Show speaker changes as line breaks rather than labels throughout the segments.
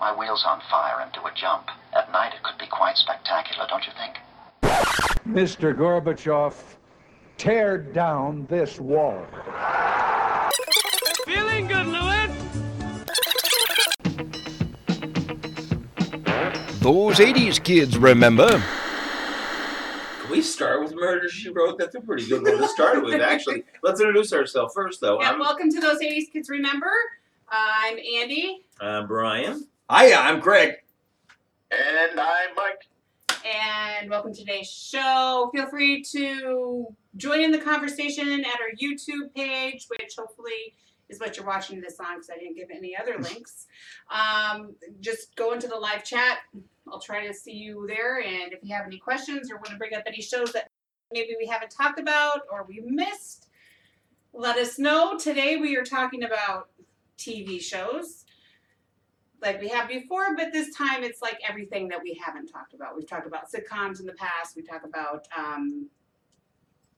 my wheels on fire and do a jump. At night, it could be quite spectacular, don't you think?
Mr. Gorbachev, tear down this wall.
Feeling good, Lewis?
Those 80s kids remember.
Can we start with Murder She Wrote? That's a pretty good one to start with, actually. Let's introduce ourselves first, though.
Yeah,
I'm,
welcome to those 80s kids remember. I'm Andy
I'm Brian.
Hiya, I'm Greg.
And I'm Mike.
and welcome to today's show. Feel free to join in the conversation at our YouTube page, which hopefully is what you're watching this on because I didn't give any other links. Um, just go into the live chat. I'll try to see you there. And if you have any questions or want to bring up any shows that maybe we haven't talked about or we missed, let us know. Today we are talking about TV shows like we have before, but this time it's like everything that we haven't talked about. We've talked about sitcoms in the past. We talk about um,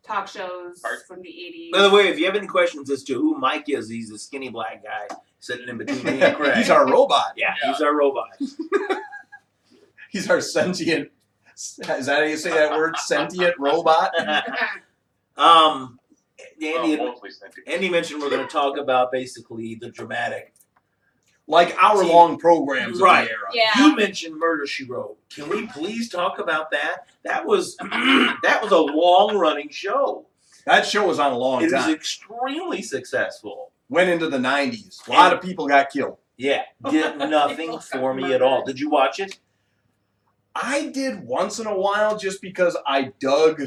talk shows
Art.
from the eighties.
By the way, if you have any questions as to who Mike is, he's a skinny black guy sitting in between me and Greg.
He's our robot.
yeah, he's our robot.
He's our sentient. Is that how you say that word? Sentient robot?
um, Andy,
Oh, mostly sentient.
Andy mentioned we're going to talk about basically the dramatic.
Like hour long programs
Right.
of the era.
yeah,
You mentioned Murder She Wrote. Can we please talk about that? That was that was a long running show.
That show was on a long
It was
time.
extremely successful.
Went into the 90s. A lot of people got killed.
Yeah, did nothing for me at all. Did you watch it?
I did once in a while just because I dug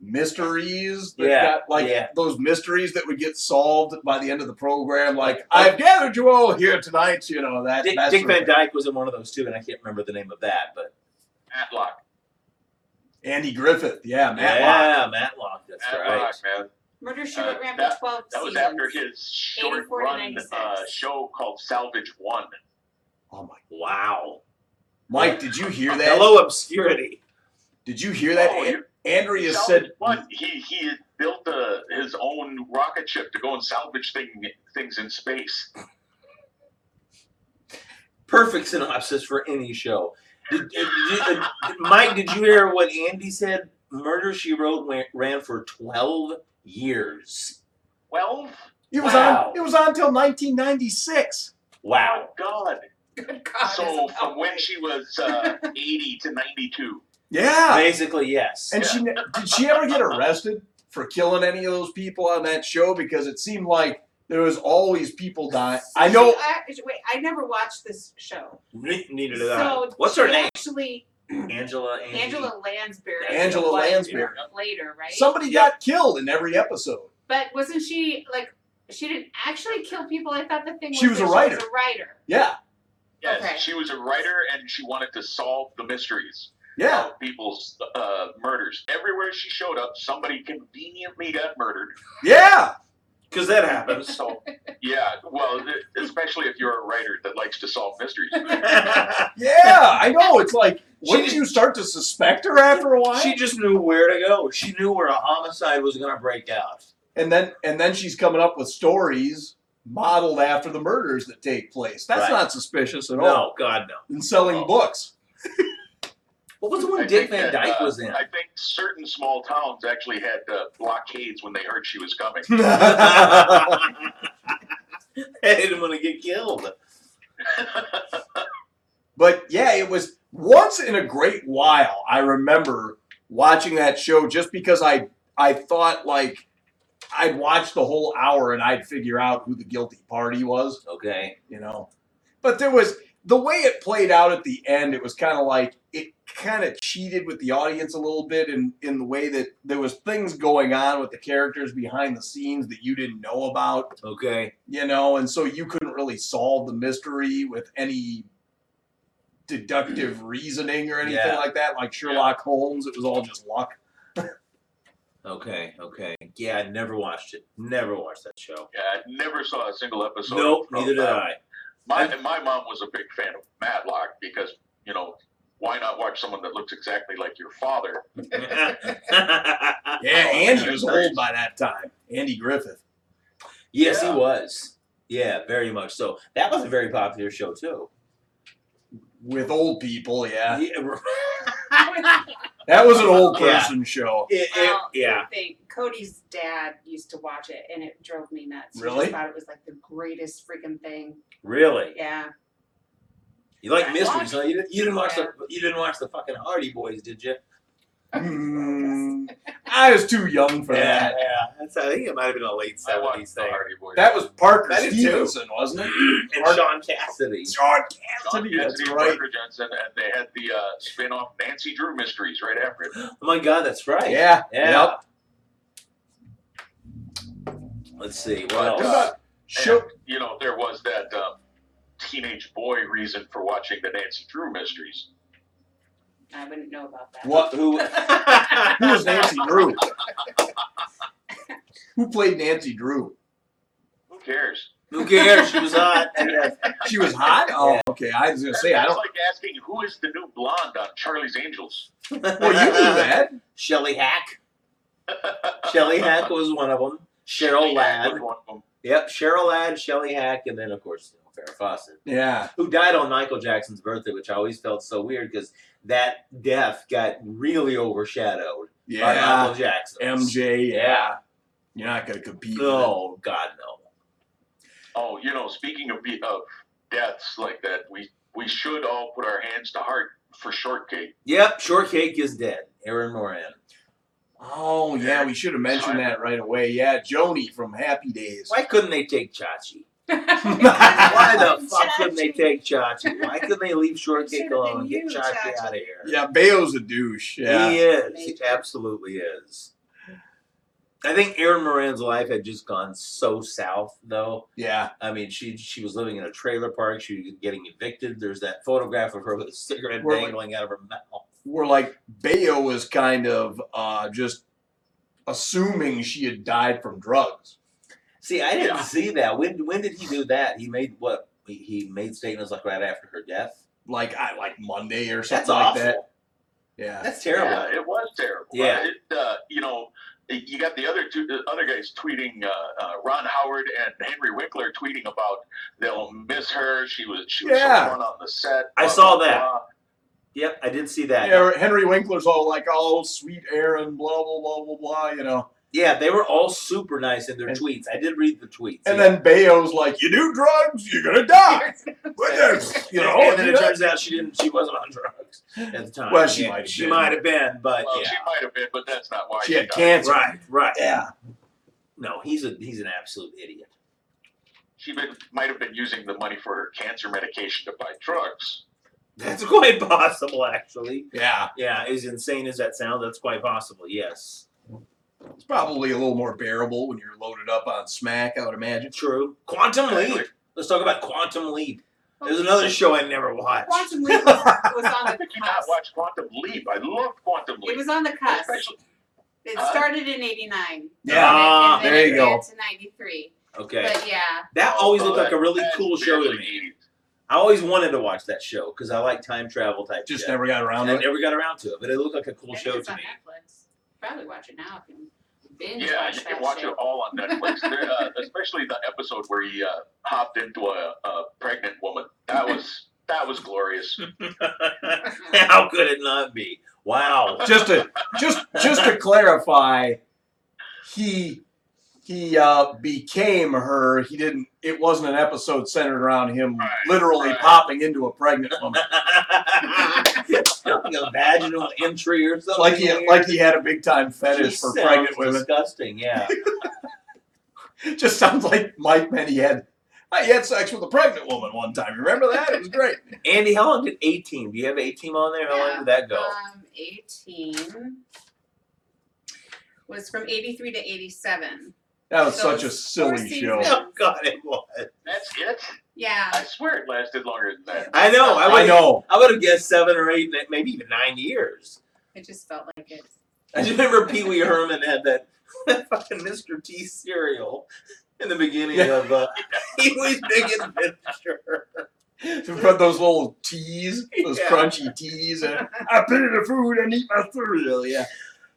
mysteries that
Yeah,
got like
yeah.
those mysteries that would get solved by the end of the program like i've gathered you all here tonight you know that
Dick,
that
Dick
sort of
Van
thing.
Dyke was in one of those too, and I can't remember the name of that. But
Matlock.
andy griffith yeah matt Locke.
yeah, Matlock. That's right.
Matlock, man.
Murder She Wrote
Uh,
ran
that-
for twelve
That was
seasons.
after his short
84 to
run
96.
uh, show called Salvage One.
oh my
Wow.
mike did you hear that
Hello, obscurity.
Did you hear that?
Oh,
An-
you-
Andrea
Salvage
said,
One. He he had built a, his own rocket ship to go and salvage thing, things in space.
Perfect synopsis for any show. Did, uh, did- uh, Mike, did you hear what Andy said? Murder She Wrote went, ran for twelve years.
Twelve.
"It was
Wow.
on. It was on until 1996."
Wow.
Oh, God.
Good God,
so
that's
from
about
when
right.
she was uh, eighty to ninety-two.
Yeah.
Basically, yes.
And she ne- did she ever get arrested for killing any of those people on that show? Because it seemed like there was always people dying. I know.
I, wait, I never watched this show.
Ne- Neither did I.
So
What's her
she
name?
Actually,
Angela. Angie.
Angela Lansbury.
Yeah,
Angela
was
Lansbury.
Later, right?
Somebody
Yeah.
got killed in every episode.
but wasn't she like? She didn't actually kill people. I thought the thing was
She was
that She
a
was
writer.
a writer.
Yeah,
Yes,
Okay.
she was a writer and she wanted to solve the mysteries.
yeah.
of people's uh, murders. Everywhere she showed up, somebody conveniently got murdered.
Yeah,
Because that happens.
So, yeah, well, th- especially if you're a writer that likes to solve mysteries.
yeah. I know. It's like,
She
wouldn't
just-
you start to suspect her after a while?
she just knew where to go. She knew where a homicide was going to break out.
and then, and then she's coming up with stories modeled after the murders that take place.
Right.
That's not suspicious at all.
No, God, no.
And selling
No.
books.
What was the
I
one Dick
think
Van
that,
Dyke
uh,
was in?
I think certain small towns actually had uh, blockades when they heard she was coming.
I didn't want to get killed.
But yeah, it was once in a great while I remember watching that show just because I I thought like I'd watch the whole hour and I'd figure out who the guilty party was,
Okay.
you know. But there was the way it played out at the end, it was kind of like it kind of cheated with the audience a little bit in in the way that there was things going on with the characters behind the scenes that you didn't know about
Okay.
you know, and so you couldn't really solve the mystery with any deductive reasoning or anything
Yeah.
like that. Like Sherlock Holmes, it was all just luck.
Okay. Okay. Yeah, I never watched it. Never watched that show.
Yeah, I never saw a single episode.
nope,
of-
neither did I.
My, and my mom was a big fan of Matlock because, you know, why not watch someone that looks exactly like your father?
oh.
Yeah, Andy was
Nice.
old by that time. Andy Griffith.
yes,
Yeah.
he was. Yeah, very much so. That was a very popular show too. Uh,
with old people. Yeah,
Yeah, r-
that was an old
Yeah.
person show.
it- it-
Well,
yeah.
thing. Cody's dad used to watch it, and it drove me nuts. He just
Really?
thought it was like the greatest freaking thing.
Really?
Yeah.
You like
I
mysteries?
watched-
Huh? You didn't, you didn't watch the you didn't watch the fucking Hardy Boys, did you?
Mm, I was too young for
Yeah,
that.
yeah. That's, I think it might have been a late
I
seventies
watched the
thing.
Hardy Boys.
That was Parker
I did too.
Stevenson, wasn't it?
And
Parker-
Sean Cassidy.
Sean
John
Cassidy.
Cassidy
That's
and
right.
Parker Jensen, and they had the uh, spin-off Nancy Drew Mysteries right after it.
Oh my God, that's right.
Yeah.
Yeah.
Yep.
Let's see. What
But,
else?
What about show?
And, you know, there was that um, teenage boy reason for watching the Nancy Drew Mysteries.
I wouldn't know about that.
What?
Who?
Who was Nancy Drew? Who played Nancy Drew?
Who cares?
Who cares? She was hot.
She was hot. Oh,
Yeah.
okay. I was gonna
That-
say I
that's
don't.
like asking who is the new blonde on Charlie's Angels.
Well, you knew that.
Shelly Hack. Shelly Hack was one of them. Cheryl Ladd.
Was one of them.
Yep, Cheryl Ladd, Shelly Hack, and then of course you know, Farrah Fawcett,
Yeah.
who died on Michael Jackson's birthday, which I always felt so weird because that death got really overshadowed by
Yeah.
Michael Jackson.
MJ. Yeah. You're not gonna compete. with it.
Oh God, no.
Oh, you know, speaking of be- of deaths like that, we we should all put our hands to heart for Shortcake.
Yep, Shortcake is dead. Aaron Moran.
Oh yeah, we should have mentioned that right away. Yeah, Joni from Happy Days.
Why couldn't they take Chachi?
Why
Why the fuck couldn't they take Chachi? Why couldn't they leave Shortcake
Should've
alone and
been
get
you,
Chachi,
Chachi.
out of here?
Yeah, Bayo's a douche. Yeah.
He is. He absolutely is. I think Aaron Moran's life had just gone so south, though.
Yeah.
I mean, she she was living in a trailer park. She was getting evicted. There's that photograph of her with a cigarette
Where-
dangling out of her mouth.
We're like Bayo was kind of uh just assuming she had died from drugs.
See, I didn't
Yeah.
see that. When when did he do that? He made what? He, he made statements like right after her death.
Like I like Monday or something
That's
like
awful.
that. Yeah.
That's terrible.
Yeah, it was terrible.
Yeah.
It, uh, you know, you got the other two the other guys tweeting. Uh, uh, Ron Howard and Henry Winkler tweeting about they'll miss her. She was she was
Yeah.
so fun on the set.
I
blah,
saw
blah,
that.
blah.
Yep, I did see that. Yeah.
Yeah, Henry Winkler's all like, "Oh, sweet Aaron, blah blah blah blah blah," you know.
they were all super nice in their
And-
tweets. I did read the tweets.
And
yeah.
then Bayo's like, "You do drugs, you're gonna die." What the- you know,
and then
you
it
know?
turns out she didn't. She wasn't on drugs at the time.
Well, she
Yeah,
might have
She
been.
might have been, but
Well,
yeah.
she might have been, but that's not why
she
she,
had
died.
cancer.
Right, right.
Yeah.
No, he's a he's an absolute idiot.
She been, might have been using the money for her cancer medication to buy drugs.
That's quite possible, actually.
Yeah.
Yeah, as insane as that sounds, that's quite possible. Yes,
It's probably a little more bearable when you're loaded up on smack, I would imagine.
true. Quantum Leap. Let's talk about Quantum Leap. There's another show I never watched.
Quantum Leap was, was on the
Did you not
cusp.
watch Quantum Leap? I love Quantum
It
Leap.
was on the cusp.
Especially-
It
Huh?
started in '89.
Yeah.
Ah,
there you go.
To '93,
Okay,
but yeah,
that always looked
Oh,
like a really
that's
cool show to
really
me.
neat.
I always wanted to watch that show because I like time travel type.
Just
shit.
never got
And
around to
I
it.
never got around to it, but it looked like a cool
I think
show
it's
to
on
me.
Netflix. Probably watch it now if you binge
Yeah,
watch
you
that
can watch
shit.
it all on Netflix. There, uh, especially the episode where he uh, hopped into a, a pregnant woman. That was that was glorious.
How could it not be? Wow.
Just to just just to clarify, he he uh, became her. He didn't. It wasn't an episode centered around him
Right,
literally
right.
popping into a pregnant woman.
Um,
like a vaginal entry or something.
like he like he had a big time fetish
Just
for
sounds
pregnant women.
Disgusting. Yeah.
Just sounds like Mike Penny had. I had sex with a pregnant woman one time. You remember that? It was great.
Andy, how long did 18? Do you have 18 on there? How long did that go?
Um, 18 was from 83 to 87.
That was
So
such a
it's four
silly show.
seasons.
Oh God, it was.
That's it.
Yeah.
I swear it lasted longer than that.
I know. I would.
I
I,
know.
would have guessed seven or eight, maybe even nine years.
It just felt like it.
I just remember Pee Wee Herman had that, that fucking Mr. T cereal in the beginning
Yeah.
of uh, Pee Wee's Big Adventure.
To put those little teas, those
Yeah.
crunchy teas, and I put in the food and eat my cereal. Yeah.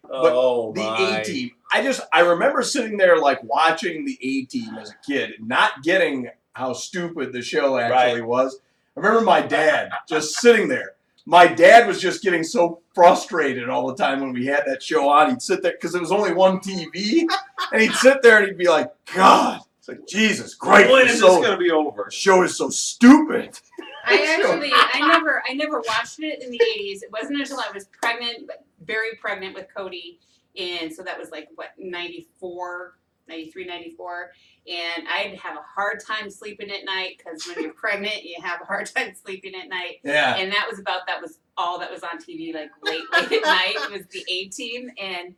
oh
The
my.
A Team. I just I remember sitting there like watching the A Team as a kid, not getting how stupid the show actually was. I remember my dad just sitting there. My dad was just getting so frustrated all the time when we had that show on. He'd sit there because there was only one TV, and he'd sit there and he'd be like, "God, it's like Jesus Christ,
when
this
is this going to be over?
show is so stupid."
I actually, I never, I never watched it in the eighties. It wasn't until I was pregnant, but very pregnant with Cody, and so that was like what 94, 93, 94. and I'd have a hard time sleeping at night because when you're pregnant, you have a hard time sleeping at night.
Yeah.
and that was about that was all that was on TV like late late at night was the A Team, and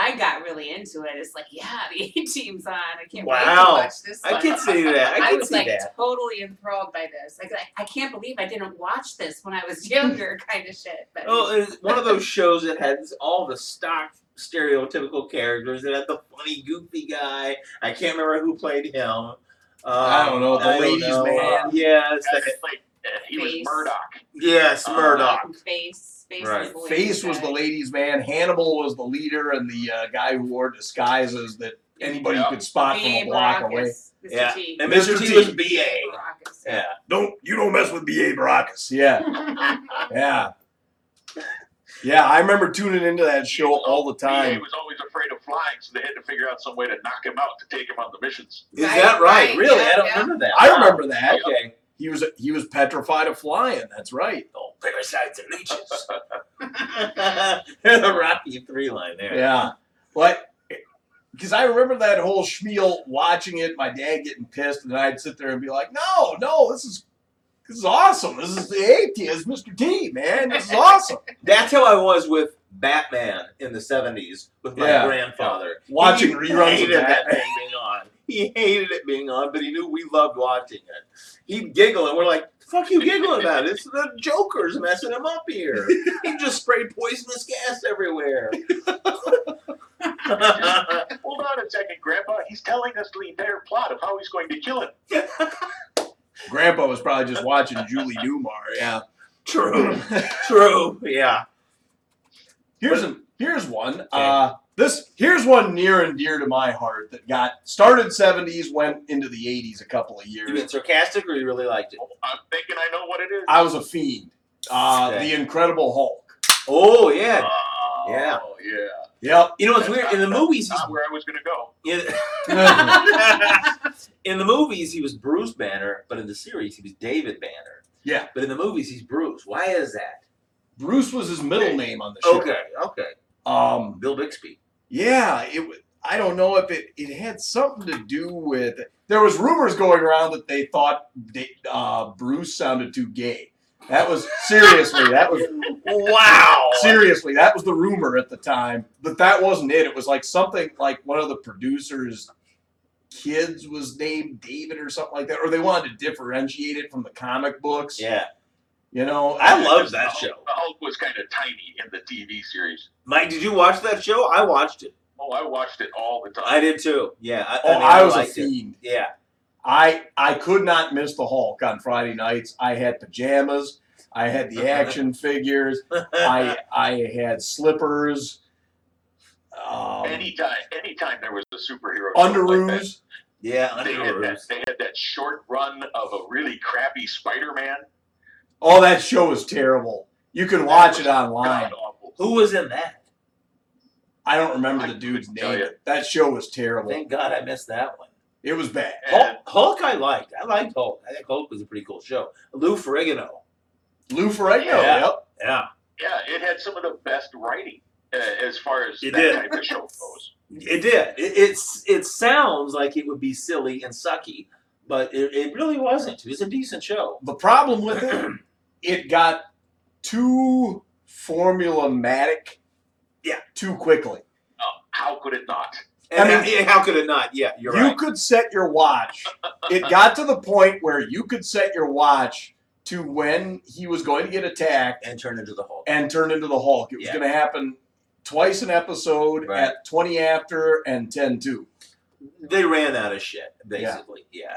I got really into it. It's like yeah, the A Team's on. I can't wait to
Wow.
watch this.
I
one.
can see that. I
I
can
was
see
like
that.
totally enthralled by this. Like I, I can't believe I didn't watch this when I was younger, kind of shit. But
Oh, it's one of those shows that has all the stock stereotypical characters. It had the funny, goofy guy. I can't remember who played him. Uh, Um,
I don't know, the
I don't
ladies'
know.
man.
Yes,
That's
that-
like, uh, he
Face.
was Murdoch.
yes,
Uh,
Murdoch.
face, face,
Right.
was the
Face was
guy.
the ladies' man. Hannibal was the leader and the uh, guy who wore disguises that anybody
Yeah.
could spot from
B.A.
a block
Baracus,
away.
Mr.
Yeah,
T.
and Mr.
Mr.
T
T.
was BA.
Baracus.
Yeah.
Don't you don't mess with B.A. Baracus. Yeah, yeah, yeah. I remember tuning into that show all the
He
time.
was always afraid of flying, so they had to figure out some way to knock him out to take him on the missions.
Is
Right,
that right?
right,
Really? I
yeah,
don't
yeah.
remember that.
I
Wow.
remember that.
Okay.
He was he was petrified of flying. That's right.
Oh, parasites and leeches. the Rocky three line there.
Yeah, but because I remember that whole schmeal watching it, my dad getting pissed, and I'd sit there and be like, "No, no, this is this is awesome. This is the eighth. It's Mr. T, man. This is awesome."
That's how I was with Batman in the seventies with my
Yeah.
grandfather.
Watching
he
reruns of
hated
that.
that thing being on. He hated it being on, but he knew we loved watching it. He'd giggle, and we're like, "Fuck you, giggling about it? It's the Joker's messing him up here. He just sprayed poisonous gas everywhere."
Hold on a second, Grandpa. He's telling us the entire plot of how he's going to kill him.
Grandpa was probably just watching Julie Newmar. Yeah.
true, true, yeah.
Here's an, here's one. Uh, this here's one near and dear to my heart that got started 70s, went into the 80s a couple of
You
years.
been sarcastic, or you really liked it?
I'm thinking I know what it is.
I was a fiend. Uh,
Okay.
The Incredible Hulk.
Oh yeah,
Oh,
Yeah.
yeah.
Yep.
you know it's weird. In the movies, he's
Not where I was going to go.
in, in the movies, he was Bruce Banner, but in the series, he was David Banner.
Yeah.
But in the movies, he's Bruce. Why is that?
Bruce was his middle name on the show.
Okay, okay.
Um,
Bill Bixby.
Yeah, it. wa- I don't know if it it had something to do with. There was rumors going around that they thought they, uh, Bruce sounded too gay. That was seriously. That was
Wow.
seriously. That was the rumor at the time. But that wasn't it. It was like something like one of the producers. Kids was named David or something like that, or they wanted to differentiate it from the comic books.
Yeah,
You know,
I loved that
The
show.
Hulk- The Hulk was kind of tiny in the TV series.
Mike, did you watch that show? I watched it.
Oh, I watched it all the time.
I did too. Yeah. I,
Oh,
mean,
I was a
liked it.
fiend.
Yeah.
I I could not miss the Hulk on Friday nights. I had pajamas. I had the action figures. I I had slippers. Um,
anytime, anytime there was a superhero show like
underoos.
yeah.
that, they had that.
Underoos.
They had that short run of a really crappy Spider-Man.
Oh, that show is terrible. You can watch it online.
God awful.
Who was in that?
I don't remember the dude's name. but That show was terrible.
Thank God I missed that one.
It was bad.
Hulk, Hulk I liked. I liked Hulk. I think Hulk was a pretty cool show. Lou Ferrigno.
Lou Ferrigno.
Yeah.
Yep.
Yeah.
Yeah, it had some of the best writing uh, as far as
It
that
did.
type of show goes.
It did. It, it's it sounds like it would be silly and sucky, but it, it really wasn't. It was a decent show.
The problem with it, it got too formulamatic.
Yeah.
Too quickly.
Um, how could it not?
And
I mean-
yeah, how could it not? Yeah, you're
you
right.
could set your watch. it got to the point where you could set your watch to when he was going to get attacked
And turn into the Hulk.
and turn into the Hulk. It was
Yeah.
going to happen twice an episode
Right.
at 20 after and 10 2.
They ran out of shit, basically. Yeah.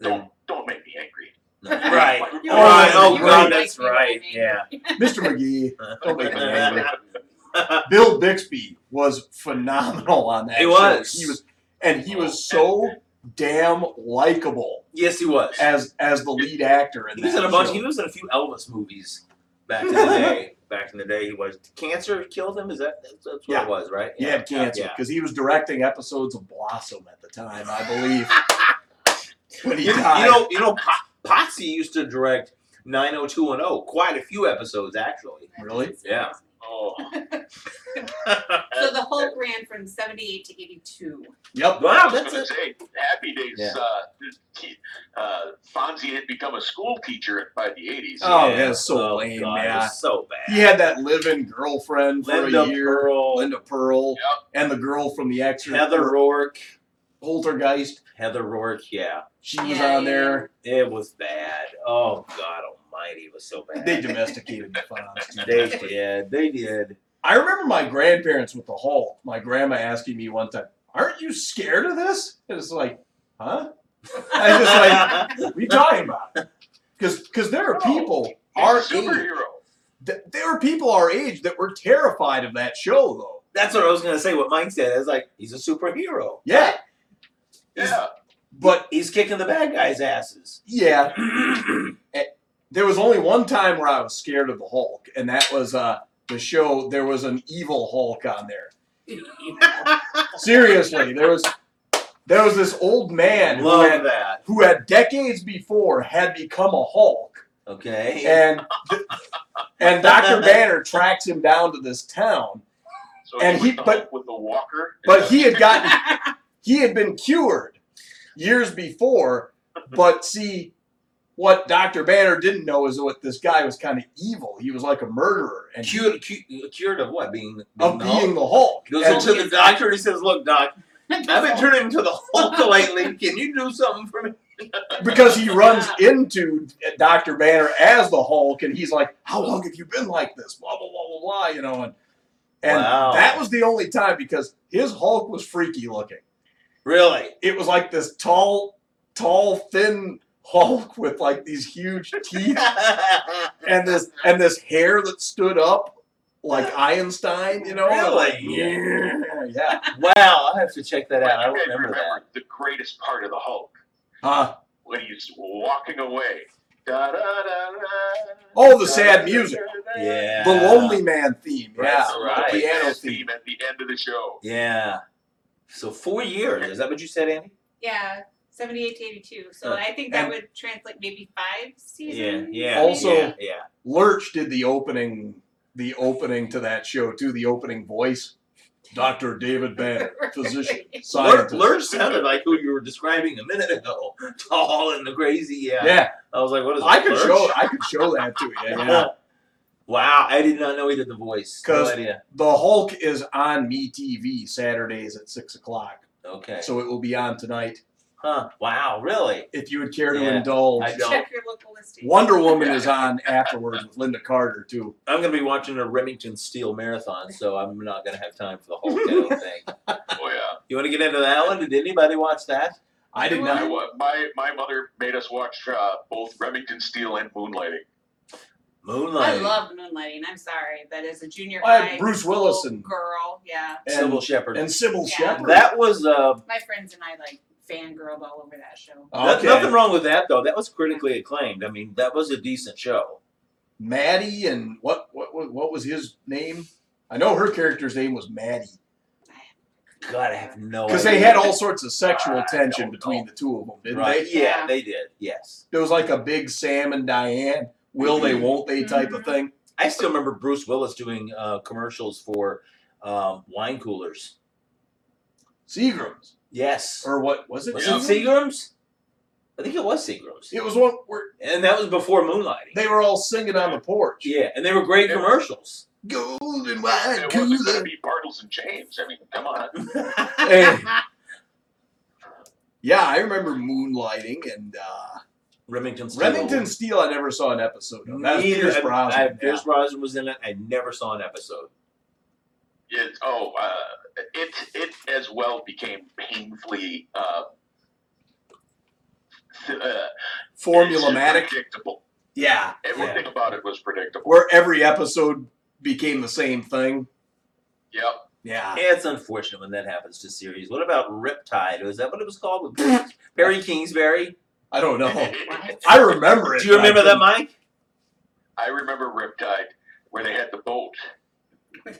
Yeah, don't don't make me angry.
No. Right.
Like,
Oh,
right.
that's
Oh
right.
God, that's right. Yeah.
Mr. McGee, don't make me angry.
it
Bill Bixby was phenomenal on that.
He
show.
was.
He was, and he was so damn likable
Yes, he was.
as as the lead actor. In
He was
that
in a bunch.
show.
He was in a few Elvis movies back in the day. back in the day, he was cancer killed him. Is that that's, that's what
Yeah.
it was, right?
He had cancer
yeah.
because he was directing episodes of Blossom at the time, I believe. when he
You, you
died.
know, you know, Po- Potsy used to direct 90210. Quite a few episodes, actually.
Really?
Yeah.
Oh,
So the Hulk ran from 78 to 82.
yep.
Wow,
I was
that's
going
it.
to say, Happy Days,
Yeah.
uh, he- uh, Fonzie had become a school teacher by the 80s.
Oh, yeah, it's so
oh,
lame,
God,
man.
it's so bad.
He had that live-in girlfriend for
Linda
a year,
Pearl.
Linda Pearl,
Yep.
and the girl from the X
Heather Rourke.
Poltergeist.
Heather Rourke. Yeah,
She was
Yeah,
on there.
it was bad. Oh God Almighty, it was so bad.
They domesticated the Fonz. too.
They did. They did.
I remember my grandparents with the Hulk. My grandma asking me one time, "Aren't you scared of this?" And it's like, huh? I just like. What are you talking about? Because there are
No.
people
He's
our
a
age.
superhero.
th- There are people our age that were terrified of that show, though.
That's what I was gonna say. What Mike said. I was like, he's a superhero.
Yeah,
Yeah.
but
He's kicking the bad guys' asses.
yeah, there was only one time where I was scared of the Hulk, and that was uh the show. There was an evil Hulk on there. Seriously, there was there was this old man who
Love
had,
that.
who had decades before had become a Hulk,
Okay.
and and Doctor Banner tracks him down to this town.
So
And he-
was the
but-
Hulk with the walker.
But he had gotten he had been cured years before, but see, what Dr. Banner didn't know is what this guy was kind of evil. He was like a murderer and
cured, cu- cured of what? Being, being
of
the Hulk?
being the Hulk.
Goes
And-
into the doctor and he says, "Look, doc, I've been turning into the Hulk lately. Can you do something for me?"
because he runs into Dr. Banner as the Hulk and he's like, How long have you been like this? Blah, blah, blah, blah, blah, you know. And, and
Wow.
that was the only time because his Hulk was freaky looking.
Really?
It was like this tall, tall, thin Hulk with like these huge teeth. and this and this hair that stood up like Einstein, you know?
Really?
yeah. yeah.
wow, I have to check that out. I
I
don't remember that.
remember the greatest part of the Hulk
Huh.
when he's walking away. Da, da, da, da,
Oh, the sad music.
Yeah.
The Lonely Man theme. Yeah.
That's right.
The piano theme.
theme at the end of the show.
Yeah. So four years. Is that what you said, Andy?
Yeah, 78 to 82. So
Uh,
I think that
and-
would translate maybe five
Yeah.
seasons.
Yeah.
Also-
yeah. yeah.
Lurch did the opening the opening to that show too, the opening voice. Dr. David Banner, physician,
Lur,
scientist.
Lur sounded like who you were describing a minute ago. Tall and the crazy. Yeah.
Yeah.
I was like, what is
I
that,
could
Lurch?
show I could show that to you. Yeah.
Wow, I did not know he did the voice. No
'Cause-
idea.
The Hulk is on Me TV Saturdays at six o'clock.
Okay.
So it will be on tonight.
Huh. Wow, really?
If you would care to
Yeah.
indulge.
I don't.
Check your local listing.
Wonder Woman is on afterwards with Linda Carter too.
I'm going to be watching a Remington Steel marathon, so I'm not going to have time for the whole thing.
Oh yeah.
You want to get into that one? Did anybody watch that?
I did
I,
not.
wa- my my mother made us watch uh, both Remington Steel and Moonlighting.
Moonlight.
I love moonlighting. I'm sorry, but as a junior
I had
high
Bruce
school
Willison.
girl, yeah,
Sybil
And,
Shepherd.
and Sybil
Yeah.
Shepherd.
that was uh,
my friends and I like fangirled all over that show.
that-
okay.
nothing wrong with that though. That was critically acclaimed. I mean, that was a decent show.
Maddie and what what what what was his name? I know her character's name was Maddie
God, Oh, I have no.
because
idea.
they had all sorts of sexual
Ah, I
tension
don't
between
know.
the two of them, didn't
Right.
they?
Yeah,
Yeah.
they did. Yes,
There was like a big Sam and Diane, will they, won't they type of
Mm-hmm.
Mhm.
thing.
I still remember Bruce Willis doing uh, commercials for um, wine coolers.
Seagrams
Yes,
or what was it?
was
Seagram's?
it Seagrams? I think it was Seagrams.
It was one where
and that was before Moonlighting.
they were all singing on the porch.
yeah, and they were great
It-
commercials.
Golden wine
It wasn't going to
cooler.
be Bartles and James. I mean, come on.
Hey. Yeah, I remember moonlighting and. uh
Remington. Steel.
Remington Steel, I never saw an episode of. That was
Neither-
Pierce
I-
Brosnan.
I-
yeah.
Pierce Brosnan was in it. I never saw an episode.
It, oh, uh, it it as well became painfully uh, th- uh,
Formulamatic.
predictable.
Yeah.
Everything about it was predictable.
Where every episode became the same thing.
Yep.
Yeah,
Yeah.
it's unfortunate when that happens to series. What about Riptide? Was that what it was called? With Barry Kingsbury.
I don't know.
What?
I remember it.
Do you
but I
remember that,
couldn't-
Mike?
I remember Riptide where they had the boat.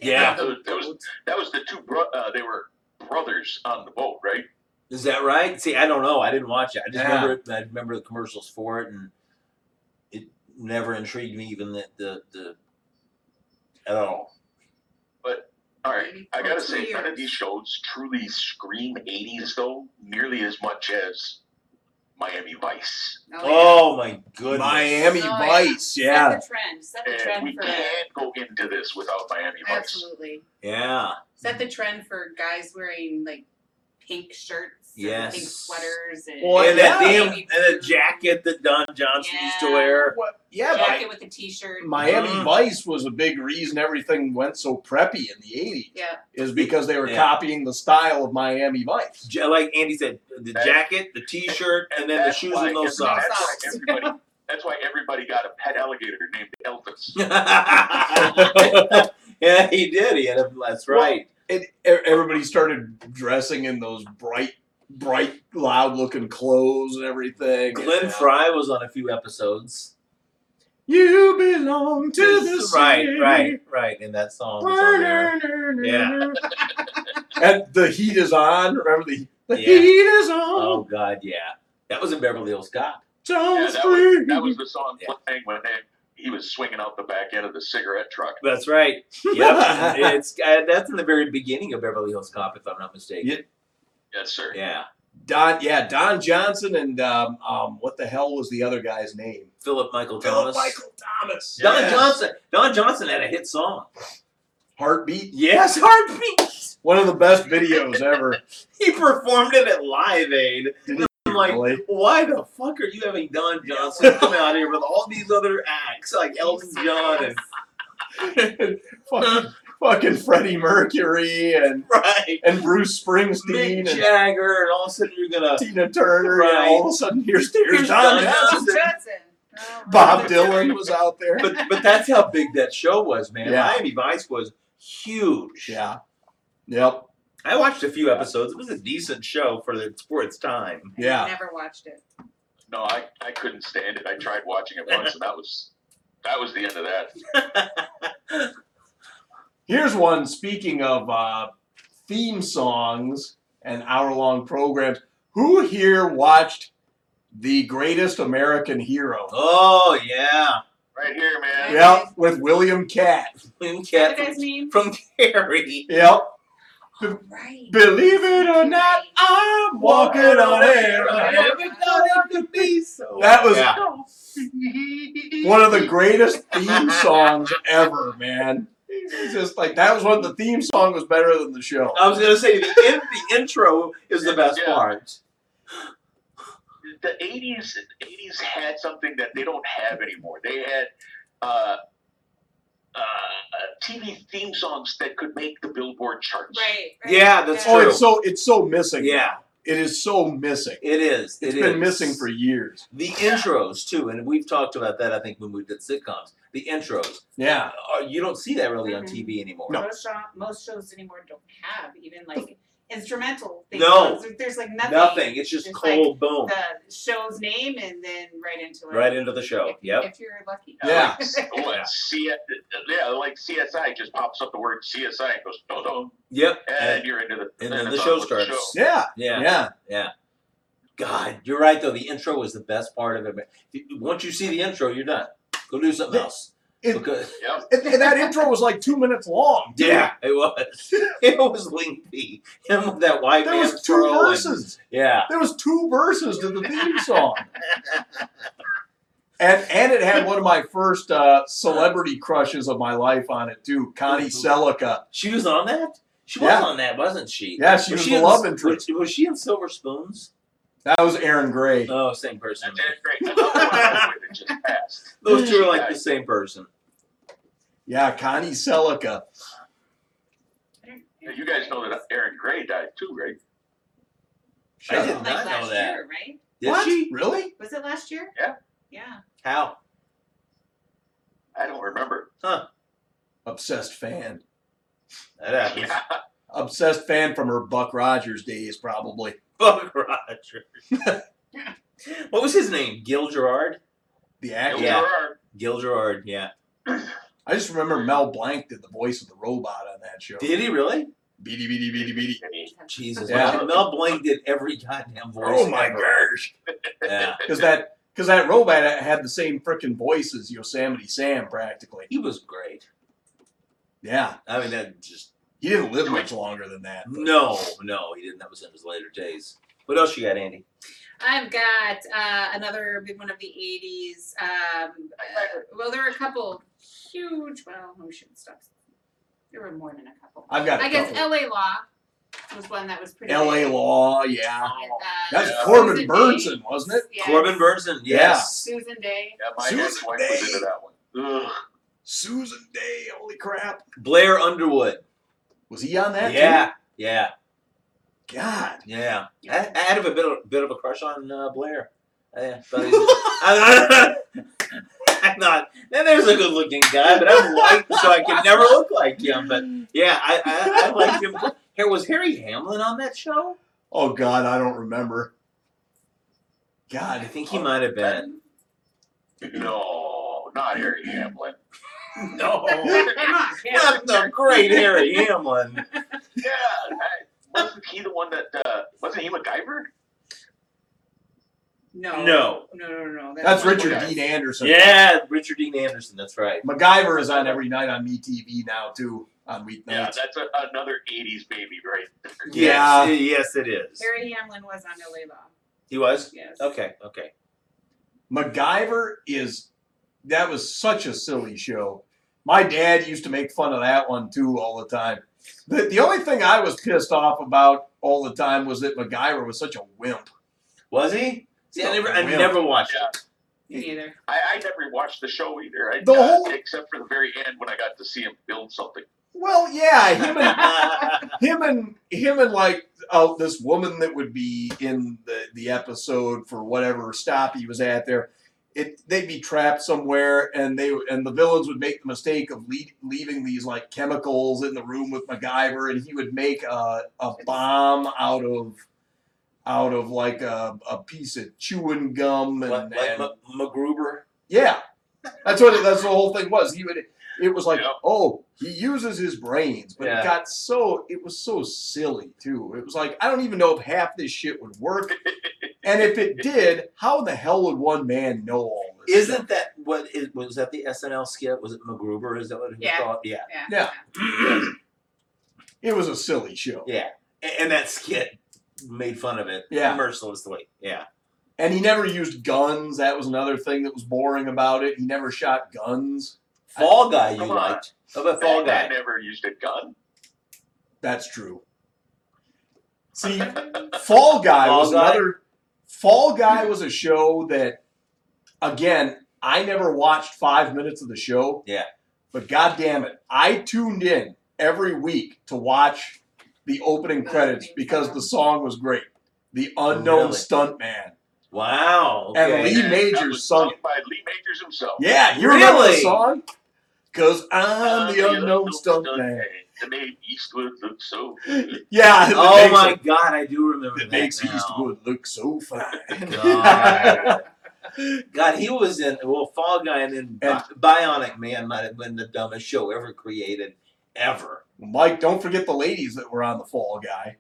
Yeah.
That was, that was the two. Bro- uh, they were brothers on the boat, right?
Is that right? See, I don't know. I didn't watch it. I just
Yeah.
remember it. I remember the commercials for it, and it never intrigued me even the the, the at all.
All right, I
For
gotta
two
say, none of
years.
these shows truly scream '80s though, nearly as much as Miami Vice.
yeah.
Oh my goodness!
Miami
Oh, yeah.
Vice. Yeah.
Set the trend. Set the
And
trend
we
for it.
can't go into this without Miami Vice.
Absolutely.
Yeah.
Set the trend for guys wearing like pink shirts, and
Yes.
pink sweaters, and,
Well,
and that
yeah.
damn and a jacket that Don Johnson used to
Yeah.
wear.
What? Yeah.
jacket
Mi-
with a t-shirt.
Miami
Mhm.
Vice was a big reason everything went so preppy in the 80s,
yeah,
is because they were
Yeah.
copying the style of Miami Vice.
Ja- Like Andy said, the jacket, the T-shirt, and then the
that's
shoes
why
and those
every-
socks.
That's why everybody. That's why everybody got a pet alligator named Elvis.
yeah, he did. He had a. That's right.
And e- everybody started dressing in those bright, bright, loud-looking clothes and uh, everything.
Glenn
Yeah.
Fry was on a few episodes.
You belong to the city.
right, right, right. And that song was on there. Yeah.
And the heat is on. Remember the, the
Yeah.
heat is on.
Oh God, yeah. That was in Beverly Hills Cop.
Don't
Yeah, that, was,
scream.
that was the song
Yeah.
playing when they, he was swinging out the back end of the cigarette truck.
That's right. Yep. it's uh, that's in the very beginning of Beverly Hills Cop, if I'm not mistaken.
Yes, sir.
Yeah.
Don. Yeah, Don Johnson and um, um, what the hell was the other guy's name?
Philip Michael
Philip
Thomas.
Michael Thomas.
Don
Yes.
Johnson. Don Johnson had a hit song.
Heartbeat.
Yes, Heartbeat.
One of the best videos ever.
He performed it at Live Aid.
Did he
I'm like,
really?
why the fuck are you having Don Johnson come out here with all these other acts like Elton John and
fucking, fucking Freddie Mercury and
right,
and Bruce Springsteen
Mick
and
Jagger, and all of a sudden you're gonna
Tina Turner.
Right.
And all of a sudden, here's here's
Here's
Don
Don
Johnson.
Johnson.
Oh,
Bob
right.
Dylan was out there.
but but that's how big that show was, man.
Yeah.
Miami Vice was huge.
Yeah. Yep.
I watched a few episodes. It was a decent show for its for its time.
Yeah.
Never watched it.
No, I, I couldn't stand it. I tried watching it once, and that was that was the end of that.
Here's one. Speaking of uh, theme songs and hour-long programs, who here watched the Greatest American Hero?
Oh yeah,
Right here, man.
Yep, with William Cat.
Queen
What
Cat
the guy's name?
from Carrie.
Yep.
Right.
Believe it or not, I'm walking on air.
I never thought it could be so.
That was
Yeah.
one of the greatest theme songs ever, man. It's just like that was one. The theme song was better than the show.
I was gonna say the in, the intro is the best
Yeah.
part.
The '80s '80s had something that they don't have anymore. They had uh, uh, TV theme songs that could make the Billboard charts.
Right. right.
Yeah, that's
Oh,
true.
it's so it's so missing.
Yeah,
it is so missing.
it is.
It's
It
been
is.
missing for years.
the intros too, and we've talked about that. I think when we did sitcoms, the intros.
Yeah.
Uh, you don't see that really on
Mhm.
TV anymore.
No.
Most, sho- most shows anymore don't have even like instrumental things.
No.
There- There's like nothing.
Nothing. It's just
It's
cold boom
The show's name and then right into it.
right into the show.
If,
Yep.
If you're lucky.
Yeah.
Oh, and C- yeah, like CSI just pops up the word CSI and goes, dun, dun,
Yep.
and you're into the
and
then
then the
it's
show
on with the
starts.
show.
Yeah.
Yeah.
Yeah.
God, you're right though. The intro was the best part of it. man. Once you see the intro, you're done. Go do something
Yeah.
else.
It-
because,
Yep.
And, and that intro was like two minutes long. too.
yeah, it was. It was lengthy. Him with that white
There
man's
was two
pearl and-
verses.
yeah.
There was two verses to the theme song. And and it had one of my first uh, celebrity crushes of my life on it too, Connie Selica.
She was on that. She
Yeah.
was on that, wasn't she?
Yeah, she was, the
in-
love interest.
Was, was she in Silver Spoons?
That was Aaron Gray.
Oh, same person.
That's it, great. Another one I would have just passed.
Those two are like the same person.
Yeah, Connie Selica.
You guys know that Aaron Gray died too, right?
I did
Like
not know
last
that.
year, right?
Did
what?
she?
Really?
Was it last year?
Yeah.
Yeah.
How?
I don't remember.
Obsessed fan.
That happens.
Yeah.
obsessed fan from her Buck Rogers days, probably.
Buck Rogers. what was his name? Gil Gerard?
The
Bill
actor.
Yeah.
Gerard.
Gil Gerard, yeah.
I just remember Mel Blanc did the voice of the robot on that show.
Did he really?
Beady, beady, beady, beady.
Jesus.
Yeah.
Mel- Mel Blanc did every goddamn voice.
Oh my
ever.
gosh!
Yeah.
Because that because that robot had the same freaking voice as Yosemite Sam, practically.
He was great.
Yeah,
I mean, that just.
he didn't live much longer than that. but-
No, no, he didn't. That was in his later days. What else you got, Andy?
I've got uh, another big one of the 80s. Um, uh, well, there were a couple huge, well, we shouldn't stop. There were more than a couple.
I've got. a
I guess
couple.
LA Law was one that was pretty
L.A.
big.
Law. Yeah,
With, uh,
that's
Yeah.
Corbin
Susan
Burnson,
Day.
wasn't it?
Yeah,
Corbin Burnson, yes.
Susan Day.
Yeah, my ex wife was into that one. Ugh.
Susan Day. Holy crap!
Blair Underwood.
Was he on that?
Yeah, yeah,
Too? God.
yeah. I, I had a bit of, bit of a crush on uh, Blair. I thought he was- I- I'm not. Then there's a good-looking guy, but I'm white, so I can never look like him. But yeah, I, I, I liked him. Here was Harry Hamlin on that show.
Oh God, I don't remember. God,
I think he might have been.
No, not Harry Hamlin.
No,
Come on,
not the great Harry Hamlin.
Yeah, I- wasn't he the one that? Uh, wasn't he MacGyver?
No.
No.
No, no, no.
That's
not-
Richard
Okay.
Dean Anderson.
Yeah, Richard Dean Anderson. That's right.
MacGyver is on every night on MeTV now too on
Yeah,
weeknights.
that's a, another '80s baby right there.
Yeah.
Yes, yes, it is.
Harry Hamlin was on LA Law.
He was.
Yes.
Okay. Okay.
MacGyver is that was such a silly show. My dad used to make fun of that one too all the time. The, the only thing I was pissed off about all the time was that MacGyver was such a wimp.
Was he? See, I never, I
Wimp.
never watched it.
Me neither.
I, I never watched the show either. I,
The whole-
except for the very end when I got to see him build something.
Well, yeah, him and him and him and like uh, this woman that would be in the the episode for whatever stop he was at there. It, they'd be trapped somewhere, and they and the villains would make the mistake of lead, leaving these like chemicals in the room with MacGyver, and he would make a, a bomb out of out of like a, a piece of chewing gum, and,
like like
and-
Ma- MacGruber.
yeah, that's what that's the whole thing was. He would. It was like,
Yep.
oh, he uses his brains, but
Yeah.
it got so it was so silly too. It was like I don't even know if half this shit would work, and if it did, how in the hell would one man know all this? stuff?
Isn't that what is, was that the SNL skit? Was it MacGruber? Is that what he
Yeah.
thought? Yeah.
Yeah.
Yeah. it was a silly show,
Yeah. And, and that skit made fun of it
Yeah.
mercilessly. Yeah.
and he never used guns. That was another thing that was boring about it. He never shot guns.
Fall Guy, you
Come on.
liked. How about Fall
Batman
Guy?
never used a gun.
That's true. See, Fall Guy
Fall
was
Guy?
another. Fall Guy was a show that, again, I never watched five minutes of the show.
Yeah.
But god damn it, I tuned in every week to watch the opening credits because the song was great. The Unknown
Really?
Stuntman.
Wow.
And
Okay.
Lee
Yeah,
Majors
that was
sung it.
by Lee Majors himself.
Yeah, you remember the
Really?
song? Because I'm
Uh,
the Unknown
man.
Stuntman.
It made Eastwood look so good.
Yeah. it
Oh
makes
my
it-
God, I do remember
It
that
makes
now.
Eastwood look so fine.
God. God, he was in well, Fall Guy, and then Bi- Bionic Man might have been the dumbest show ever created, ever.
Mike, don't forget the ladies that were on the Fall Guy.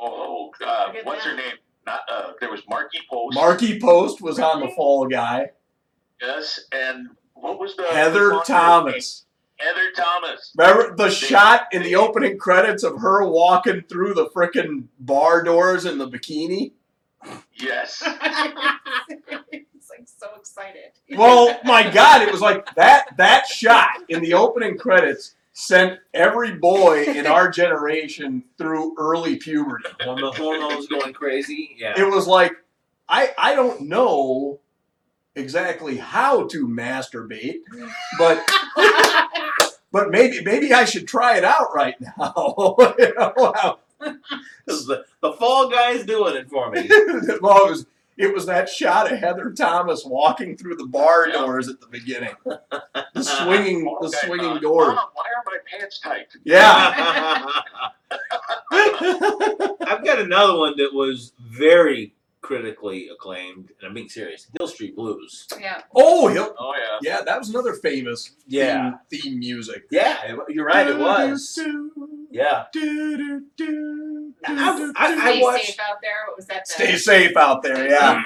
Oh, uh,
Forget
what's
that.
her name? Not, uh, there was Marky Post.
Marky Post was on the
Really?
Fall Guy.
Yes, and what was the the
Heather
blonde girl's
Thomas.
name? Heather Thomas.
Remember the shot in the opening credits of her walking through the frickin' bar doors in the bikini?
Yes.
It's like so excited.
Well, my God, it was like that that shot in the opening credits sent every boy in our generation through early puberty.
When the hormones going crazy, yeah.
It was like I I don't know exactly how to masturbate, but but maybe maybe I should try it out right now. You know, how-
This is the, the Fall Guy is doing it for me.
well, it was It was that shot of Heather Thomas walking through the bar
Yeah.
doors at the beginning. The swinging, the
Okay,
swinging
uh,
door.
Oh.
Mom, why are my pants tight?
Yeah.
I've got another one that was very critically acclaimed, and I'm being serious. Hill Street Blues.
Yeah.
Oh, Hill.
Oh yeah.
Yeah, that was another famous
Yeah.
theme, theme music.
Yeah, it- you're right. It was. Yeah. I, I, I
Stay
watched.
safe out there. What was that? the-
Stay safe out there. Yeah.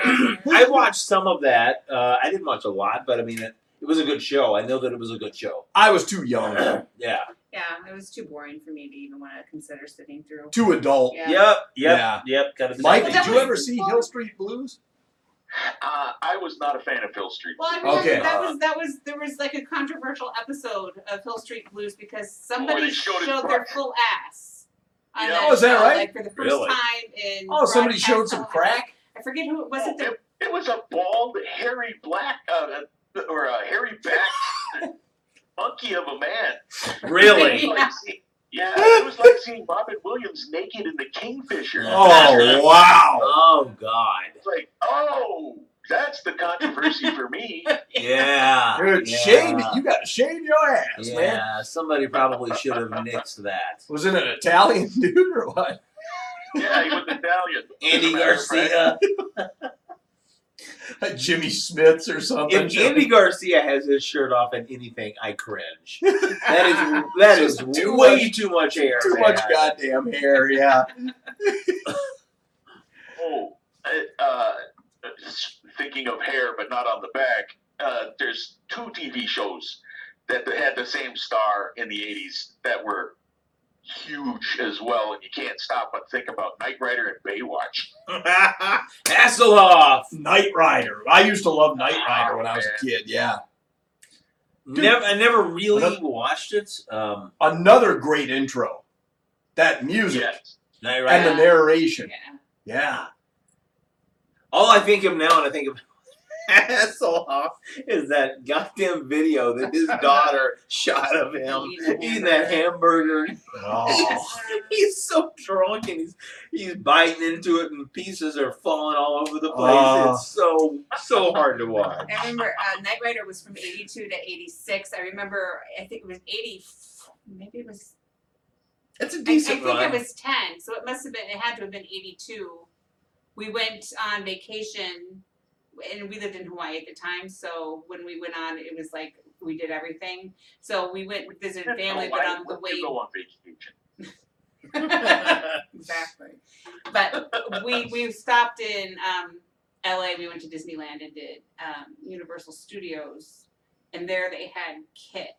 I watched some of that. Uh, I didn't watch a lot, but I mean, it, it was a good show. I know that it was a good show.
I was too young,
Yeah.
Yeah, it was too boring for me to even want to consider sitting through.
too adult.
Yeah.
Yep. Yep.
Yeah.
Yep. Got to
Mike,
Well,
did
that
you
was
ever see
before-
Hill Street Blues?
Uh, I was not a fan of Hill Street.
Well, I remember
Okay.
that was that was there was like a controversial episode of Hill Street Blues because somebody
they
showed,
showed it
their
crack.
full ass. on
Yeah.
that
Oh, is that
show,
right?
Like for the first
Really?
time in
Oh, somebody
broadcast
showed some
television.
crack.
I forget who it was. It the
it, it was a bald, hairy black uh, or a hairy back monkey of a man.
Really?
It was like seeing- yeah, it was like seeing Robin Williams naked in the Kingfisher.
Oh wow!
Oh God.
It's like, oh, that's the controversy for me.
Yeah.
Dude,
yeah.
shave it. You got to shave your ass,
yeah,
man.
somebody probably should have nixed that.
Was it an Italian dude or what?
Yeah, he was Italian.
Andy
As a matter of fact.
Garcia.
Like Jimmy Smiths or something?
If Andy Garcia has his shirt off in anything, I cringe. That is that is
Just too
way
much-
too much hair.
Too
man.
much goddamn hair. Yeah.
Oh, I- uh, s- thinking of hair, but not on the back. Uh, there's two TV shows that had the same star in the '80s that were huge as well, and you can't stop but think about Knight Rider and Baywatch.
Hasselhoff.
Night Rider. I used to love Night
Oh,
Rider when I was a kid. Yeah.
Never, I never really
Another-
watched it. Um,
Another great intro. That music
Yes.
Knight
and
Rider.
the
Yeah. yeah.
narration. Yeah.
All I think of now, and I think of Hasselhoff, is that goddamn video that his daughter shot of him
Eating a
eating that hamburger.
Oh.
he's so drunk and he's he's biting into it and pieces are falling all over the place.
Oh.
it's so so hard to watch.
I remember uh, Knight Rider was from 82 to 86. I remember, I think it was 80, maybe it was,
It's a
I, I
decent
think
run.
it was 10. So it must have been, it had to have been 82. We went on vacation and we lived in Hawaii at the time. So when we went on, it was like we did everything. So we went and visited family, but on the
Why would
way
you go on vacation.
exactly. But we we stopped in um, L.A. We went to Disneyland and did um, Universal Studios, and there they had Kit.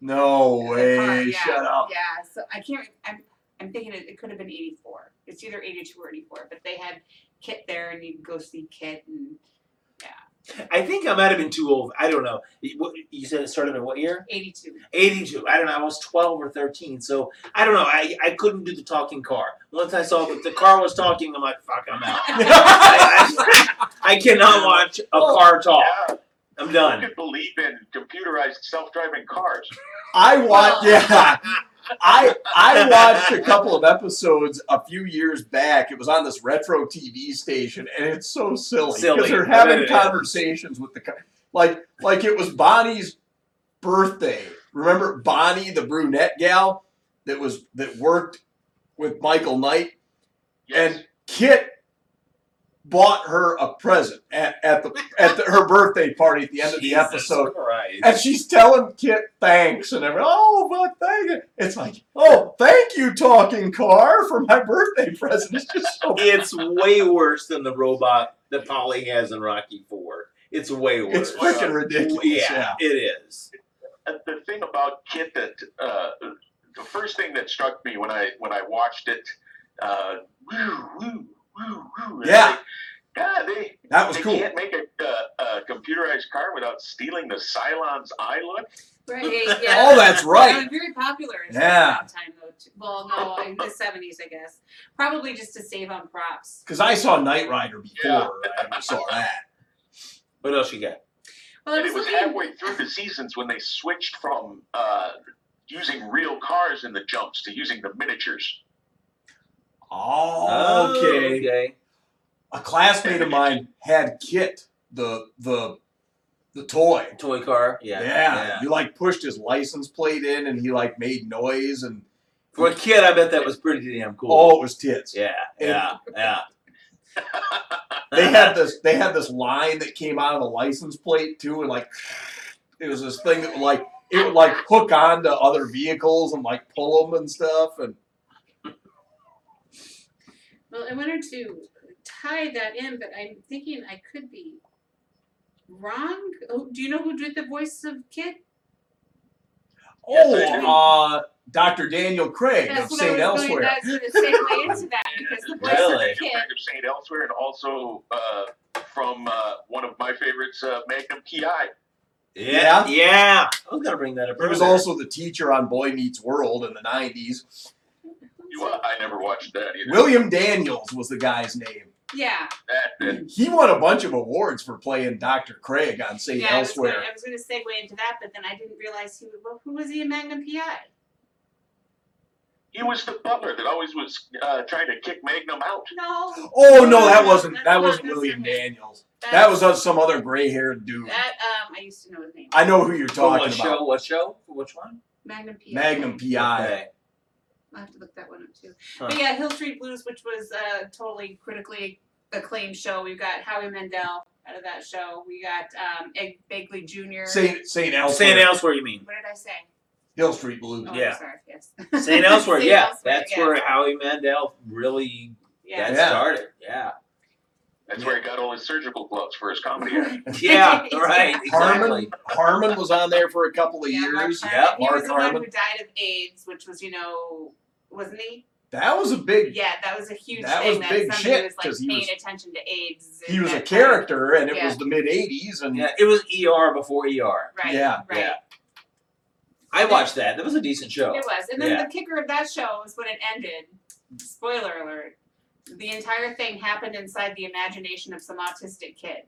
No
in the car,
way.
yeah,
Shut up.
Yeah. So I can't. I'm I'm thinking it, it could have been '84. It's either '82 or '84. But they had Kit there, and you go see Kit, and
I think I might have been too old. I don't know. What- You said it started in what year?
'82.
82. I don't know. I was 12 or 13. So I don't know. I, I couldn't do the talking car. Once I saw that the car was talking, I'm like, fuck, I'm out. I, I- I cannot watch a car
Oh,
talk.
Yeah,
I'm
who
done.
could believe in computerized self-driving cars?
I watched. Yeah. I I watched a couple of episodes a few years back. It was on this retro TV station, and it's so silly
Silly.
because they're
I bet
having
it is.
conversations with the co- like like it was Bonnie's birthday. Remember Bonnie, the brunette gal that was that worked with Michael Knight,
Yes.
and Kit bought her a present at, at the at the, her birthday party at the end of the
Jesus
episode.
Christ.
And she's telling Kit thanks and everything. Oh, but thank you. It's like, oh, thank you, talking car, for my birthday present. It's just so.
It's way worse than the robot that Polly has in Rocky 4. It's way worse.
It's freaking ridiculous.
Yeah,
Yeah.
it is.
Uh, the thing about Kit that uh, the first thing that struck me when I when I watched it, uh, woo, woo, woo, woo, and
Yeah.
they- God, they
That was
they
cool.
can't make a, uh, a computerized car without stealing the Cylon's eye look.
Right. Yeah.
Oh, that's
That
right.
was very popular. in
Yeah.
that Time though. too. Well, no, in the '70s, I guess. Probably just to save on props.
Because I saw Knight Rider before
Yeah.
I ever saw that.
What else you got?
Well, I
and
was
it was
looking-
halfway through the seasons when they switched from uh, using real cars in the jumps to using the miniatures.
Oh, okay.
okay.
a classmate of mine had Kit, the the the toy.
Toy car. Yeah.
Yeah, He like pushed his license plate in and he like made noise and
For a kid, I bet that was pretty damn cool.
oh, it was tits.
Yeah. Yeah. Yeah.
They had this they had this line that came out of the license plate too and like it was this thing that would like it would like hook onto other vehicles and like pull them and stuff and
Well, I wanted to tie that in, but I'm thinking I could be wrong. Oh, Do you know who did the voice of Kit?
Yes,
oh,
I do.
uh, Dr. Daniel Craig
That's
of
what
St.
I was going.
Elsewhere.
That's the segue into that because the voice
Really?
of Kit.
St. Elsewhere, and also uh, from uh, one of my favorites, uh, Magnum PI.
Yeah.
Yeah.
Yeah. I was gonna bring that up.
He was
earlier.
also the teacher on Boy Meets World in the 90s.
You, uh, I never watched that either.
William Daniels was the guy's name.
Yeah.
That, that-
He won a bunch of awards for playing Dr. Craig on St.
yeah,
Elsewhere.
I was, going, I was going to segue into that, but then I didn't realize he. Well, who was he in Magnum PI?
he was the butler that always was uh, trying to kick Magnum out.
No.
Oh no,
That's
that wasn't that
not
wasn't
Mr.
William
Hank.
Daniels. That was uh, some other gray-haired dude.
That um, I used to know his name.
I know who you're
For what
talking
show?
about.
What show? For which one?
Magnum PI.
Magnum PI.
Okay.
I'll have to look that one up too.
Huh.
But yeah, Hill Street Blues, which was a totally critically acclaimed show. We got Howie Mandel out of that show. We got um, Ed Begley Jr.
St. St.
I'm
Elsewhere.
saying elsewhere. You mean
what did I say?
Hill Street Blues.
Oh,
Yeah.
I'm sorry. Yes.
saying elsewhere?
St.
yeah.
Elsewhere,
That's
yes.
where Howie Mandel really
Yeah.
that
Yeah.
started. Yeah.
That's where he got all his surgical gloves for his comedy. act.
Yeah. Right. Exactly.
Harmon Harmon was on there for a couple of
Yeah, Mark
years.
Harmon.
yeah,
he
Mark
was the
Harmon.
one who died of AIDS, which was, you know, wasn't he?
That was a big.
Yeah, that was a huge
That was
thing
big
that somebody
shit,
was like
'cause he
paying
was-
attention to AIDS.
He
at
was a
that time.
character, and it
Yeah.
was the mid '80s, and
Yeah. It was ER before ER.
Right.
Yeah,
Right.
yeah. I watched that. That was a decent show.
It was. And then
Yeah.
the kicker of that show was when it ended. Spoiler alert. The entire thing happened inside the imagination of some autistic kid.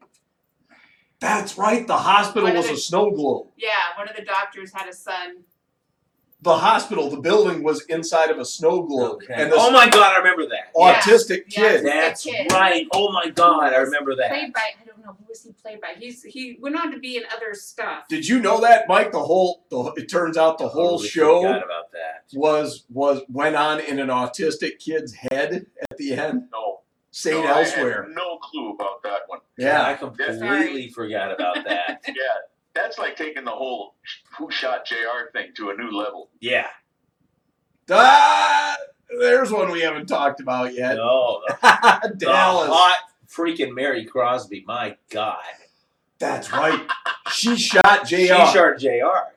that's right. The hospital
One of
was
the-
a snow globe.
Yeah, one of the doctors had a son.
The hospital, the building was inside of a snow globe,
Okay.
and this
oh my God! I remember that.
Yeah.
autistic
Yeah.
kid.
That's
kid.
right. Oh my God! I remember that.
Played by I don't know who was he played by. He's he went on to be in other stuff.
Did you know that, Mike? The whole the, it turns out the whole
Totally
show
Forgot about that.
was was went on in an autistic kid's head at the end.
No,
St.
no, I had
elsewhere.
no clue about that one.
Yeah.
I completely forgot about that.
Yeah, that's like taking the whole "Who Shot Jr." thing to a new level.
Yeah.
Ah, there's one we haven't talked about yet.
No. The
Dallas.
hot freaking Mary Crosby. My God.
That's right. She shot Jr.
She shot Jr.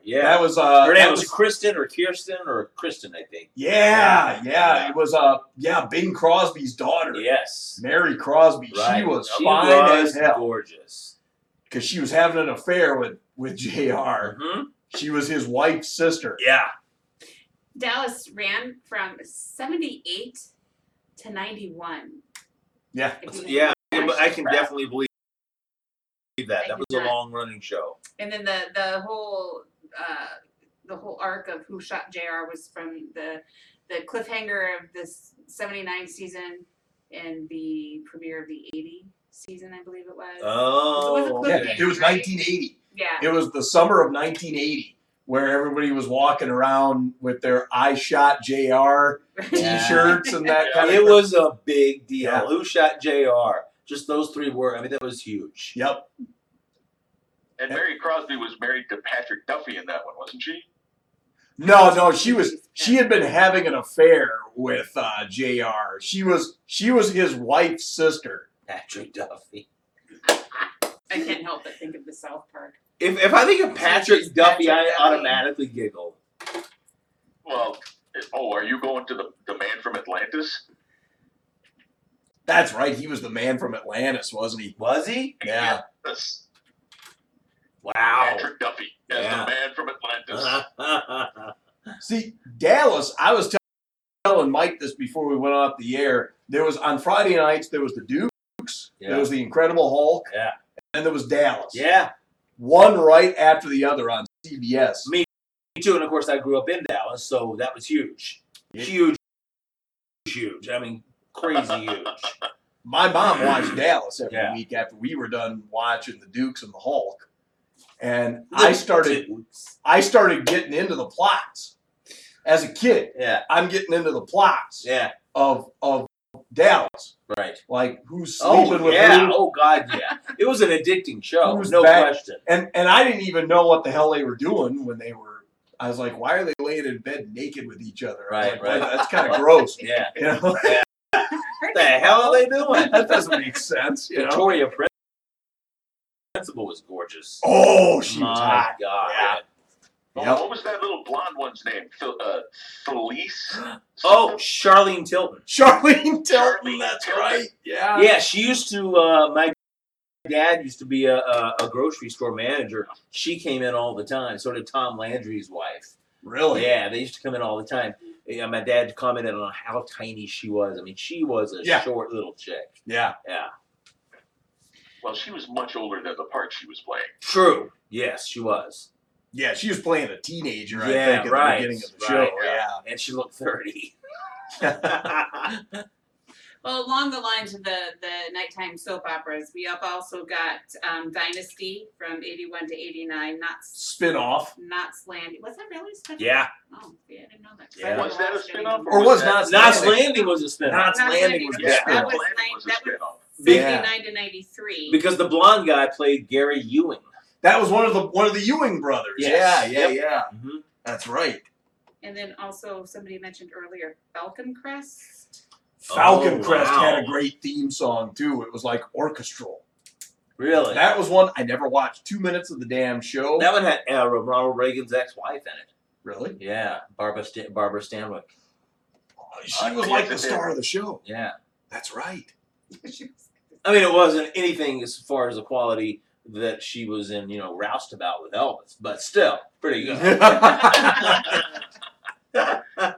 Yeah.
That was uh.
Her
that
name was Kristen or Kirsten or Kristen, I think.
yeah, yeah.
Yeah.
It was uh. Yeah, Bing Crosby's daughter.
Yes.
Mary Crosby.
Right.
She was
she
fine
was
as hell
Gorgeous.
because she was having an affair with with Jr.
hmm
She was his wife's sister.
Yeah.
Dallas ran from seventy eight to ninety one.
Yeah.
Yeah. But I can definitely believe that. That
I did
was a
not.
long running show.
And then the the whole uh, the whole arc of who shot Jr. was from the the cliffhanger of this seventy nine season and the premiere of the eighty season, I believe it was.
Oh.
Yeah.
Yeah, it was
Right.
1980.
yeah.
It was the summer of 1980 where everybody was walking around with their I shot JR
Yeah.
t-shirts and that kind of
It was a big deal.
Yeah.
Who shot JR? Just those three were, I mean, that was huge.
Yep.
And Mary Crosby was married to Patrick Duffy in that one, wasn't she?
No, no, she was she had been having an affair with uh JR. She was she was his wife's sister.
Patrick Duffy.
I can't help but think of the South Park.
If, if I think of Patrick Duffy, I
Patrick Duffy.
automatically giggle.
Well, oh, are you going to the the man from Atlantis?
That's right. He was the man from Atlantis, wasn't he?
Was he?
Yeah.
That's
Wow.
Patrick Duffy as
Yeah.
the man from Atlantis.
Ah. See, Dallas, I was telling Mike this before we went off the air. There was on Friday nights there was the Dukes,
Yeah.
there was the Incredible Hulk,
Yeah.
and there was Dallas.
yeah.
one right after the other on CBS.
Me Me too. And of course, I grew up in Dallas, so that was huge. Huge. Huge. I mean, crazy huge.
my mom watched Dallas every
Yeah.
week after we were done watching the Dukes and the Hulk, and I started I started getting into the plots as a kid.
Yeah.
I'm getting into the plots
Yeah.
of of Dallas,
Right.
like who's sleeping
Oh
with
yeah.
who,
Oh god. Yeah. It was an addicting show.
Who's
no
back?
question.
and and I didn't even know what the hell they were doing when they were. I was like, why are they laying in bed naked with each other? I was
Right,
like,
right.
"Well, That's kind of gross.
Yeah.
You know,
What the hell are they doing?
that doesn't make sense. You know.
Victoria Prin- Principal was gorgeous.
Oh, she
My
was hot.
God.
Yeah.
Oh,
Yep.
What was that little blonde one's name? Fel- uh, Felice?
Oh, Charlene Tilton.
Charlene Tilton.
Charlene
That's
Tilton.
right. Yeah.
Yeah, she used to. Uh, my dad used to be a, a, a grocery store manager. She came in all the time. So did Tom Landry's wife.
Really.
Yeah, they used to come in all the time. Yeah, my dad commented on how tiny she was. I mean, she was a
Yeah.
short little chick.
Yeah.
Yeah.
Well, she was much older than the part she was playing.
True. Yes, she was.
Yeah, she was playing a teenager, I
Yeah,
think, at
right,
the beginning of the
right,
show. Yeah.
And she looked 30.
Well, along the lines of the, the nighttime soap operas, we have also got um, Dynasty from 81 to 89, not
Spin off.
not Slandy. Was that really Slandy?
yeah.
Oh, yeah, I didn't know that.
Yeah.
Was that a spin-off
Or was
that
Knots
Knots
Landing-
Landing was a spinoff.
Knots
Knots
Landing was
Yeah,
the
Landing. That
spin off.
Knots
was
Landing was a
nice. That was-
spin-off.
69
Yeah.
to 93.
Because the blonde guy played Gary Ewing.
That was one of the one of the Ewing brothers.
Yes.
Yeah, yeah, yeah.
Mm-hmm.
That's right.
and then also, somebody mentioned earlier, Falcon Crest.
Falcon
Oh,
Crest had a
wow.
great theme song too. It was like orchestral.
Really? That,
That was one I never watched. Two minutes of the damn show.
one had uh, Ronald Reagan's ex-wife in
really?
it. Yeah, Barbara St- Barbara Stanwyck.
She
Uh,
was
yes,
like
it
the
did.
star of the show.
Yeah.
That's right.
I mean, it wasn't anything as far as the quality that she was in, you know, Roustabout with Elvis, but still pretty good.
Uh,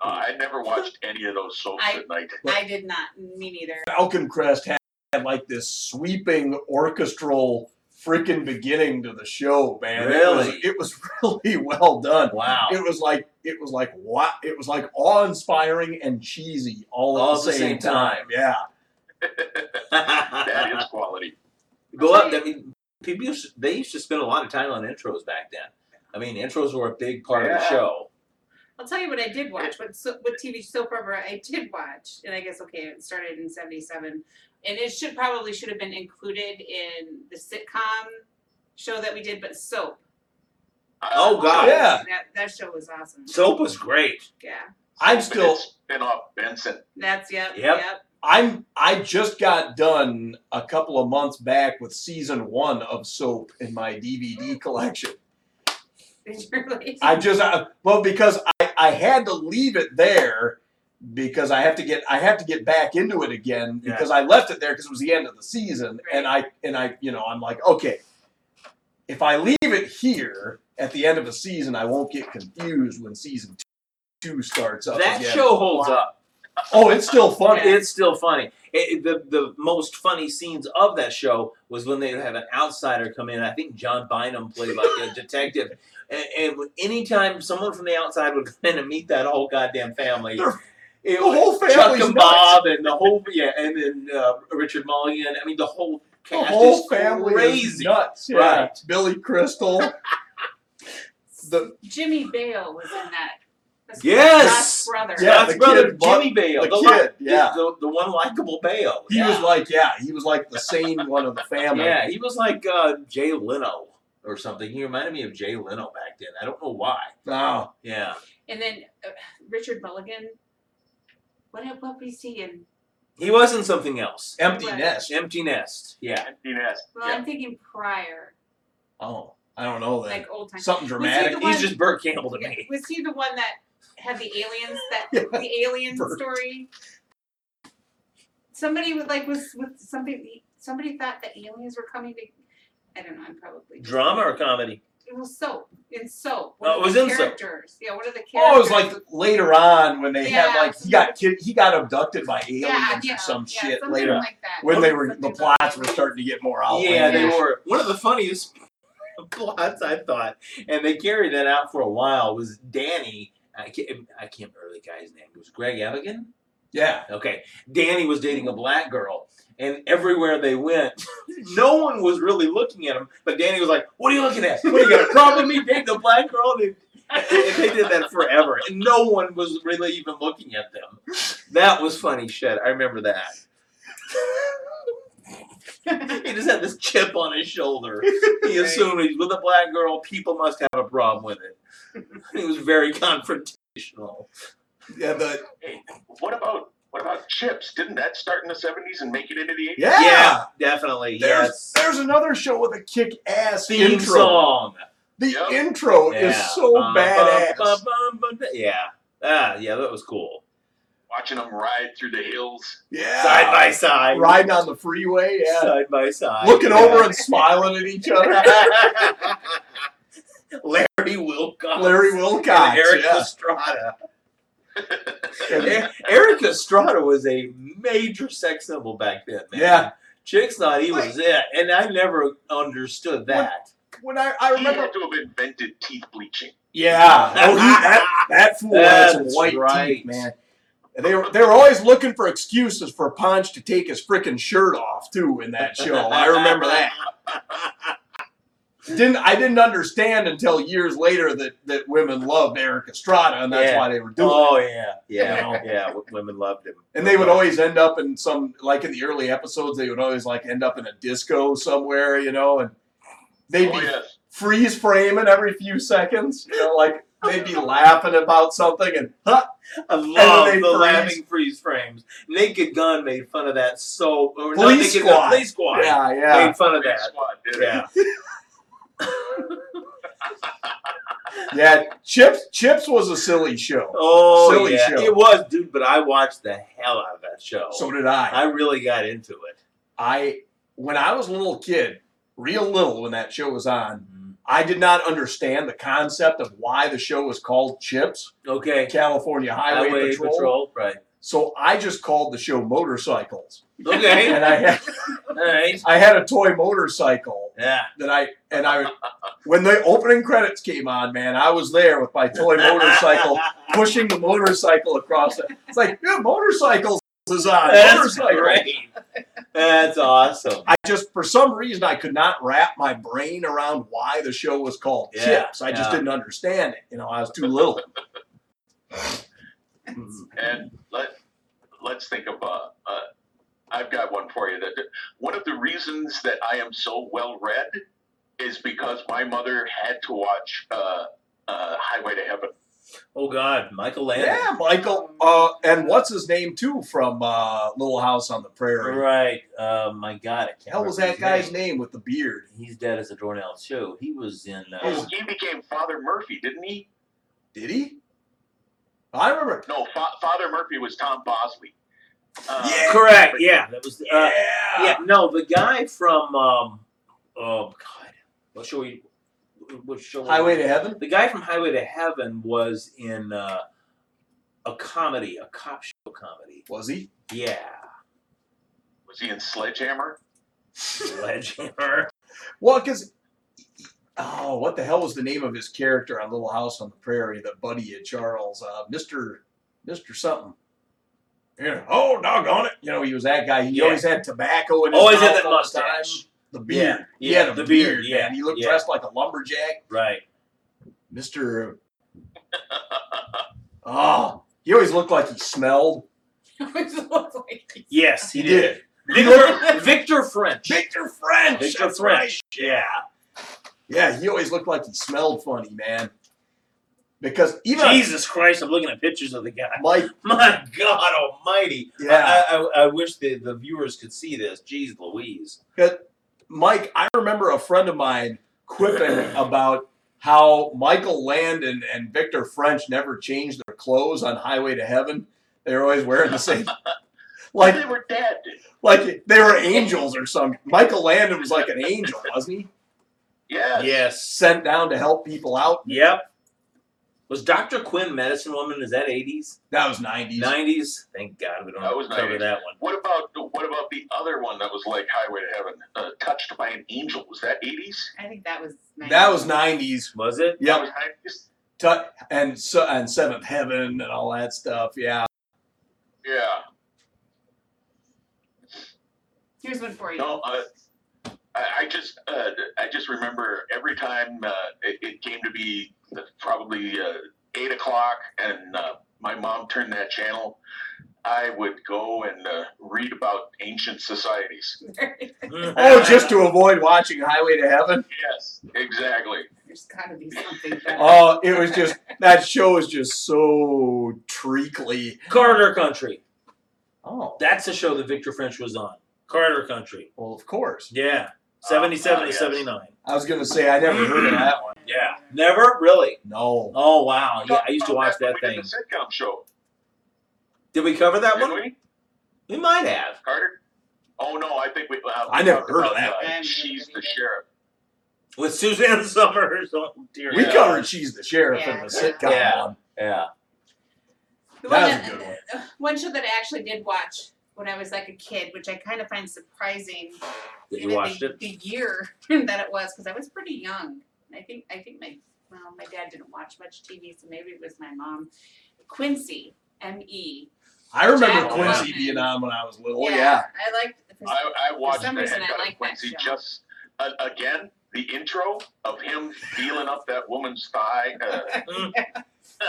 I never watched any of those soaps
I-
at night.
I did not. Me neither.
Falcon Crest had, had like this sweeping orchestral freaking beginning to the show, man.
Really?
It was, it was really well done.
wow.
It was like it was like what it was like awe inspiring and cheesy all,
All
at the same, time. Yeah.
That is quality.
Go up. I mean, people used to, they used to spend a lot of time on intros back then. I mean, intros were a big part of the
Yeah.
show.
I'll tell you what I did watch. What so, what TV soap opera I did watch, and I guess okay, it started in '77, and it should probably should have been included in the sitcom show that we did, but soap.
Oh, God.
Yeah.
That that show was awesome.
Soap was great.
yeah,
I'm still
spin-off Benson.
that's yep,
Yep.
yep.
I'm I just got done a couple of months back with season one of Soap in my DVD collection.
Really.
I just I, well because I, I had to leave it there because I have to get I have to get back into it again
Yeah.
because I left it there because it was the end of the season and I and I you know I'm like okay if I leave it here at the end of a season I won't get confused when season two starts up
That
again.
show holds up.
oh it's still funny
funny. It's still funny. It, it- the the most funny scenes of that show was when they would have an outsider come in. I think John Bynum played like a detective, and, and when- anytime someone from the outside would come in and meet that whole goddamn family.
They're-
It
the whole
was Chuck
family's
and Bob and the whole yeah, and then uh, Richard Mulligan. I mean, the whole
the
cast
whole
is
family is
crazy.
nuts yeah.
Right.
Billy Crystal the
Jimmy Bale was in that. That's
Yes!
Josh's brother.
Yeah,
That's
the
brother
kid,
Jimmy Bale,
the
the,
kid,
li-
yeah.
the, the one likable Bale.
he
yeah.
was like yeah he was like the sane one of the family
Yeah, he was like uh, Jay Leno or something. He reminded me of Jay Leno back then. I don't know why.
oh
Yeah.
And then uh, Richard Mulligan. What what was he in?
He was in something else.
Empty
Right.
nest.
Empty Nest. Yeah.
Empty Nest.
Well, I'm thinking Pryor,
Oh, I don't know that.
like old time.
Something dramatic.
the
He's just Burt Campbell to me.
Was he the one that had the aliens that
Yeah,
the alien
Bert.
story? Somebody was like was with somebody. Somebody thought that aliens were coming to. I don't know. I'm probably
Drama or comedy?
It was soap in soap.
Oh, it
what are
was
the
in Soap.
characters? Yeah, what are the characters?
Oh, it was like later on when they had
Yeah,
like he got kid, he got abducted by aliens
yeah, yeah,
or some
yeah,
shit
something
later
like that. Oh,
when they were the
Something about
plots were
aliens.
starting to get more
Yeah,
outlandish.
they
yeah.
were. One of the funniest plots, I thought, and they carried that out for a while, was Danny. I can't, I can't remember the guy's name. It was Greg Evigan?
Yeah.
Okay. Danny was dating a black girl, and everywhere they went, no one was really looking at him. But Danny was like, "What are you looking at? What are you got a problem with me dating a black girl?" And, and they did that forever, and no one was really even looking at them. That was funny shit. I remember that. he just had this chip on his shoulder. He assumed he's with a black girl. People must have a problem with it. He was very confrontational.
Yeah. The,
What about what about chips? Didn't that start in the seventies and make it into the eighties?
yeah.
definitely.
There's
yes.
there's another show with a kick ass
Theme
intro.
song.
The
Yep.
intro
Yeah.
is so
Bum, bum,
badass.
bum, bum, bum, bum. Yeah. Ah, yeah, that was cool.
Watching them ride through the hills.
Yeah.
Side by side.
Riding on the freeway. Yeah.
Side by side.
Looking
yeah.
over and smiling at each other.
Larry Wilcox.
Larry Wilcox.
And Eric
yeah.
Estrada.
And-
E- Eric Estrada was a major sex symbol back then, man.
Yeah.
Chicks thought he was it, and I never understood that.
when I, I
He
remember.
had to have invented teeth bleaching.
Yeah. Oh, he, that, that fool had some
That's
white
right.
teeth, man. And They were, they were always looking for excuses for Ponch to take his freaking shirt off too in that show. I remember that. Didn't I didn't understand until years later that, that women loved Eric Estrada and that's
Yeah.
why they were doing it.
Oh yeah, yeah, yeah. w- Women loved him,
And they would always end up in some, like in the early episodes, they would always like end up in a disco somewhere, you know, and they'd
Oh
be
yes.
freeze framing every few seconds, you know, like they'd be laughing about something and huh,
I love
they
the
freeze.
laughing freeze frames. Naked Gun made fun of that so. Or not
Police
Naked Gun,
Squad.
Police Squad.
yeah, yeah,
Made fun of
Big
that.
squad did it.
Yeah.
yeah. Chips, Chips was a silly show.
Oh
Silly
yeah,
show.
it was, dude. But I watched the hell out of that show.
So did Oh. I.
I really got into it.
I, when I was a little kid, real little when that show was on, I did not understand the concept of why the show was called Chips,
Okay.
California Highway, Patrol.
Right.
So I just called the show Motorcycles,
Okay.
and I had
All right.
I had a toy motorcycle
Yeah.
that I and I when the opening credits came on, man, I was there with my toy motorcycle pushing the motorcycle across it. It's like, yeah, motorcycles is on.
That's
motorcycle.
great. That's awesome.
I just for some reason I could not wrap my brain around why the show was called
Yeah,
Chips. I just
yeah.
didn't understand it. You know, I was too little.
And let let's think of uh, uh, I've got one for you. That one of the reasons that I am so well read is because my mother had to watch uh, uh, Highway to Heaven.
Oh God, Michael Landon.
yeah, Michael. Uh, and what's his name too from uh, Little House on the Prairie?
Right. Uh, my God, I can't.
Hell was that
remember his
guy's
name.
name with the beard?
He's dead as a doornail too. He was in. Uh,
Oh.
He became Father Murphy, didn't he?
Did he? I remember.
Uh,
No, Fa- Father Murphy was Tom Bosley. Uh,
Yeah.
Correct. Yeah. That was. Uh,
yeah.
yeah. No, the guy from. Um, oh God, what show we? What show?
Highway to Heaven.
The guy from Highway to Heaven was in uh, a comedy, a cop show comedy.
Was he?
Yeah.
Was he in Sledgehammer?
Sledgehammer.
Well, because oh, what the hell was the name of his character on Little House on the Prairie? The buddy of Charles, uh, Mister Mister something. Yeah. Oh, doggone it! You know he was that guy. He
Yeah.
always had tobacco in his
Always had
mouth
that
all the time.
mustache.
The beard.
Yeah,
He
yeah,
had a
the beard,
beard.
yeah,
man. He looked
yeah.
dressed like a lumberjack.
Right.
Mister. Oh, he always looked like he smelled.
Yes, he,
He
did.
did.
Victor, Victor French.
Victor French.
Victor
that's
French. Yeah.
Yeah, he always looked like he smelled funny, man. Because even
Jesus Christ, I'm looking at pictures of the guy.
Mike,
My God Almighty!
Yeah.
I, I, I wish the, the viewers could see this. Jeez Louise!
uh, Mike, I remember a friend of mine quipping about how Michael Landon and Victor French never changed their clothes on Highway to Heaven. They were always wearing the same, like
Like, they were dead.
like they were angels or something. Michael Landon was like an angel, wasn't he?
Yes.
Yes.
Sent down to help people out.
Yep. Was Dr. Quinn Medicine Woman? Is that 80s,
That was nineties.
90s? Thank God we don't
That
have
was
to cover
90s.
that one.
What about what about the other one that was like Highway to Heaven, uh, Touched by an Angel? Was that eighties?
I think that was. nice.
That was nineties.
Was it?
Yep.
That was 90s?
Tu- and so and Seventh Heaven and all that stuff. Yeah.
Yeah.
Here's one for you.
No, uh, I, I just uh, I just remember every time uh, it, it came to be probably uh, eight o'clock, and uh, my mom turned that channel. I would go and uh, read about ancient societies.
Mm.
Oh, just to avoid watching Highway to Heaven.
Yes, exactly.
There's gotta be something better.
Oh, it was just that show is just so treacly.
Carter Country.
Oh,
That's a show that Victor French was on. Carter Country.
well, of course.
Yeah. 77
Uh,
to
yes.
79.
I was gonna say I never heard of that one.
Yeah. Never? Really?
No.
Oh, wow. Yeah, I used to watch that
We did
thing.
The sitcom show.
Did we cover that
Didn't
one?
we,
We might have.
Carter? Oh no, I think we. Uh,
I
we
never
talked
heard of
about,
that
uh,
one. I haven't
She's
heard
the
of it.
sheriff.
With Suzanne Summers. Oh, dear.
We
Yeah.
covered She's the Sheriff in the
Yeah.
sitcom
Yeah.
one.
Yeah.
The
That
one
was a good one.
uh, one show that I actually did watch when I was like a kid, which I kind of find surprising.
Did you
given
watch
the,
it?
the year that it was because I was pretty young. And I think I think my well, my dad didn't watch much TV, so maybe it was my mom. Quincy M E.
I remember
Jack
Quincy
Lemmon.
being on when I was little. Oh, Yeah.
I liked.
I, I watched
some
the
reason,
heck
I
out
like
of
that
Quincy
show.
just uh, again the intro of him feeling up that woman's thigh. Uh,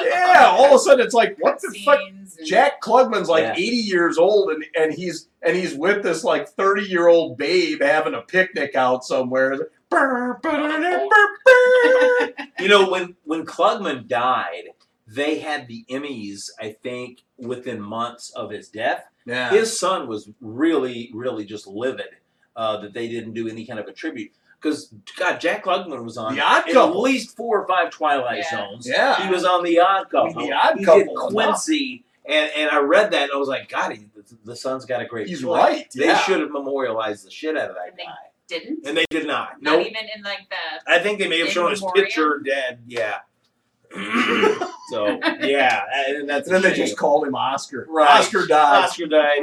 Yeah. All of a sudden, it's like, what the fuck?
scenes and-
Jack Klugman's like
Yeah.
80 years old, and, and he's and he's with this like 30 year old babe having a picnic out somewhere. It's like, "Brr, brr, brr, brr, brr."
you know, when when Klugman died, they had the Emmys, I think, within months of his death.
Yeah.
His son was really, really just livid uh, that they didn't do any kind of a tribute. Because God, Jack Klugman was on
The Odd
at
Couple.
least four or five Twilight
Yeah.
Zones.
Yeah.
He was on the Odd
I
Couple.
mean, The Odd
he
Couple,
did
come on.
Quincy, and and I read that and I was like, God, he, the, the son's got a great.
He's
point.
right.
They
yeah.
should have memorialized the shit out of that
And they-
guy,
didn't.
and they did not.
Not
Nope.
even in like the.
I think they may have
In
shown his
memoriam?
picture dead. Yeah. so yeah, and that's
And then
a
they
shame.
just called him Oscar.
Right.
Oscar died.
Oscar died.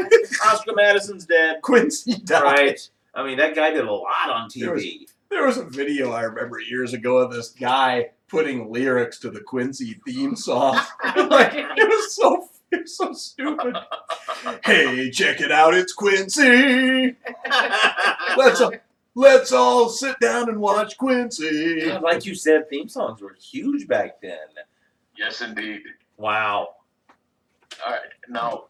Oscar Madison's dead.
Quincy died.
Right. I mean, that guy did a lot on
There was-
TV.
There was a video I remember years ago of this guy putting lyrics to the Quincy theme song. like, it was so it was so stupid. hey, check it out, it's Quincy. Let's all, let's all sit down and watch Quincy.
God, like you said, theme songs were huge back then.
yes, indeed.
Wow.
All right, now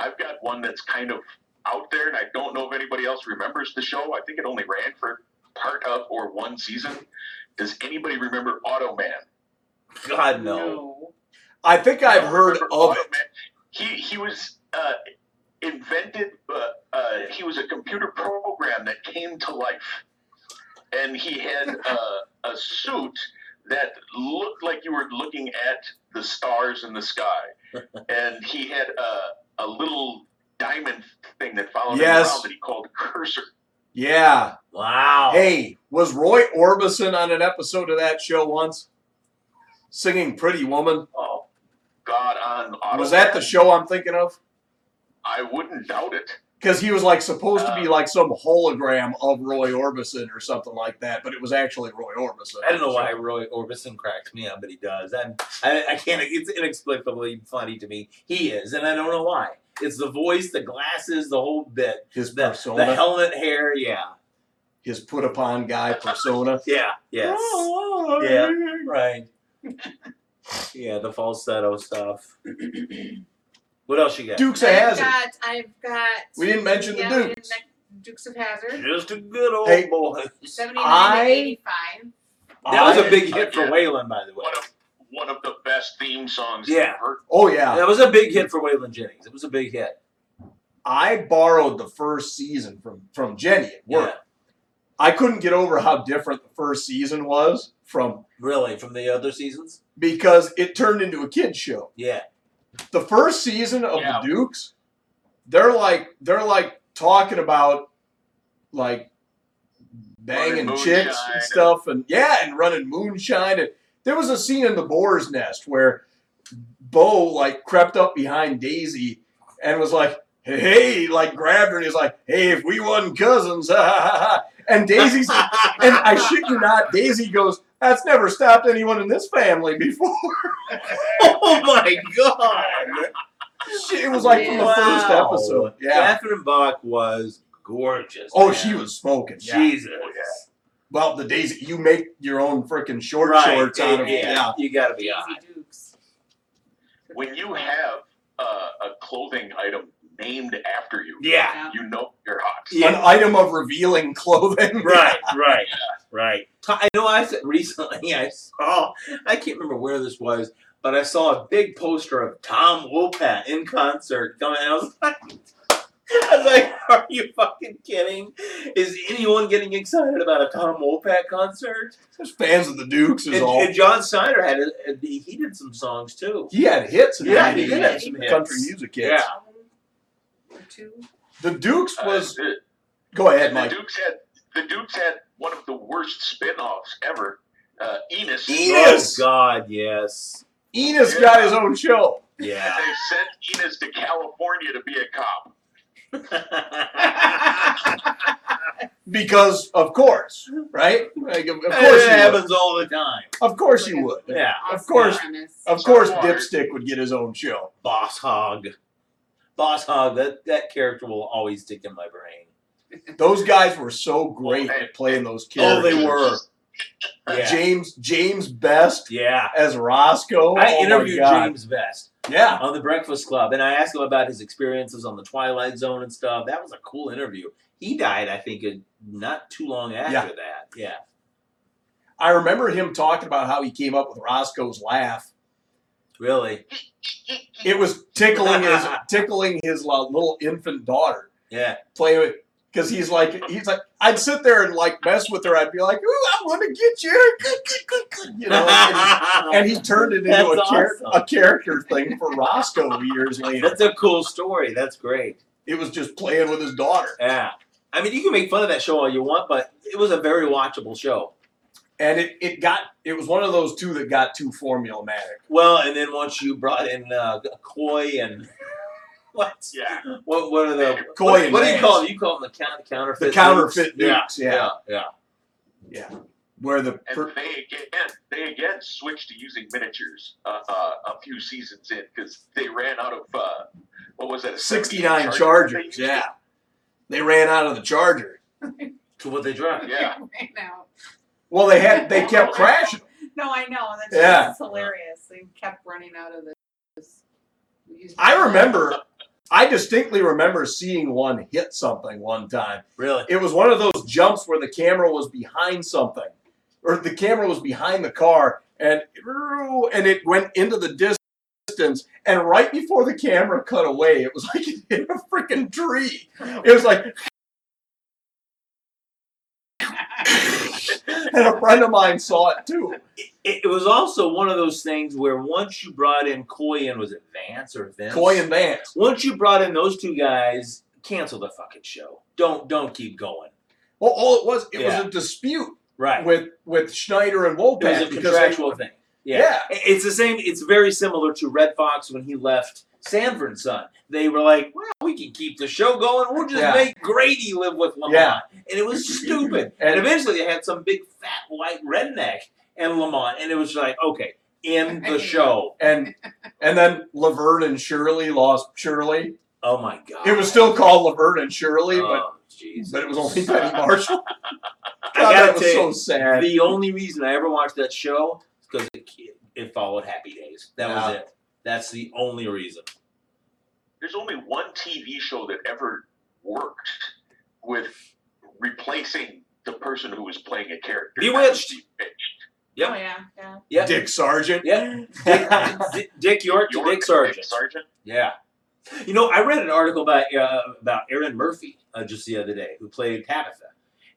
I've got one that's kind of out there, and I don't know if anybody else remembers the show. I think it only ran for part of or one season. Does anybody remember Auto Man?
God no.
no.
I think I've heard
Remember
of
Auto
it.
Man? He he was uh, invented. Uh, uh, he was a computer program that came to life, and he had uh, a suit that looked like you were looking at the stars in the sky, and he had uh, a a little diamond thing that followed
Yes.
him around that he called cursor.
Yeah.
Wow.
Hey, was Roy Orbison on an episode of that show once? Singing Pretty Woman?
Oh, God on Auto
Was that the
Man.
show I'm thinking of?
I wouldn't doubt it.
because he was like supposed to be
Uh.
like some hologram of Roy Orbison or something like that, but it was actually Roy Orbison.
I don't know why Roy Orbison cracks me up, but he does. I'm, I, I can't. It's inexplicably funny to me. He is, and I don't know why. It's the voice, the glasses, the whole bit,
his
the,
persona,
the helmet hair. Yeah,
his put upon guy persona.
yeah, yes, Yeah. Oh, right. yeah, the falsetto stuff. what else you got?
Dukes of
I've
Hazard.
got. I've got.
We didn't mention the
yeah, we didn't
Dukes.
men- Dukes of Hazard.
Just a good old
Hey.
boy.
Seventy-nine
I-
to eighty-five.
That was a
I-
big hit for
Yeah.
Waylon, by the way.
One of one of the best theme songs
Yeah.
ever.
Oh yeah,
That was a big hit for Waylon Jennings. It was a big hit.
I borrowed the first season from from Jenny at work.
Yeah,
I couldn't get over how different the first season was from
really, from the other seasons.
because it turned into a kids show.
Yeah,
the first season of
Yeah.
the Dukes, they're like they're like talking about like banging
Running
chicks
moonshine
and
and-
stuff, and yeah, and running moonshine. And there was a scene in the Boar's Nest where Bo like crept up behind Daisy and was like, "Hey," like grabbed her and he's like, "Hey, if we wasn't cousins," ha ha ha ha." And Daisy's and I shit you not, Daisy goes, "That's never stopped anyone in this family before."
oh my god!
She- it was like from the first
Wow.
episode. Yeah.
Catherine Bach was gorgeous.
Oh,
man.
she was smoking. She
Jesus.
well, the days that you make your own freaking short
Right,
shorts out of
yeah,
yeah.
You gotta be
Daisy
on.
Dukes.
When you have uh, a clothing item named after you,
Yeah.
you know you're hot.
an item of revealing clothing.
Right, right, right. I know I said recently I saw I can't remember where this was, but I saw a big poster of Tom Wopat in concert coming and I was like I was like, are you fucking kidding? Is anyone getting excited about a Tom Wopat concert?
There's fans of the Dukes is
And,
all.
and John Snyder had a, a- he did some songs too.
he had hits. In the
Yeah, he
90s,
did have some
Country
hits.
music hits.
Yeah.
Or two.
The Dukes
Uh,
was.
the,
Go ahead,
the
Mike.
Dukes had the Dukes had one of the worst spin-offs ever. Uh, Enos.
Enos!
Oh God, yes.
Enos got his own show.
Yeah.
They sent Enos to California to be a cop.
Because of course, right? Like, of, of course
it
you would.
happens all the time.
Of course you would.
Yeah.
Of
Awesome
course-
premise.
Of course, Dipstick would get his own show.
Boss Hog. Boss Hog, that, that character will always stick in my brain.
Oh, Those guys were so great at playing those
Oh,
characters.
they were. Yeah.
James James Best
yeah.
as Roscoe.
I
oh
interviewed
my God.
James Best
Yeah.
on The Breakfast Club, and I asked him about his experiences on The Twilight Zone and stuff. That was a cool interview. He died, I think, in- not too long after
Yeah.
that. Yeah.
I remember him talking about how he came up with Roscoe's laugh.
Really?
It was tickling his tickling his uh, little infant daughter.
Yeah.
play with because he's like he's like I'd sit there and like mess with her. I'd be like, "Ooh, I want to get you," you know. And, and he turned it into
That's
a, char-
awesome.
a character thing for Roscoe years later.
That's a cool story. That's great.
It was just playing with his daughter,
Yeah. I mean, you can make fun of that show all you want, but it was a very watchable show.
and it, it got it was one of those two that got too formulaic.
Well, and then once you brought in uh, Coy and what?
Yeah.
What? What are the
Coy
what,
and
what do you
Vance.
call them? You call them the count, counterfeit.
The counterfeit
dukes?
dukes, yeah, yeah,
yeah,
where the
And
per-
they again, they again switched to using miniatures uh, uh, a few seasons in because they ran out of uh, what was that? a
sixty nine
78
Chargers,
They used
yeah, they ran out of the Charger.
To what they drive.
it. Yeah.
Right now.
Well, they had they kept crashing.
No, I know. That's
Yeah.
just hilarious. They kept running out of this.
I remember, I distinctly remember seeing one hit something one time.
Really?
it was one of those jumps where the camera was behind something or the camera was behind the car and and it went into the distance and right before the camera cut away it was like it hit a freaking tree it was like and a friend of mine saw it too
It, it was also one of those things where once you brought in Coy and was it Vance or Vince?
coy and vance
Once you brought in those two guys, cancel the fucking show. Don't don't keep going.
well all it was it
Yeah.
was a dispute
Right.
with with schneider and
it was
Wolpeck
a
because they-
contractual thing.
yeah.
yeah. It's the same. It's very similar to Red Fox when he left Sanford and Son. They were like, "Well, we can keep the show going. We'll just
Yeah.
make Grady live with Lamont."
Yeah.
And it was stupid. and eventually, they had some big fat white redneck and Lamont, and it was like, "Okay, end the show."
and and then laverne and shirley lost shirley
Oh my god!
It was still called Laverne and Shirley, but,
Oh, jeez.
but it was only Penny Marshall.
I
God,
gotta
that was
tell
so
you,
sad.
the only reason I ever watched that show is because it, it followed Happy Days. That was
Yeah.
it. That's the only reason.
There's only one TV show that ever worked with replacing the person who was playing a character.
Bewitched.
Oh, yeah. Yeah.
Yeah.
Dick Sargent.
Yeah. Dick, Dick- Dick York, to
York,
Dick Sargent.
Sargent.
Yeah. You know, I read an article about uh, about Erin Murphy uh, just the other day, who played Tabitha,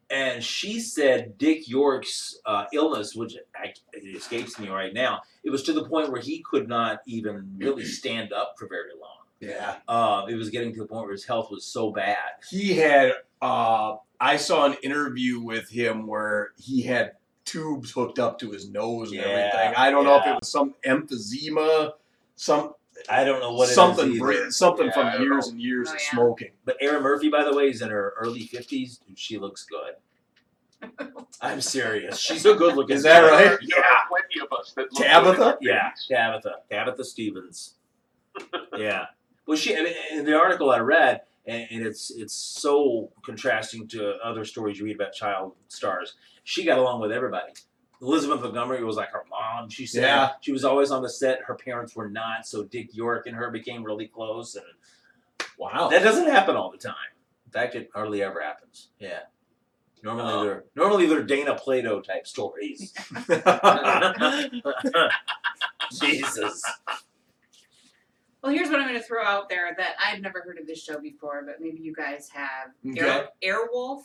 and she said Dick York's uh, illness, which I, it escapes me right now, it was to the point where he could not even really stand up for very long.
Yeah.
Uh, it was getting to the point where his health was so bad.
He had, uh, I saw an interview with him where he had tubes hooked up to his nose and
Yeah,
everything. I don't know if
yeah.
it was some emphysema, some
I don't know what it is
something
either.
br- something
Yeah, I
from
don't
years
know.
and years
Oh,
of
yeah.
smoking.
But Erin Murphy, by the way, is in her early fifties. and She looks good. I'm serious. She's a good looking.
Is that right?
There
Yeah.
are plenty of us that look
Tabitha?
good in our
Yeah,
fifties.
Tabitha. Tabitha Stevens. Yeah. Well, she I mean, in the article I read, and, and it's it's so contrasting to other stories you read about child stars. She got along with everybody. Elizabeth Montgomery was like her mom. She said
Yeah.
she was always on the set. Her parents were not, so Dick York and her became really close. And
Wow.
that doesn't happen all the time. In fact, it hardly ever happens. Yeah. Normally
Wow.
they're normally they're Dana Plato type stories. Jesus.
Well, here's what I'm going to throw out there that I've never heard of this show before, but maybe you guys have. Air, Airwolf,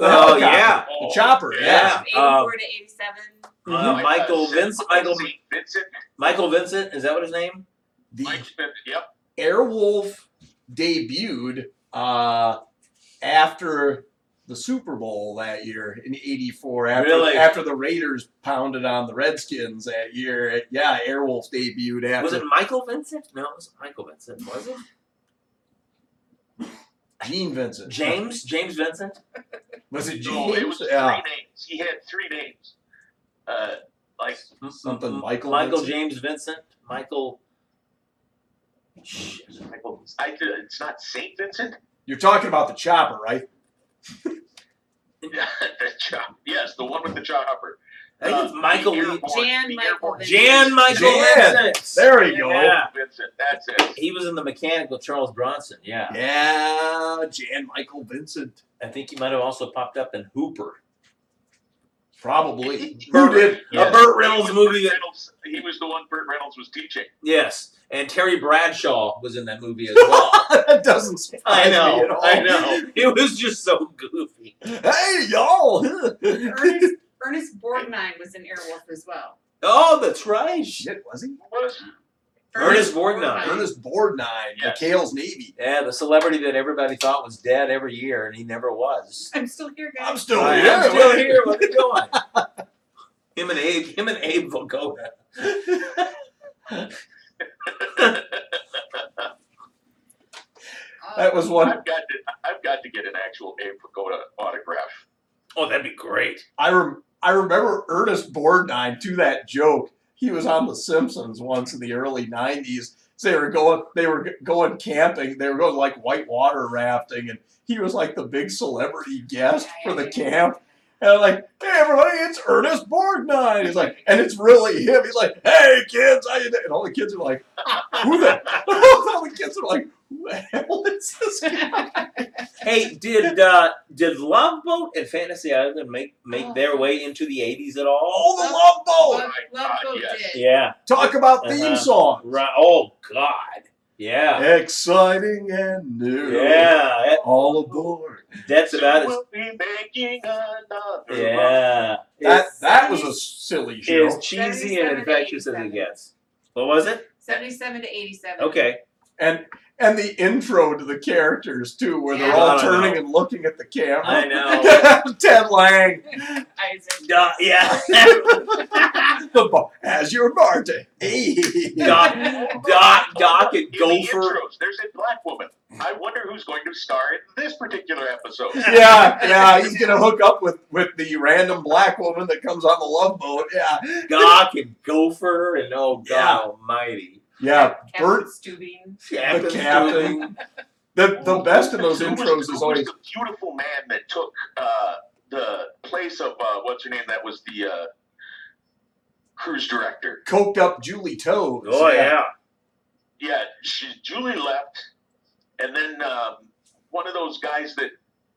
Oh
helicopter.
yeah.
The chopper.
Yeah.
Yeah.
from 84 to 87.
Uh,
Like, uh,
Michael
Sid-
Vincent. Michael
Vincent.
Michael Vincent. Is that what his name?
The
Mike Vincent. Yep.
Airwolf debuted uh, after the Super Bowl that year in '84. After
Really?
after the Raiders pounded on the Redskins that year. Yeah, Airwolf debuted after
Was it Michael Vincent? No, it was Michael Vincent. Was it
Gene Vincent.
James? James Vincent?
Was it James?
No, Oh, it was
yeah.
three names. He had three names. Uh, like
Something
M-
Michael
Michael
Vincent?
James Vincent. Michael.
Michael. I, it's not Saint Vincent.
You're talking about the chopper, right?
Yeah, the chop. Yes, the one with the chopper.
I think it's
Uh,
Michael.
the
Lee-
airborne-
Jan
the
Michael
airborne-
Vincent.
Jan Michael
Jan!
Vincent.
There we go.
Yeah.
Vincent. That's it.
He was in the mechanic with Charles Bronson. Yeah.
Yeah, Jan Michael Vincent.
I think he might have also popped up in Hooper.
Probably.
Burt-
Who did?
A Burt Reynolds
He was
movie.
Burt
That,
Reynolds- he was the one Burt Reynolds was teaching.
yes. And Terry Bradshaw was in that movie as well.
that doesn't surprise
I
me at
know.
all.
I know. It was just so goofy.
Hey, y'all.
Ernest, Ernest Borgnine was in Airwolf as well.
Oh, that's right.
Shit, was he?
Was
Ernest Borgnine.
Ernest Borgnine,
Yes.
McHale's Navy.
Yeah, the celebrity that everybody thought was dead every year, and he never was.
I'm still here, guys.
I'm still
I
here.
am still here. What are you doing? him and Abe. Him and Abe Vigoda.
Oh,
That was one.
I've got to I've got to get an actual Abe Pagoda autograph.
Oh, that'd be great.
I rem- I remember Ernest Borgnine to that joke. He was on The Simpsons once in the early '90s. So they were going, they were g- going camping. They were going like whitewater rafting, and he was like the big celebrity guest for the camp. And I'm like, hey everybody, it's Ernest Borgnine. He's like, and it's really him. He's like, hey kids, how you doing? And all the kids are like, who the? all the kids are like, who the hell is this guy?
Hey, did uh, did Love Boat and Fantasy Island make make their way into the '80s at all?
All the love boat.
Love,
Oh my
Love
God,
Boat
yes.
did.
Yeah.
Talk about theme
Uh-huh.
song.
Right. Oh God. Yeah.
Exciting and new.
Yeah. that-
All aboard.
that's about it.
We'll be making another one.
Yeah.
That
It's-
that was a silly show.
as cheesy and
77
infectious as it
87.
gets. What was it?
77 to 87.
Okay.
And and the intro to the characters too, where they're
Yeah.
all
I don't
turning
know.
and looking at the camera.
I know.
Ted Lang,
Isaac.
Duh, yeah.
the bar, as your bar to
Doc, Doc, Doc, and
In the
Gopher.
intros, there's a black woman. I wonder who's going to star in this particular episode.
Yeah, yeah, he's gonna hook up with with the random black woman that comes on the love boat. Yeah,
Doc and Gopher and oh God
Yeah.
Almighty.
yeah.
Captain
Bert,
Steubing.
Captain
captain.
Stubing.
the the best in those
Who was-
intros
who
is
was
always
the beautiful man that took uh, the place of uh, what's her name? That was the uh, cruise director.
coked up Julie Toes.
Oh yeah.
Yeah, she, Julie left, and then um, one of those guys that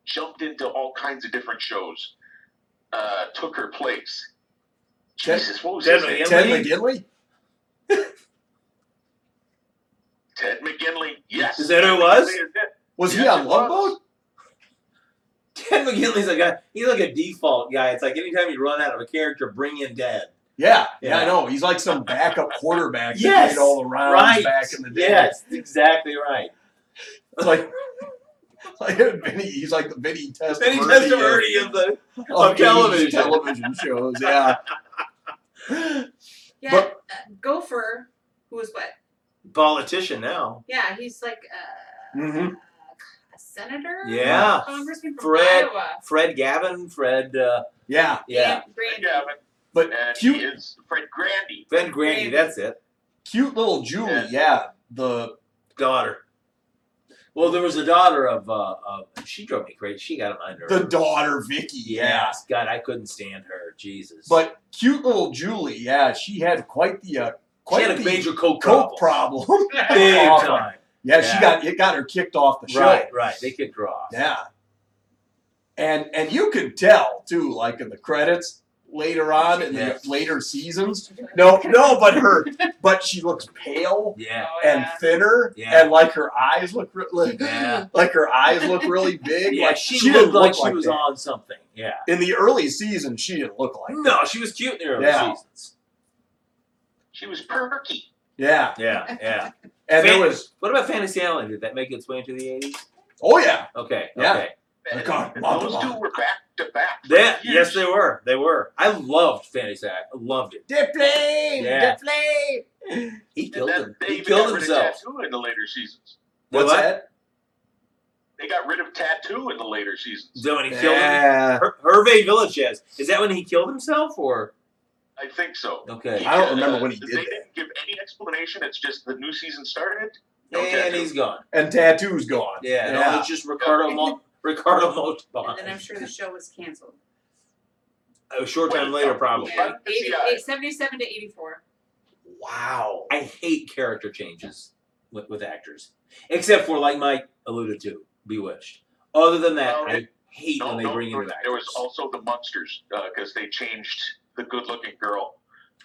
jumped into all kinds of different shows uh, took her place.
Ted-
Jesus, what was his
Ted
name?
Ted
McGinley?
McGinley.
Ted McGinley. Yes,
Is that who it was?
Ted McGinley is it.
Was he
Yes,
on
it
Love
was.
Boat?
Ted McGinley's like a he's like a default guy. It's like anytime you run out of a character, bring in Ted.
Yeah, yeah,
Yeah.
I know. He's like some backup quarterback
Yes,
that made all the rounds
Right.
back in the day.
Yes, exactly right.
It's like, like Vinny, he's like the Vinny Testaverde.
Then he does the Ernie of the
of,
of
80s
television.
television shows. Yeah,
Yeah,
But-
uh, Gopher, who was what?
politician now.
Yeah, he's like uh,
Mhm.
a senator?
Yeah.
um,
Congressman from
Fred-
Iowa.
Fred Gavin, Fred uh,
yeah.
yeah.
And Brandy.
Yeah,
But
but, and he
cute,
is Fred Grandy.
Fred Grandy, that's it.
cute little Julie. Yeah, the
Daughter. Well, there was a daughter of, uh, of she drove me crazy. She got him under.
The daughter, Vicky. Yeah.
Yes, God, I couldn't stand her. Jesus.
But cute little Julie, yeah, she had quite the uh,
she
quite
had a
the
major coke
coke
problem.
problem.
Big
Awful.
time.
Yeah,
Yeah.
she got it got her kicked off the show.
Right, right. They could draw.
Yeah. And and you could tell too, like in the credits later on in
Yeah.
the later seasons. No, no, but her, but she looks pale
Yeah.
Oh,
and
yeah.
thinner,
Yeah.
and like her eyes look re- like,
Yeah.
like her eyes look really big.
Yeah,
like
she,
didn't
looked like
look
she was
that.
on something. Yeah.
in the early season. She didn't look like that.
No, she was cute in the early
Yeah.
seasons.
She was perky.
Yeah,
Yeah, yeah.
and
Fan-
there was
What about Fantasy Island? Did that make its way into the 80s?
oh yeah,
Okay,
Yeah.
okay.
And
Oh, God, love
those
it, love
two
it.
were back to back. for
That,
years.
yes, they were. They were. I loved Fantasy Island. I loved it.
the flame,
Yeah.
the flame.
He
And
killed
then
him.
they
He
even
killed
got rid
himself.
of tattoo in the later seasons.
What?
What's that?
They got rid of tattoo in the later seasons.
Is that when he killed him?
Yeah,
Her- Hervé Villachez. Is that when he killed himself or?
I think so.
Okay.
I don't remember when he
They
did that.
didn't give any explanation. It's just the new season started. No
And
tattoo.
he's gone.
and tattoos gone.
Yeah. and all
yeah.
it's just Ricardo Mo- Ricardo
And then I'm
Montalban.
sure the show was canceled.
A short time later, probably.
Yeah,
Right.
80,
Yeah.
77 to 84.
Wow.
I hate character changes with, with actors, except for like Mike alluded to, Bewitched. Other than that,
Well,
I hate
No,
when they
no,
bring in
there,
new actors.
there was also the monsters because they changed the good-looking girl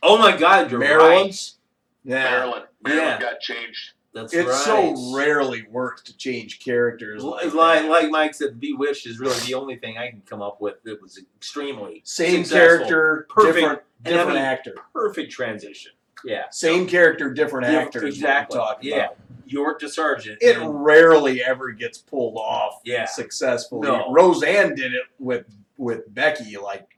oh my God, you're
Marilyn?
right.
Yeah.
Marilyn. Marilyn
Yeah.
got changed.
That's
It
right.
so rarely works to change characters.
Like,
Like,
like,
that.
like Mike said, Bewitched is really the only thing I can come up with that was extremely
same
successful.
character,
Perfect.
different
And I
different
mean-
actor.
perfect transition. Yeah,
Same character, different
Yeah,
actor. is what
exactly.
I'm talking
Yeah.
about.
York to Sergeant.
It
and-
rarely ever gets pulled off
Yeah.
successfully.
No.
Roseanne did it with with Becky like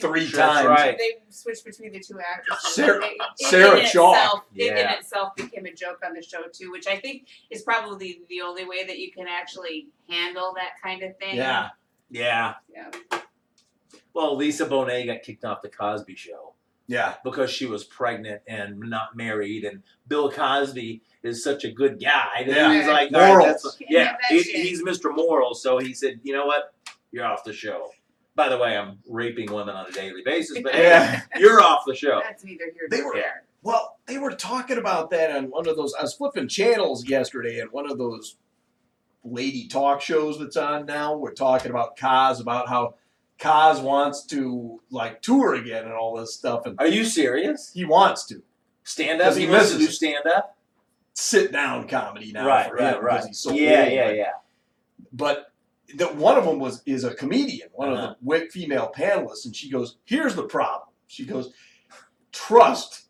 three
That's
times.
right.
They switched between the two actresses.
Sarah-
They- it
Sarah
in
Chalk.
Itself, It in
Yeah.
itself became a joke on the show too, which I think is probably the only way that you can actually handle that kind of thing.
Yeah.
yeah.
Yeah.
Well, Lisa Bonet got kicked off the Cosby Show
Yeah.
because she was pregnant and not married, and Bill Cosby is such a good guy that
Yeah.
he's like, "All right, that's-
Morals.
Can't
yeah,
have that
he-
shit.
he's Mr. Moral, so he said, you know what, you're off the show. By the way, I'm raping women on a daily basis, but hey,
Yeah.
you're off the show.
That's neither here
They
nor
were-
there.
Well, they were talking about that on one of those. I was flipping channels yesterday, and one of those lady talk shows that's on now. We're talking about Kaz, about how Kaz wants to like tour again and all this stuff, and
Are you serious?
he wants to
Stand up.
Because he
He wants to
misses
do stand up.
sit down comedy now. for him Because he's so
yeah,
old.
yeah, yeah.
But the, one of them was is a comedian, one
Uh-huh.
of the wi- female panelists, and she goes, "Here's the problem." She goes, "Trust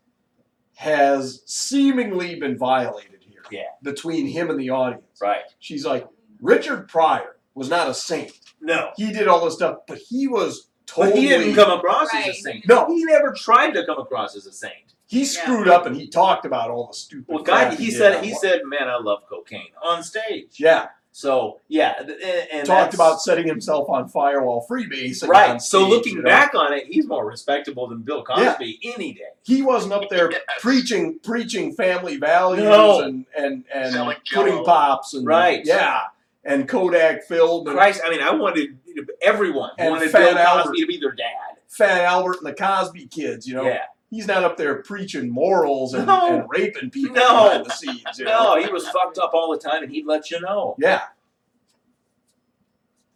has seemingly been violated here
Yeah.
between him and the audience."
Right.
She's like, "Richard Pryor was not a saint.
No.
He did all this stuff, but he was totally
But he didn't come across
Right.
as a saint.
No.
he never tried to come across as a saint.
he screwed up, and he talked about all the stupid."
Well,
crap
God, he
did
said
on
he
one-
said, "Man, I love cocaine" on stage.
"Yeah."
So yeah, th- and, and
talked
that's-
about setting himself on fire while freebasing. on
right. So
stage,
looking
you know?
back on it, he's more respectable than Bill Cosby any day.
he wasn't up there
Yes.
preaching preaching family values
No.
and and and
Selling
pudding
Jell-O.
pops and
Right.
yeah and Kodak film and
Christ, I mean, I wanted everyone
And
wanted
Fat
Bill Cosby
Albert.
to be their dad.
Fat Albert and the Cosby Kids. You know,
yeah,
he's not up there preaching morals and,
No.
and raping people
No.
behind the scenes. You know?
no, he was fucked up all the time, and he'd let you know.
Yeah,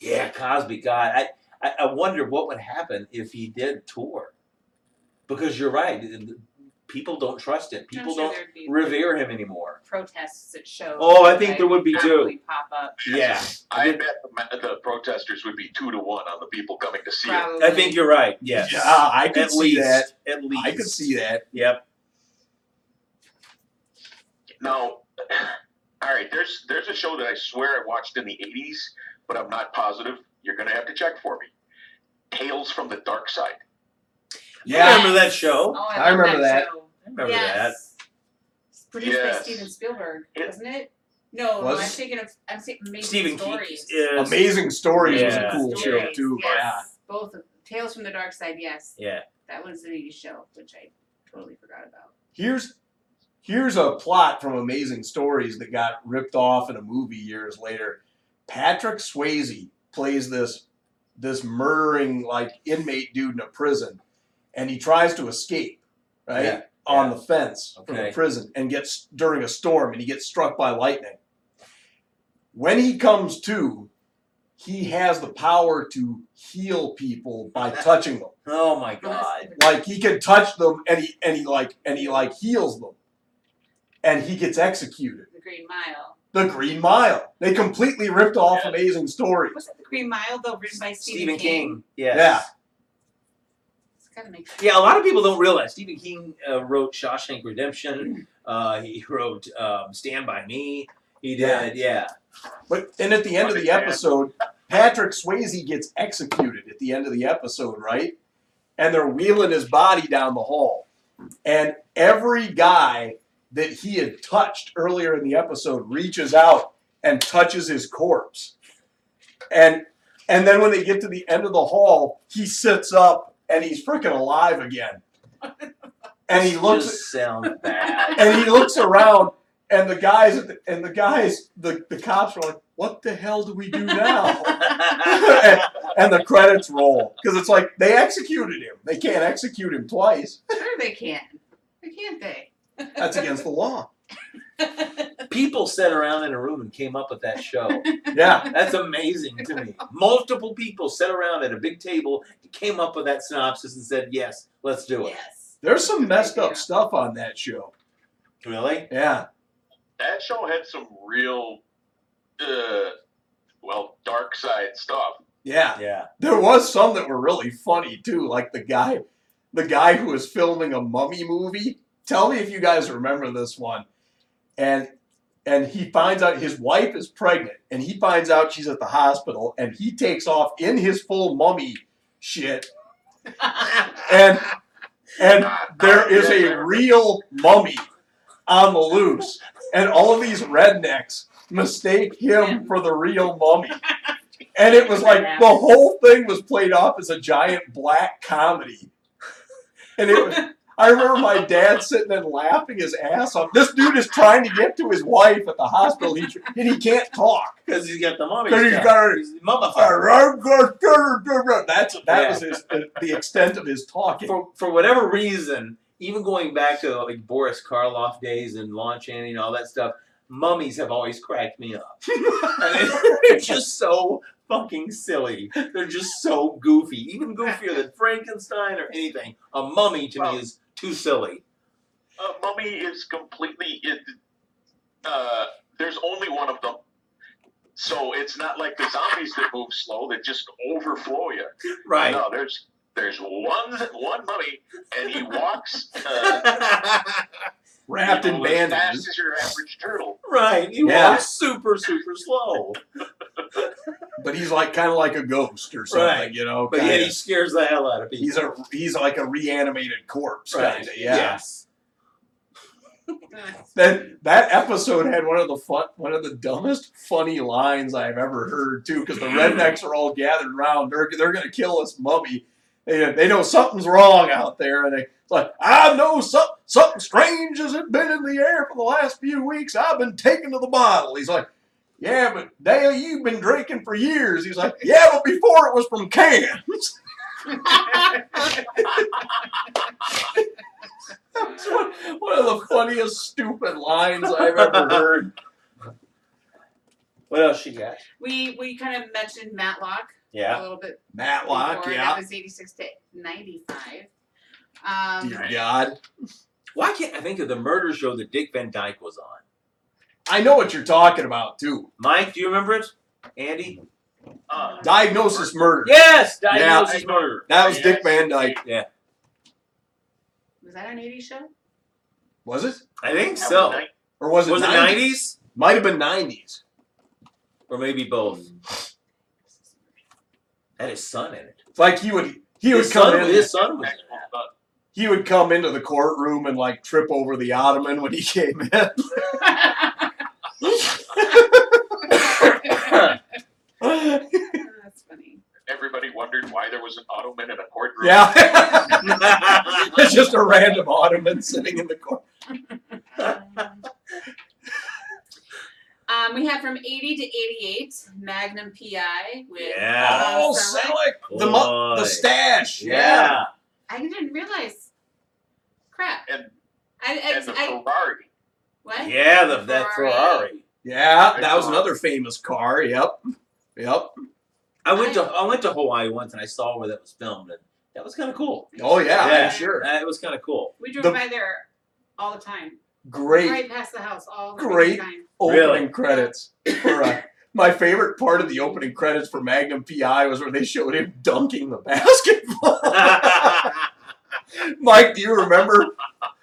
Yeah, Cosby, God, I, I, I wonder what would happen if he did tour, because you're right, people don't trust him, people
I'm sure
don't
there'd be
revere him anymore.
protests at shows.
Oh, I think there would be
that
too.
Pop up.
Yeah,
I bet the, ma- the protesters would be two to one on the people coming to see it.
Probably.
I think you're right. Yes.
yeah, I could
At
see
least,
that.
at least
I could see that.
Yep.
Now, all right, there's there's a show that I swear I watched in the '80s, but I'm not positive. You're gonna have to check for me. Tales from the Dark Side.
I
Yeah,
remember that show.
Oh, I,
I
love
remember that.
show.
I remember
yes. It's produced by
Yes.
Steven Spielberg,
It-
wasn't it? No, no,
Was
I'm
it?
thinking of I'm thinking
that.
Amazing
Stephen King.
Stories.
Yes.
Amazing Stories was a
Yeah.
cool show
Stories,
too. Yeah,
Yes. Both of Tales from the Dark Side, yes.
Yeah.
That was an 80s show, which I totally forgot about.
here's here's a plot from Amazing Stories that got ripped off in a movie years later. Patrick Swayze plays this this murdering like inmate dude in a prison, and he tries to escape, right?
Yeah,
On the fence from the
Okay.
prison and gets during a storm and he gets struck by lightning. When he comes to, he has the power to heal people by touching them
Oh my god.
like he can touch them and he and he like and he like heals them and he gets executed
The Green Mile.
the green mile they completely ripped off amazing stories
Was it The Green Mile though, written by Stephen,
Stephen
King?
King. Yes.
Yeah.
It's gotta make sense.
Yeah, a lot of people don't realize Stephen King uh, wrote Shawshank Redemption. Uh, he wrote um, Stand by Me. He did, yeah.
but and at the end of the episode patrick swayze gets executed at the end of the episode right and they're wheeling his body down the hall and every guy that he had touched earlier in the episode reaches out and touches his corpse and and then when they get to the end of the hall he sits up and he's freaking alive again and he looks
Just sounds bad.
and he looks around and the guys at the, and the guys the, the cops are like what the hell do we do now and, and the credits roll because it's like they executed him they can't execute him twice
Sure they can. Why can't they?
that's against the law
people sat around in a room and came up with that show.
yeah
That's amazing to me. Multiple people sat around at a big table, came up with that synopsis, and said, "Yes, let's do it."
yes.
there's some messed up stuff on that show
Really?
yeah
That show had some real, uh, well, dark side stuff.
yeah
Yeah.
there was some that were really funny too like the guy the guy who was filming a mummy movie tell me if you guys remember this one and and he finds out his wife is pregnant and he finds out she's at the hospital and he takes off in his full mummy shit and and there is a real mummy on the loose and all of these rednecks mistake him for the real mummy and it was like the whole thing was played off as a giant black comedy and it was I remember my dad sitting and laughing his ass off. This dude is trying to get to his wife at the hospital, he, and he can't talk.
Because he's got the mummy.
Because he's
stuff.
got-
He's mummified.
That's that
Yeah.
was his, the extent of his talking.
For for whatever reason, even going back to like Boris Karloff days and Lon Chaney and all that stuff, mummies have always cracked me up. I mean, they're just so fucking silly. They're just so goofy. Even goofier than Frankenstein or anything. A mummy to
Well-
me is too silly.
Uh, Mummy is completely. It, uh, there's only one of them. So it's not like the zombies that move slow that just overflow you.
Right.
No, there's there's one one mummy, and he walks uh, you
wrapped in
know, as fast
bandages.
as your average turtle.
right. He
Yeah.
walks super, super slow.
But he's like kind of like a ghost or something,
Right.
you know.
But yet
kinda.
he scares the hell out of people.
he's a he's like a reanimated corpse,
Right.
kind of. Yeah.
Yes.
Then that episode had one of the fun, one of the dumbest funny lines I've ever heard too, because the rednecks are all gathered around. They're they're gonna kill us, mummy. They, they know something's wrong out there, and they it's like I know some, something strange has been in the air for the last few weeks. I've been taken to the bottle. He's like, yeah, but Dale, you've been drinking for years. He's like, yeah, but before it was from cans. That's one, one of the funniest stupid lines I've ever heard.
What else she got?
we we kind of mentioned Matlock a
Yeah.
little bit
Matlock,
before.
yeah.
That was eighty six to ninety five. Um,
Dear God.
Why can't I think of the murder show that Dick Van Dyke was on?
I know what you're talking about too.
Mike, do you remember it? Andy?
Uh,
Diagnosis murder.
Yes! Diagnosis murder.
That was Dick Van Dyke,
Was that an 80s show?
was it?
I think
that was
so.
nice.
Or was it
Was it
90s?
nineties?
Might have been 90s.
Or maybe both. That is son in it.
It's like he would he would
his
come
son,
in
his son was in
Actual
that.
stuff.
he would come into the courtroom and like trip over the ottoman when he came in.
Oh, That's funny.
Everybody wondered why there was an ottoman in a courtroom.
yeah. it's just a random ottoman sitting in the court.
Um, we have from 80 to 88, Magnum PI with
Yeah.
uh,
oh,
Selleck.
Selleck, the mu-
Boy.
the stash. Yeah.
Yeah.
I didn't realize. Crap.
And-
I, I,
and the
I-
Ferrari.
what?
Yeah, the, that Ferrari.
Yeah, that was
Iconic.
another famous car. Yep. Yep.
I went to I went to Hawaii once and I saw where that was filmed and that was kind of cool.
Oh yeah,
Yeah.
I'm sure.
Uh, it was kind of cool.
We drove
The-
by there all the time.
Great
Right past the house all the
Great.
time.
opening
Really?
credits. For, uh, my favorite part of the opening credits for Magnum PI was where they showed him dunking the basketball. Mike, do you remember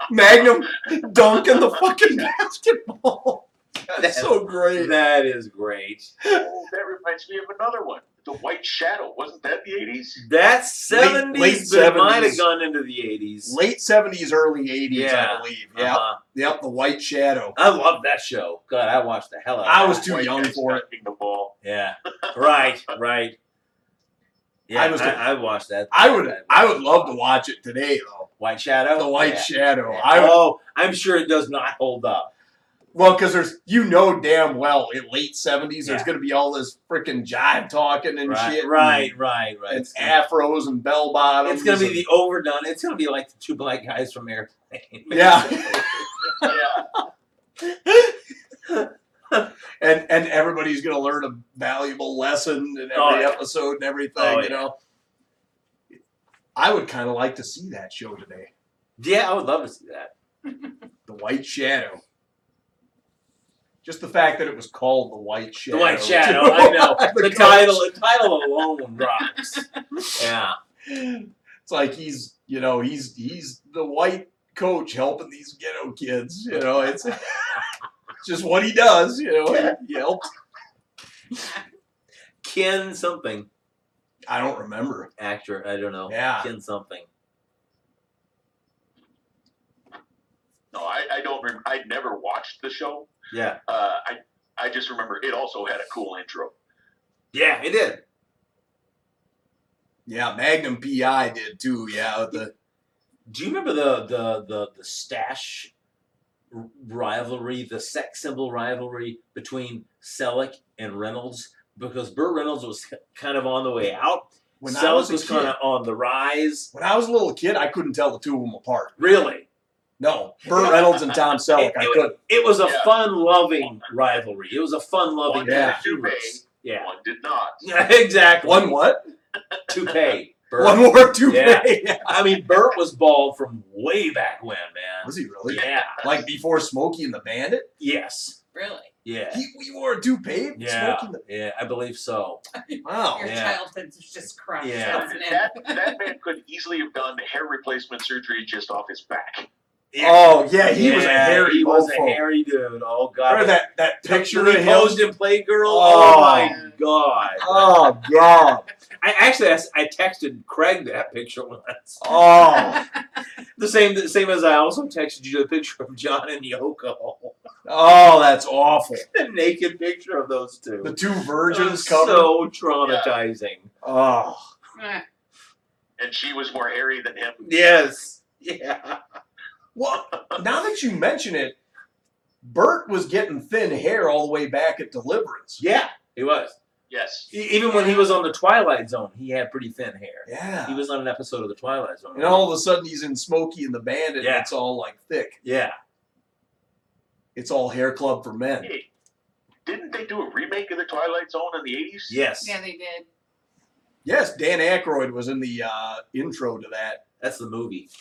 Magnum dunking the fucking basketball? That's so great.
that is great.
Oh, that reminds me of another one. The White Shadow. Wasn't that the 80s?
That's
Late-
seventies,
late
but it might
70s.
have gone into the eighties.
Late seventies, early eighties,
Yeah.
I believe. Yep, yep. The White Shadow.
I love that show. God, I watched the hell out. of
I
that.
was too
White
young
guys
for it.
dunking The ball.
Yeah. Right. Right. Yeah. I
I was
I,
too-
watched that.
I would. I would love to watch it today, though.
White Shadow.
The White
Yeah.
Shadow.
Yeah.
I would
oh, I'm sure it does not hold up.
Well, because there's, you know, damn well in late seventies, there's
Yeah.
going to be all this freaking jive talking and
Right,
shit,
right, right, right.
And,
It's gonna-
afros and bell bottoms.
it's gonna be
and-
the overdone. It's gonna be like the two black guys from Airplane.
Yeah.
Yeah.
and and everybody's going to learn a valuable lesson in every
Oh, yeah.
episode and everything.
Oh,
you
yeah.
know, I would kind of like to see that show today,
yeah, I would love to see that.
The White Shadow. Just the fact that it was called The White Shadow.
The White Shadow.
too.
I know
The
the
coach.
title. The title alone rocks. Yeah.
it's like he's you know he's he's the white coach helping these ghetto kids you know it's just what he does you know he, he helps
Ken something
i don't remember
actor. I don't know.
Yeah.
Ken something.
No, I, I don't remember. I never watched the show.
Yeah.
Uh, I, I just remember it also had a cool intro.
Yeah, it did.
yeah magnum pi did too yeah with the
Do you remember the the the, the stash r- rivalry, the sex symbol rivalry between Selleck and Reynolds? Because Burt Reynolds was kind of on the way out.
when
Selleck
i was a
was
kid
kind of on the rise.
when i was a little kid i couldn't tell the two of them apart
Really,
no burt reynolds and tom selleck i
It-
could
it was a
Yeah.
fun-loving rivalry. It was a fun-loving
One
kind
yeah.
of humorous. Yeah,
One did not.
yeah, exactly.
one what
toupee. Burt.
one more two
Yeah.
yeah.
I mean, Burt was bald from way back when, man.
was he really
Yeah.
like before smokey and the bandit
Yes.
Really?
Yeah.
he, we wore a toupee
Yeah.
Smokey and
Yeah. I believe so.
the, wow
Your
Yeah.
childhood's just crushed.
Yeah.
wasn't it?
That, that man could easily have done hair replacement surgery just off his back.
Oh yeah, he was a
Yeah,
hairy
He was a
mofo.
hairy dude. Oh
Remember
god.
that that picture
When
of
he
him?
posed in Playgirl. Oh,
Oh.
my god.
Oh god.
I actually I, s- I texted Craig that picture once.
Oh.
The same the same as I also texted you the picture of John and Yoko.
Oh, that's awful.
the naked picture of those two.
The two
It was
virgins covered.
so traumatizing.
oh.
Eh,
And she was more hairy than him.
Yes. Yeah.
Well, now that you mention it, Bert was getting thin hair all the way back at Deliverance.
Yeah. He was.
Yes.
E- Even when he was on the Twilight Zone, he had pretty thin hair. He
Yeah.
was on an episode of the Twilight Zone.
And all of a sudden he's in Smokey and the Bandit
Yeah.
and it's all like thick.
yeah.
It's all hair club for men.
Hey, didn't they do a remake of The Twilight Zone in the 80s?
Yes.
yeah, they did.
Yes, Dan Aykroyd was in the uh, intro to that.
That's the movie.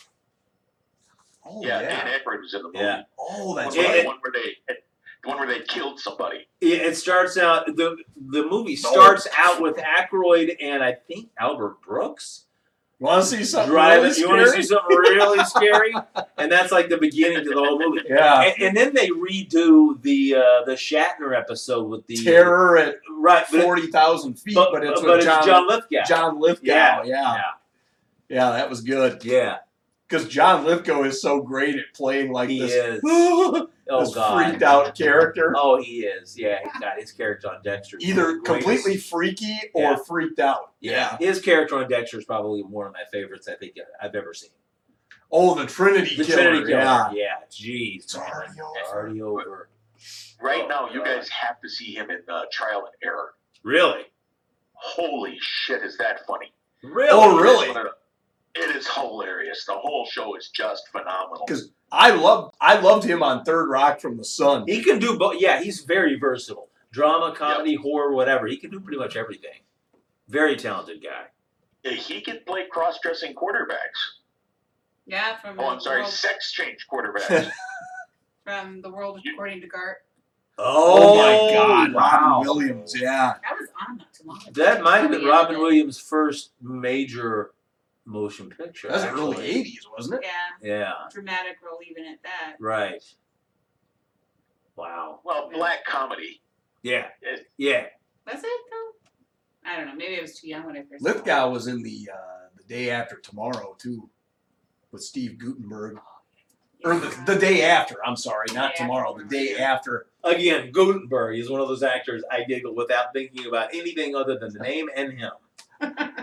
Oh
Yeah,
yeah.
Dan Aykroyd was in the movie.
Yeah.
Oh, that's
one,
right.
Where, one where they, the one where they killed somebody.
It, it starts out the the movie starts out with Aykroyd and I think Albert Brooks
Want to see something?
driving.
really
you want to
scary?
see something really scary? And that's like the beginning to the whole movie.
Yeah.
And, and then they redo the uh, the Shatner episode with the
terror at
right, but, it-
forty thousand feet, but, it's
but
with John, John,
Lithgow.
Lithgow.
Yeah.
Yeah. yeah,
Yeah.
that was good
yeah,
because John Lithgow is so great at playing like
he
this,
is.
this
Oh god,
freaked out character,
Oh, he is. Yeah, he got his character on Dexter. is one of
either
the greatest.
completely freaky or
Yeah.
freaked out.
Yeah. his character on Dexter is probably one of my favorites. I think I've ever seen.
Oh, the Trinity
The
Killer.
Trinity Killer.
Yeah.
Yeah. Jeez.
It's
man.
already over.
It's already over.
Right
Oh,
now, you
God.
guys have to see him in uh, Trial and Error.
Really?
Holy shit, is that funny?
Really?
Oh, really?
It is hilarious. The whole show is just phenomenal.
'Cause- I loved I loved him on Third Rock from the Sun.
He can do both. Yeah, he's very versatile. Drama, comedy, horror, whatever. He can do pretty much everything. Very talented guy.
He can play cross-dressing quarterbacks.
Yeah, from
Oh, I'm
the
sorry,
world,
sex change quarterbacks.
from the world
You-
according to Gart.
Oh, my God,
Wow.
Robin Williams, yeah.
That was on not too long ago.
That might have been
Yeah.
Robin Williams' first major motion picture.
That was
actually.
early '80s, wasn't it?
Yeah,
Yeah,
dramatic role even at that.
right. Wow.
well, black comedy.
Yeah,
It-
yeah.
Was it though? I don't know. Maybe I was too young when I first. saw it.
Lithgow was in the uh, the day after tomorrow too, with Steve Gutenberg, or the, the day after. I'm sorry, not
Yeah.
tomorrow. The day after.
Again, Gutenberg is one of those actors I giggle without thinking about anything other than the name and him.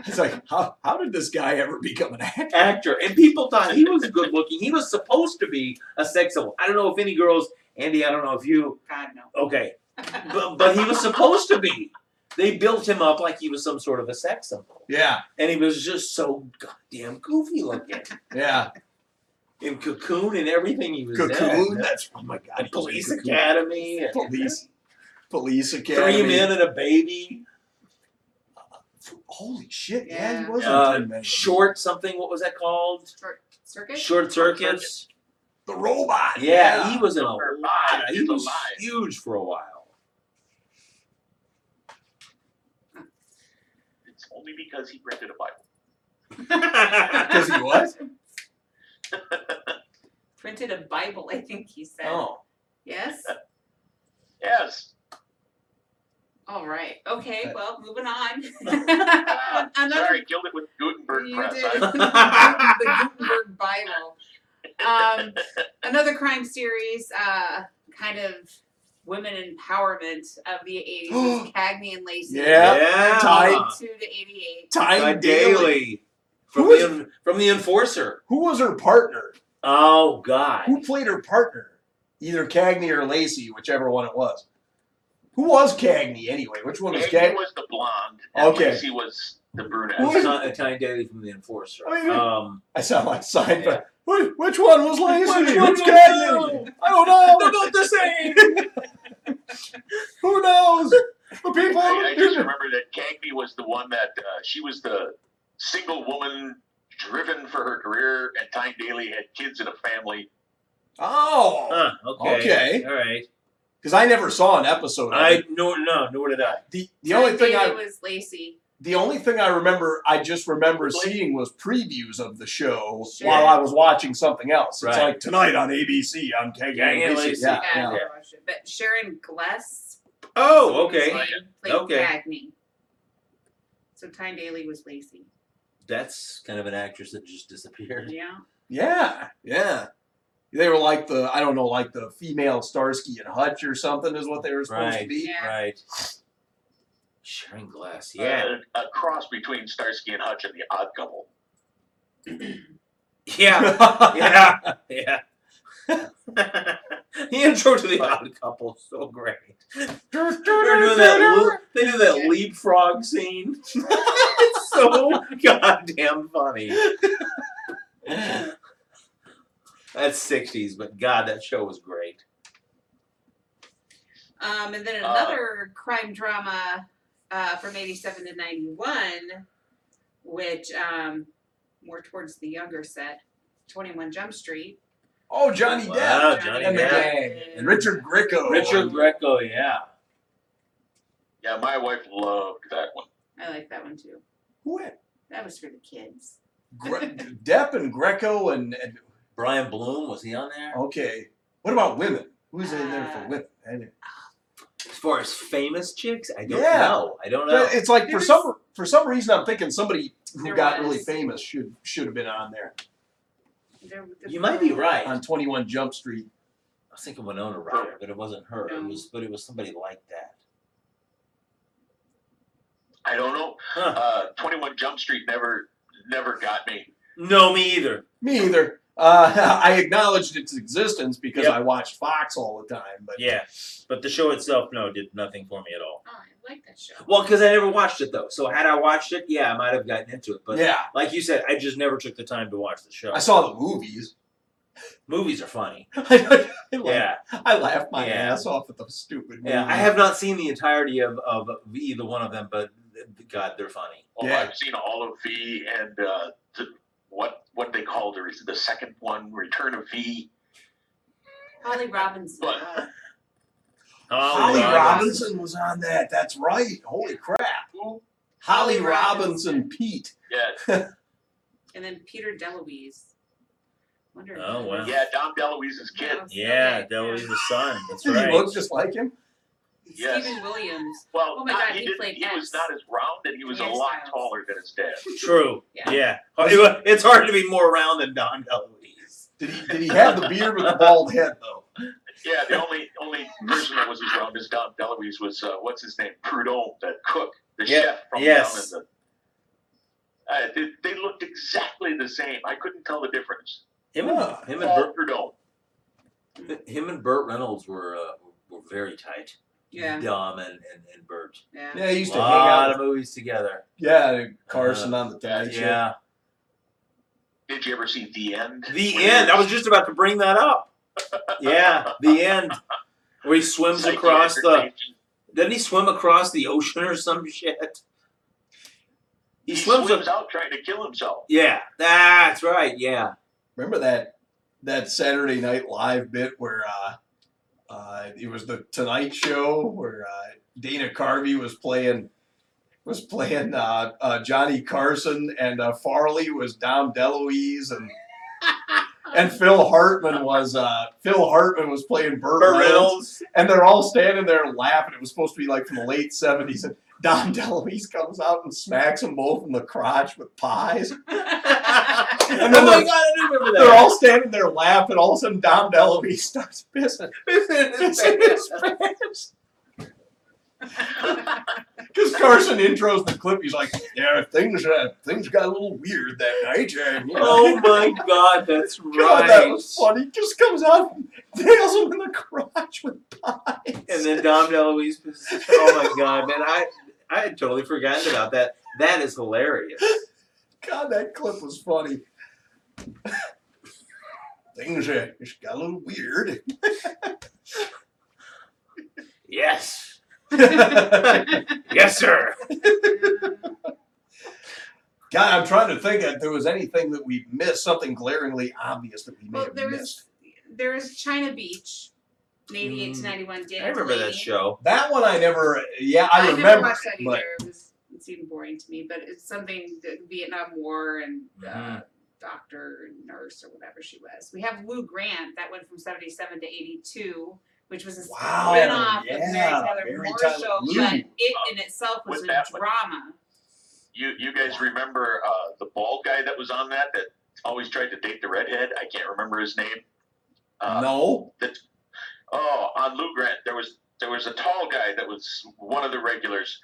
It's like, how, how did this guy ever become an actor?
Actor. And people thought he was good looking. He was supposed to be a sex symbol. I don't know if any girls, Andy, I don't know if you,
God no.
okay. But, but he was supposed to be. They built him up like he was some sort of a sex symbol.
Yeah,
and he was just so goddamn goofy looking.
yeah.
In Cocoon and everything he was
Cocoon.
in.
That's oh my god.
And
he was in
Police
Cocoon.
Academy. and
Police. Police Academy.
Three Men and a Baby.
Holy shit! Yeah, he
Yeah.
was
Uh,
on Three Men.
short something. What was that called?
Short circuit.
Short Circuits.
The robot.
Yeah, he was in a lot.
Alive
of-
is
He was
alive.
huge for a while.
It's only because he rented a Bible.
because he was.
Printed a Bible, I think he said.
Oh,
Yes.
Yes.
All right. Okay. Well, moving on.
Ah,
Another
sorry, killed it with Gutenberg
You
Press.
did.
I-
the Gutenberg Bible. Um, another crime series, uh, kind of women empowerment of the 80s was Cagney and Lacey.
Yeah. Tied.
82 to 88.
Tyne
Time
Daly.
Daily. From
Who
the,
is-
en- from the Enforcer.
Who was her partner?
Oh, God.
Who played her partner? Either Cagney or Lacey, whichever one it was. Who was Cagney anyway? Which one was
Maggie
Cagney?
was the blonde. and
Okay.
Lacey was the
Who
brunette.
is-
Ti- Tyne Daly from the Enforcer.
I mean,
Um,
I sound like Seinfeld.
Yeah.
Wait, which one was Lacey?
Which
Which,
one was
Cagney? I don't know.
They're not the same.
Who knows? The people.
I, I just remember that Cagney was the one that uh, she was the single woman driven for her career, and Tyne Daly had kids and a family.
Oh,
Huh, okay.
Okay.
All right.
because I never saw an episode. Of
I
it.
no no nor did I.
The the only thing
Daly
I
was Lacey.
the only thing I remember I just remember
Blake.
seeing was previews of the show
Sure.
while I was watching something else. It's
Right.
like tonight on ABC on Cagney
Cagney and
and Lacey.
Lacey.
Yeah,
Yeah, I
yeah.
never watched it. But Sharon Gless
Oh,
was
okay.
Lacey, played
Okay.
Cagney. So Tyne Daly was Lacey.
That's kind of an actress that just disappeared.
Yeah.
Yeah, yeah. They were like the I don't know, like the female Starsky and Hutch or something is what they were supposed to
Right.
be.
Yeah.
Right. Sharon Glass. Yeah.
Uh, a cross between Starsky and Hutch and the Odd Couple.
Yeah. Yeah. Yeah. the intro to the Odd Couple is so great. They're doing that. lo- They do that leapfrog scene. it's so goddamn funny. That's '60s, but God, that show was great.
Um, and then
Uh,
another crime drama uh, from 87 to 91, which um, more towards the younger set, 21 Jump Street.
oh, Johnny
Wow,
Depp
Ah, Johnny
and the
Depp.
gang. And Richard Grieco.
Richard Greco, yeah.
Yeah, my wife loved that one.
I like that one too.
Who had-
That was for the kids.
Gre- Depp and Greco and, and
Brian Bloom, was he on there?
okay. What about women? Who's in there for women? I didn't-
As far as famous chicks, I don't
Yeah.
know. I don't know.
It's like for
There's-
some for some reason I'm thinking somebody who
There
got
was.
really famous should should have been on there
There- there-
You might be right. I
on 21 Jump Street.
was thinking Winona Ryder, but it wasn't her. It was, but it was somebody like that.
I don't know.
Huh.
Uh, 21 Jump Street never never got me.
No, me either.
Me either. Uh, I acknowledged its existence because
Yep.
I watched Fox all the time, but
Yeah, but the show itself, no, did nothing for me at all.
Oh, I like that show.
Well, because I never watched it though. So had I watched it, yeah, I might have gotten into it. But
yeah,
like you said, I just never took the time to watch the show.
I saw the movies.
Movies are funny.
I, laugh-
Yeah,
I laughed my
Yeah.
ass off at the stupid movies.
yeah. I have not seen the entirety of of either one of them, but God, they're funny.
Oh,
Yeah.
I've seen all of V and uh, the, what what they call the, the second one, Return of V.
Holly Robinson.
But-
uh,
Oh,
Holly
Robinson.
Robinson was on that. That's right. Holy crap.
Who?
Holly
Holly
Robinson Pete.
Yeah,
and then Peter DeLuise. Wonder if
Oh,
that
wow.
was-
yeah, Dom DeLuise's kid.
was-
Yeah,
okay,
that was the son. That's
Did he
right.
look just like him?
Yes.
Stephen Williams.
Well,
Oh my
not-
God,
he,
he
didn't-
played
he
X.
was not as round, and he was a
Yes,
lot
Miles.
taller than his dad.
True.
Yeah.
Yeah. It- It's hard to be more round than Don DeLuise.
Did he did he have the beard with the bald head though?
Yeah, the only only person that was as round as Dom DeLuise was uh, what's his name, Prudhomme, the cook, the
Yeah,
chef from
yes.
down in the. Uh, they, they looked exactly the same. I couldn't tell the difference.
Him
Huh.
and him and
Paul
Burt,
Prudhomme.
him and Burt Reynolds were uh, were very tight.
Yeah.
Dom and and, and Burt.
Yeah.
Yeah, he used to
a
hang
lot
out.
of movies together.
yeah, Carson on the tag.
yeah.
Did you ever see The End?
The
Where-
end. I was just about to bring that up. Yeah, the end. Where he swims
Psychiatric
across the.
patient.
Doesn't he swim across the ocean or some shit? He,
He
swims.
swims,
ac-
out trying to kill himself.
yeah, that's right. Yeah.
Remember that that Saturday Night Live bit where uh, uh, it was the Tonight Show where uh, Dana Carvey was playing was playing uh, uh, Johnny Carson and uh, Farley was Dom DeLuise and and Phil Hartman was uh, Phil Hartman was playing Burt,
Burt
Reynolds.
Reynolds.
and they're all standing there laughing. It was supposed to be like from the late seventies and. Don DeLuise comes out and smacks them both in the crotch with pies.
oh
then
my
the-
god, I do remember that.
They're all standing there laughing. All of a sudden, Dom DeLuise starts pissing. Because Carson intros the clip, he's like, "Yeah, things uh, things got a little weird that night." And, you know,
oh my god, that's right.
God, that was funny. Just comes out, and nails him in the crotch with pies.
And then Dom DeLuise. Oh my god, man, I I had totally forgotten about that. That is hilarious.
God, that clip was funny. Things uh, just got a little weird.
Yes. yes, sir.
God, I'm trying to think if there was anything that we missed, something glaringly obvious that we may
Well,
have
there
missed. Hmm.
was there was China Beach, in eighty-eight to
Mm,
ninety-one. David
I remember that
Duchovny.
show.
That one I never, yeah, I, remember.
never watched that either.
but
It was it seemed boring to me, but it's something the Vietnam War and uh,
Mm-hmm.
Mhm.
doctor, nurse, or whatever she was. We have Lou Grant that went from seventy-seven to eighty-two, which was a
Wow,
spinoff
yeah,
of Mary Tyler
Mary
Moore
Tyler
show,
Lou.
but it in itself was
With
a
that one.
drama.
You you guys remember uh, the bald guy that was on that that always tried to date the redhead? I can't remember his name. Uh,
no,
Oh, on Lou Grant, there was there was a tall guy that was one of the regulars,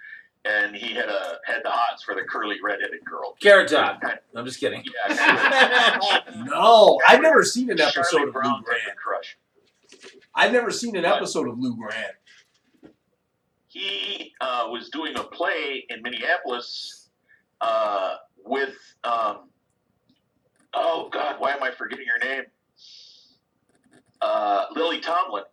and he had a had the hots for the curly redheaded girl.
Carrot Top. I'm just kidding.
Yeah, kind of a-
no, I've never seen an
Charlie
episode of Lou
Brown type
Grant.
of crush.
I've never seen an
What?
episode of Lou Grant.
He uh, was doing a play in Minneapolis uh, with um, oh God, why am I forgetting her name? Uh, Lily Tomlin,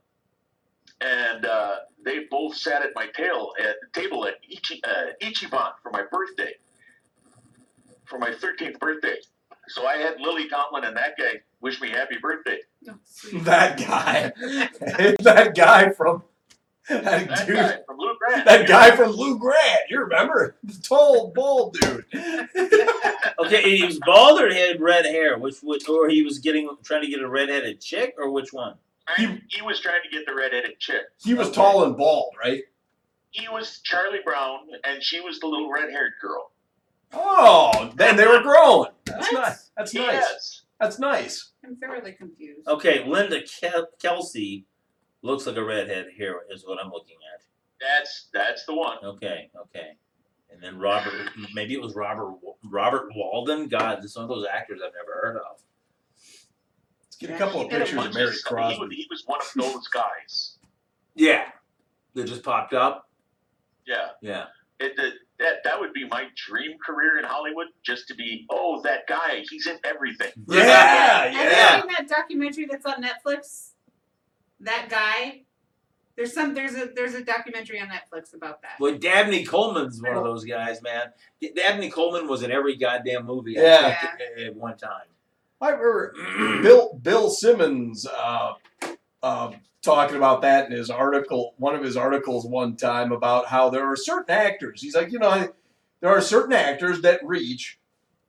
and uh, they both sat at my tail at table at Ichi, uh, Ichiban for my birthday, for my thirteenth birthday. So I had Lily Tomlin and that guy wish me happy birthday.
Oh, sweet.
That guy, that guy from that,
That
dude,
guy from Lou Grant.
that guy from Lou Grant. You remember the tall, bald dude?
Okay, he was bald or he had red hair, which would, or he was getting trying to get a redheaded chick, or which one?
he, he was trying to get the redheaded chick. Uh,
He was
Okay.
tall and bald, right?
he was Charlie Brown, and she was the little red-haired girl.
Oh, then they were growing. That's
What?
nice. That's nice.
Yes,
That's nice.
I'm thoroughly confused.
Okay, Linda Kel- Kelsey looks like a redhead here is what I'm looking at.
that's that's the one.
Okay, okay. And then Robert, maybe it was Robert Wa- Robert Walden. God, this is one of those actors I've never heard of.
get a
Yeah,
couple
he
of
did a
pictures
bunch
of Mary
stuff. He was,
Crosby.
he was one of those guys.
Yeah. They just popped up.
Yeah,
Yeah.
it, that that that would be my dream career in Hollywood, just to be oh that guy, he's in everything.
Yeah,
Have
yeah.
you seen that documentary that's on Netflix? That guy. There's some. There's a. There's a documentary on Netflix about that.
Well, Dabney Coleman's one of those guys, man. Dabney Coleman was in every goddamn movie I
Yeah.
think, at- at one time.
I remember Bill Bill Simmons uh, uh, talking about that in his article, one of his articles one time about how there are certain actors. He's like, you know, I- there are certain actors that reach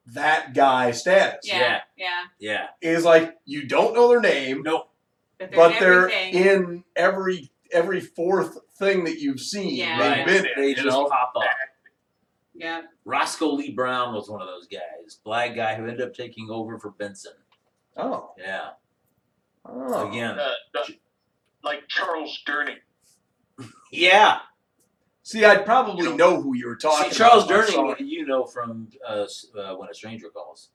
that guy status.
yeah.
yeah.
yeah.
Yeah.
Is like you don't know their name,
Nope.
But they're, in
but they're
everything.
in every every fourth thing that you've seen.
Yeah.
They've
Right.
been in.
They
you
just
know?
pop up.
yeah.
Roscoe Lee Brown was one of those guys. Black guy who ended up taking over for Benson.
Oh,
Yeah.
oh.
Again.
Uh, the- like Charles Durning.
Yeah.
See, I'd probably know who you were talking.
See, Charles
about if I saw
Durning,
it.
you know from uh, s- uh, When a Stranger Calls.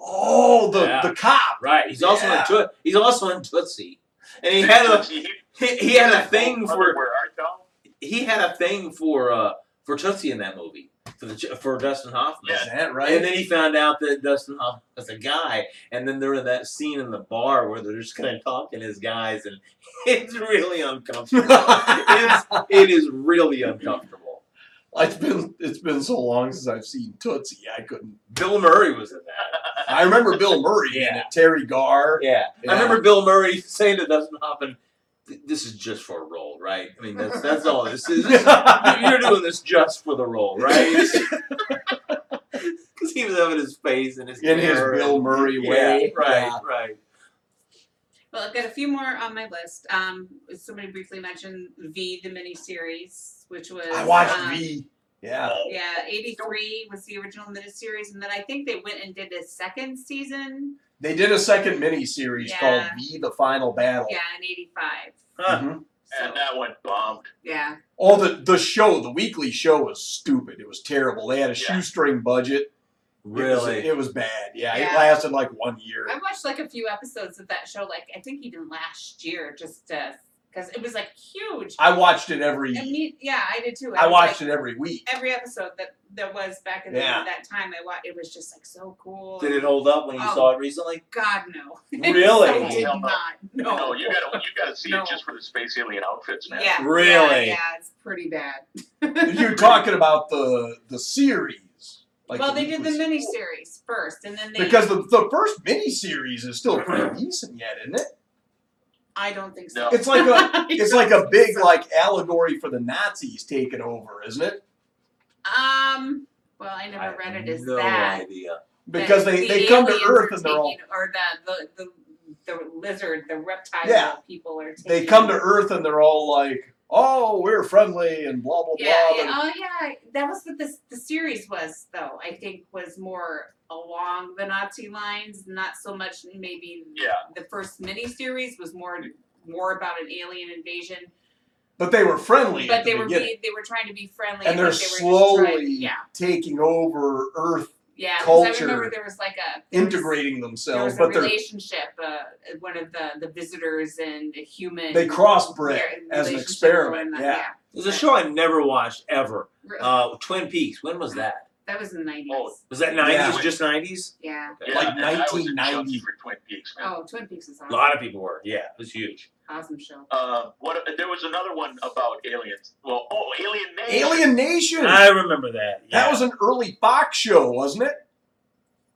Oh, the
Yeah.
the cop.
Right. He's also
Yeah.
in Toot- he's also in Tootsie. And he had a
he,
he had a thing for
Where art thou?
he had a thing for uh for Tootsie in that movie for the for Dustin Hoffman.
Is that right?
And then he found out that Dustin Hoffman was a guy, and then they're in that scene in the bar where they're just kind of talking as guys, and it's really uncomfortable. it's, it is really uncomfortable.
it's been it's been so long since I've seen Tootsie. I couldn't.
Bill Murray was in that.
I remember Bill Murray in it. Terry Garr.
Yeah.
Yeah.
I remember Bill Murray saying to Dustin Hoffman, "Th- "This is just for a role, right? I mean, that's that's all this is. You're doing this just for the role, right?" Because he was having his face and his
in his
hair
Bill
and-
Murray
Yeah,
way.
right,
Yeah.
right.
Well, I've got a few more on my list. Um, somebody briefly mentioned V, the miniseries, which was
I watched
um,
V. Yeah.
Oh,
Yeah, eighty three was the original miniseries, and then I think they went and did a second season.
They did a second mini series
Yeah.
called V: The Final Battle.
Yeah, in eighty five.
Huh.
Mhm.
And uh, that one bombed.
Yeah,
Oh, the the show, the weekly show was stupid. It was terrible. They had a
Yeah.
shoestring budget. It was,
Really?
it was bad. Yeah,
Yeah.
It lasted like one year.
I watched like a few episodes of that show, like I think even last year, just because it was like huge.
I watched it every.
I mean, yeah, I did too.
I
was,
watched
like,
it every week.
every episode that there was back in
Yeah.
the, that time. I watched. It was just like so cool.
Did it hold up when you
Oh.
saw it recently?
God no.
Really?
I did
Hell no.
not. No.
No, you gotta you gotta see
No.
it just for the space alien outfits, man.
Yeah.
Really?
Yeah, yeah, it's pretty bad.
You're talking about the the series.
well,
the
they did the
weekly
miniseries first, and then they.
Because the, the first miniseries is still pretty decent yet, isn't it?
I don't think so.
No.
It's like a it's like a big like allegory for the Nazis taking over, isn't it?
Um. Well, I never
I
read
have
it as
no
that.
idea.
Because
that the
they, they come to
aliens are
Earth and they're all
taking- or the the the, the lizard, the reptile
Yeah.
people are. Taking,
they come to Earth and they're all like, oh, we're friendly and blah blah
Yeah,
blah.
yeah.
And-
Oh, yeah. That was what this the series was, though. I think was more along the Nazi lines, not so much maybe.
Yeah.
The first miniseries was more more about an alien invasion,
but they were friendly.
but
at the
they were
beginning.
being, they were trying to be friendly,
and
I
they're
think they were just
slowly
trying- yeah.
taking over Earth,
Yeah, because I
culture
remember there was like a there was-
integrating
There
themselves,
was a
but they're
relationship, uh, one of the, the visitors and a human.
they crossbred
their
as an
relationship
experiment.
going on,
Yeah.
There's a show I never watched ever.
Re-
Uh, Twin Peaks. When was that?
that was in the nineties.
Oh.
Was that 90s?
Yeah.
Just 90s?
yeah.
Yeah,
Like
and I was a
1990.
junkie for Twin Peaks, man.
Oh, Twin Peaks is
A
awesome.
lot of people were. Yeah, it was huge.
awesome show.
Uh, what there was another one about aliens. Well, oh, Alien Nation.
Alien Nation.
I remember that.
That
yeah.
was an early Fox show, wasn't it?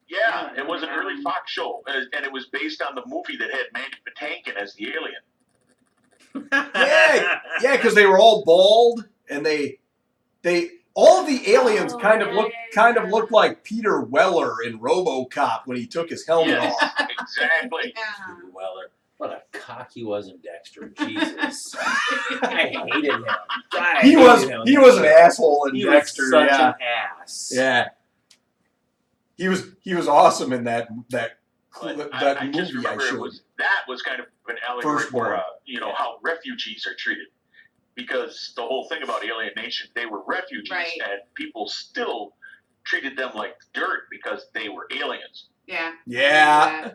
Yeah, it was an early Fox show, uh, and it was based on the movie that had Mandy Patinkin as the alien.
Yeah, yeah, because they were all bald, and they, they, all of the aliens
Oh,
kind of
yeah,
look,
yeah,
kind of
yeah.
looked like Peter Weller in RoboCop when he took his helmet
Yes.
off.
Exactly.
Yeah.
Weller. What a cock he was in Dexter. Jesus. I hated him. God, I
He
hated
was,
him.
he was an asshole in
He was
Dexter.
such
yeah,
an ass.
yeah. He was, he was awesome in that that
But
that
I, I just
movie I,
remember it
showed.
was that was kind of an allegory
First
for
World.
uh, you know how refugees are treated, because the whole thing about Alien Nation, they were refugees,
Right.
and people still treated them like dirt because they were aliens.
Yeah.
yeah,
Yeah.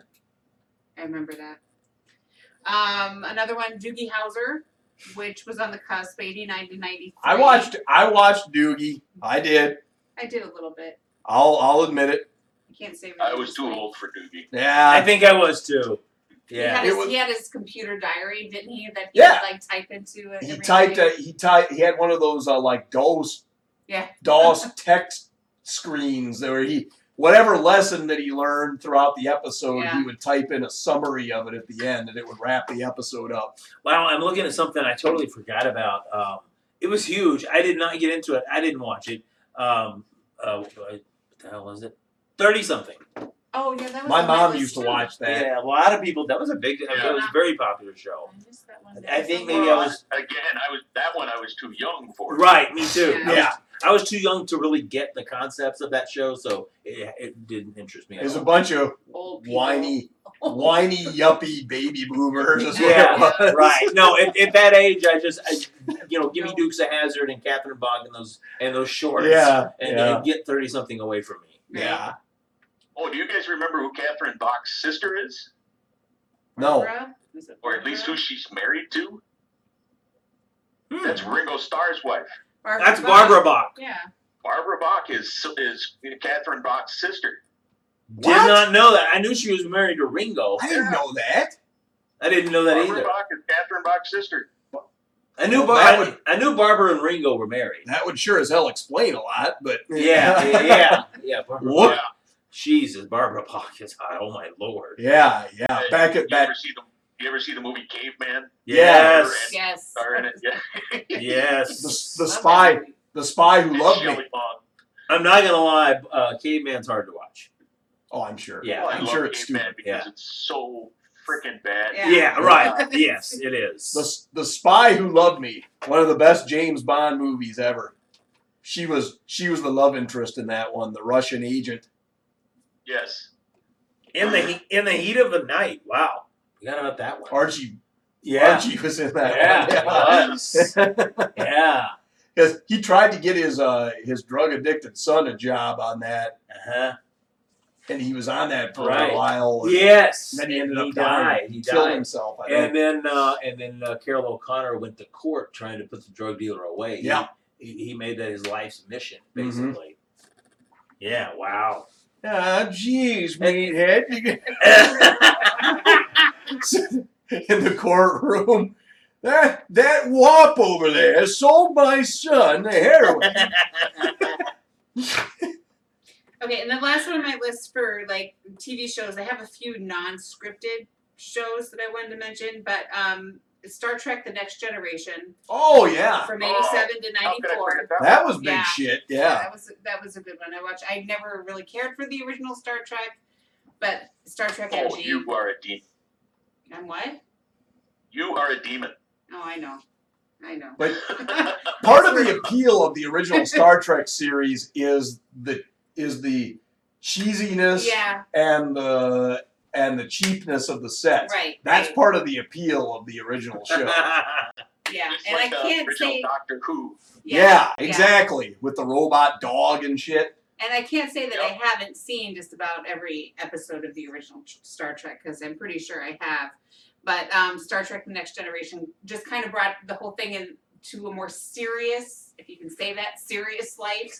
I remember that. Um, another one, Doogie Howser, which was on the cusp, eighty nine to ninety.
I watched. I watched Doogie. I did.
I did a little bit.
I'll. I'll admit it.
I can't say.
I was too
religiously.
old for Doogie.
I
Yeah.
think I was too.
He
Yeah.
had, his,
It was-
he had his computer diary, didn't he? That he
Yeah.
would, like type into. it
He
every
typed.
night?
A, he typed. He had one of those uh, like DOS.
Yeah.
DOS text screens that where he whatever lesson that he learned throughout the episode,
Yeah.
he would type in a summary of it at the end, and it would wrap the episode up.
Wow, I'm looking at something I totally forgot about. Um, it was huge. I did not get into it. I didn't watch it. Um, uh, what the hell was it? Thirty something.
Oh yeah, that was.
My
on my
mom
list,
used to
too.
watch that.
Yeah, a lot of people. That was a big. It
Yeah.
was a very popular show.
I missed that one.
I think maybe
Well,
I was-
again. I was that one. I was too young for.
Right, me too.
Yeah.
I was- I was too young to really get the concepts of that show, so it, it didn't interest me. at
There's a
all.
bunch of
Old people.
whiny, whiny, yuppie baby boomers. Is
Yeah,
what it was.
right. No, at, at that age, I just, I, you know, give me Dukes of Hazard and Catherine Bog and those and those shorts.
Yeah,
and,
yeah.
and get thirty something away from me.
Right.
Yeah.
Oh, do you guys remember who Catherine Bach's sister is,
No.
Barbara? Is it
or at least
Mm-hmm.
who she's married to?
Hmm.
Mm-hmm.
That's Ringo Starr's wife.
Barbara?
That's Barbara Bach.
Yeah.
Barbara Bach is is Catherine Bach's sister.
Did
What?
not know that. I knew she was married to Ringo.
I didn't know that.
I didn't know that
Barbara
either.
Bach is Catherine Bach's sister.
I knew
Well,
Bar-
that
I,
would-
I knew Barbara and Ringo were married.
That would sure as hell explain a lot, but
Yeah, yeah, yeah. yeah Barbara
Whoop.
Bach. Jesus, Barbara Bach is hot. Oh my lord.
yeah, yeah.
Hey,
Ah, Back
you
at back.
Ever see the, you ever see the movie Caveman?
Yes.
Yes.
Star in it? Yeah.
The, the
Yes.
spy, the spy who loved me.
Shelley Long.
I'm not gonna lie. Uh, Caveman's hard to watch.
Oh, I'm sure.
Yeah.
Oh, I
I'm
love
sure it's
Caveman
stupid.
because it's so freaking bad.
Yeah.
Yeah, right. yes, it is.
The, the spy who loved me. One of the best James Bond movies ever. She was she was the love interest in that one, the Russian agent.
Yes.
in the he- in the heat of the night. Wow, forgot about that one.
Archie.
yeah,
Archie was in
yeah,
that
it
one.
was. yeah.
'Cause he tried to get his uh, his drug addicted son a job on that,
Uh-huh.
and he was on that for
Right.
a while. and
Yes,
then he ended
and
up dying.
died. He
killed
died.
himself. I think.
And then, uh, and then uh, Carol O'Connor went to court trying to put the drug dealer away. He-
Yeah.
he, he made that his life's mission,
Mhm.
basically. Yeah. Wow.
Ah, jeez, meathead. In the courtroom. That that wop over there sold my son the heroin.
Okay, and the last one on my list for like TV shows, I have a few non-scripted shows that I wanted to mention, but um, Star Trek: The Next Generation
Oh yeah,
from
Oh,
'87 to
How could I
'94.
forget that?
that was big
Yeah.
shit. Yeah,
that was that was a good one. I watched. I never really cared for the original Star Trek, but Star Trek
Oh,
NG.
you are a demon.
I'm what?
You are a demon.
Oh, I know, I know.
but part of the appeal of the original Star Trek series is the is the cheesiness
yeah,
and the and the cheapness of the sets.
right.
That's
right.
part of the appeal of the original show.
Yeah,
Just
and
like
I
the
can't
original
say.
Doctor Who.
Yeah, exactly. With the robot dog and shit.
And I can't say that
Yep.
I haven't seen just about every episode of the original Tr- Star Trek because I'm pretty sure I have. But um, Star Trek: The Next Generation just kind of brought the whole thing in to a more serious, if you can say that, serious light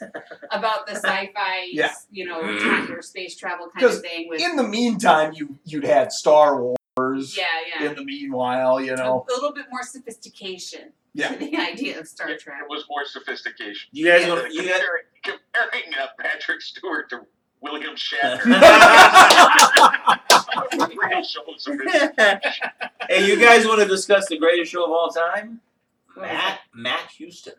about the sci-fi,
Yeah.
you know,
Mm.
time or space travel kind
'Cause
of thing. With
In the meantime, you you'd had Star Wars.
yeah, yeah,
In the meanwhile, you know.
a little bit more sophistication
Yeah.
to the idea of Star
It,
Trek.
it was more sophistication.
you guys
Comparing,
want you guys.
comparing uh, Patrick Stewart to William Shatner.
hey, you guys want to discuss the greatest show of all time?
What was
Matt Matt Houston.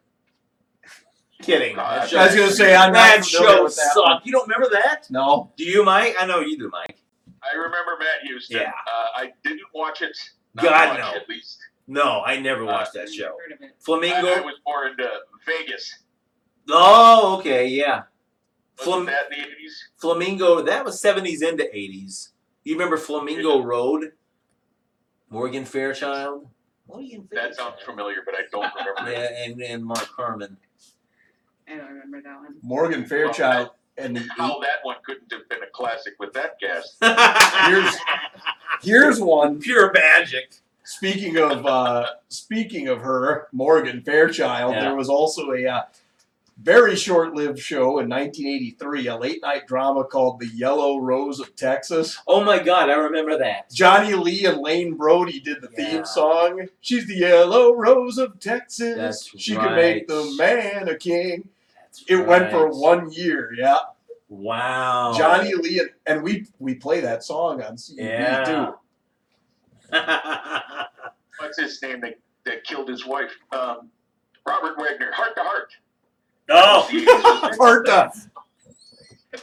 Kidding. That show,
I was gonna say I'm not
that
familiar
show
with that.
sucked. You don't remember that?
No.
Do you, Mike? I know you do, Mike.
I remember Matt Houston.
Yeah.
Uh, I didn't watch it. Not
God
much,
no.
At least
No, I never watched
I've
that show.
Heard of it.
I, Uh, I
Flamingo.
was more into Vegas.
Oh, okay, yeah.
Wasn't
Flam-
that in the eighties?
Flamingo. That was seventies into eighties. You remember Flamingo Road? Morgan Fairchild. Morgan
That sounds familiar, but I don't remember. it.
Yeah, and, and Mark Herman.
I don't remember that one.
Morgan Fairchild and the
Oh. How that one couldn't have been a classic with that cast.
here's Here's one.
Pure magic.
Speaking of uh, speaking of her, Morgan Fairchild,
Yeah.
there was also a uh, very short-lived show in 1983, a late-night drama called The Yellow Rose of Texas.
Oh my god, I remember that.
Johnny Lee and Lane Brody did the
Yeah.
theme song. She's the yellow rose of Texas.
That's
she
right.
can make the man a king. It went for one year, yeah.
Wow.
Johnny Lee and, and we we play that song on CB
Yeah.
too.
What's his name that, that killed his wife? Um, Robert Wagner, Heart to Heart.
oh,
Part of-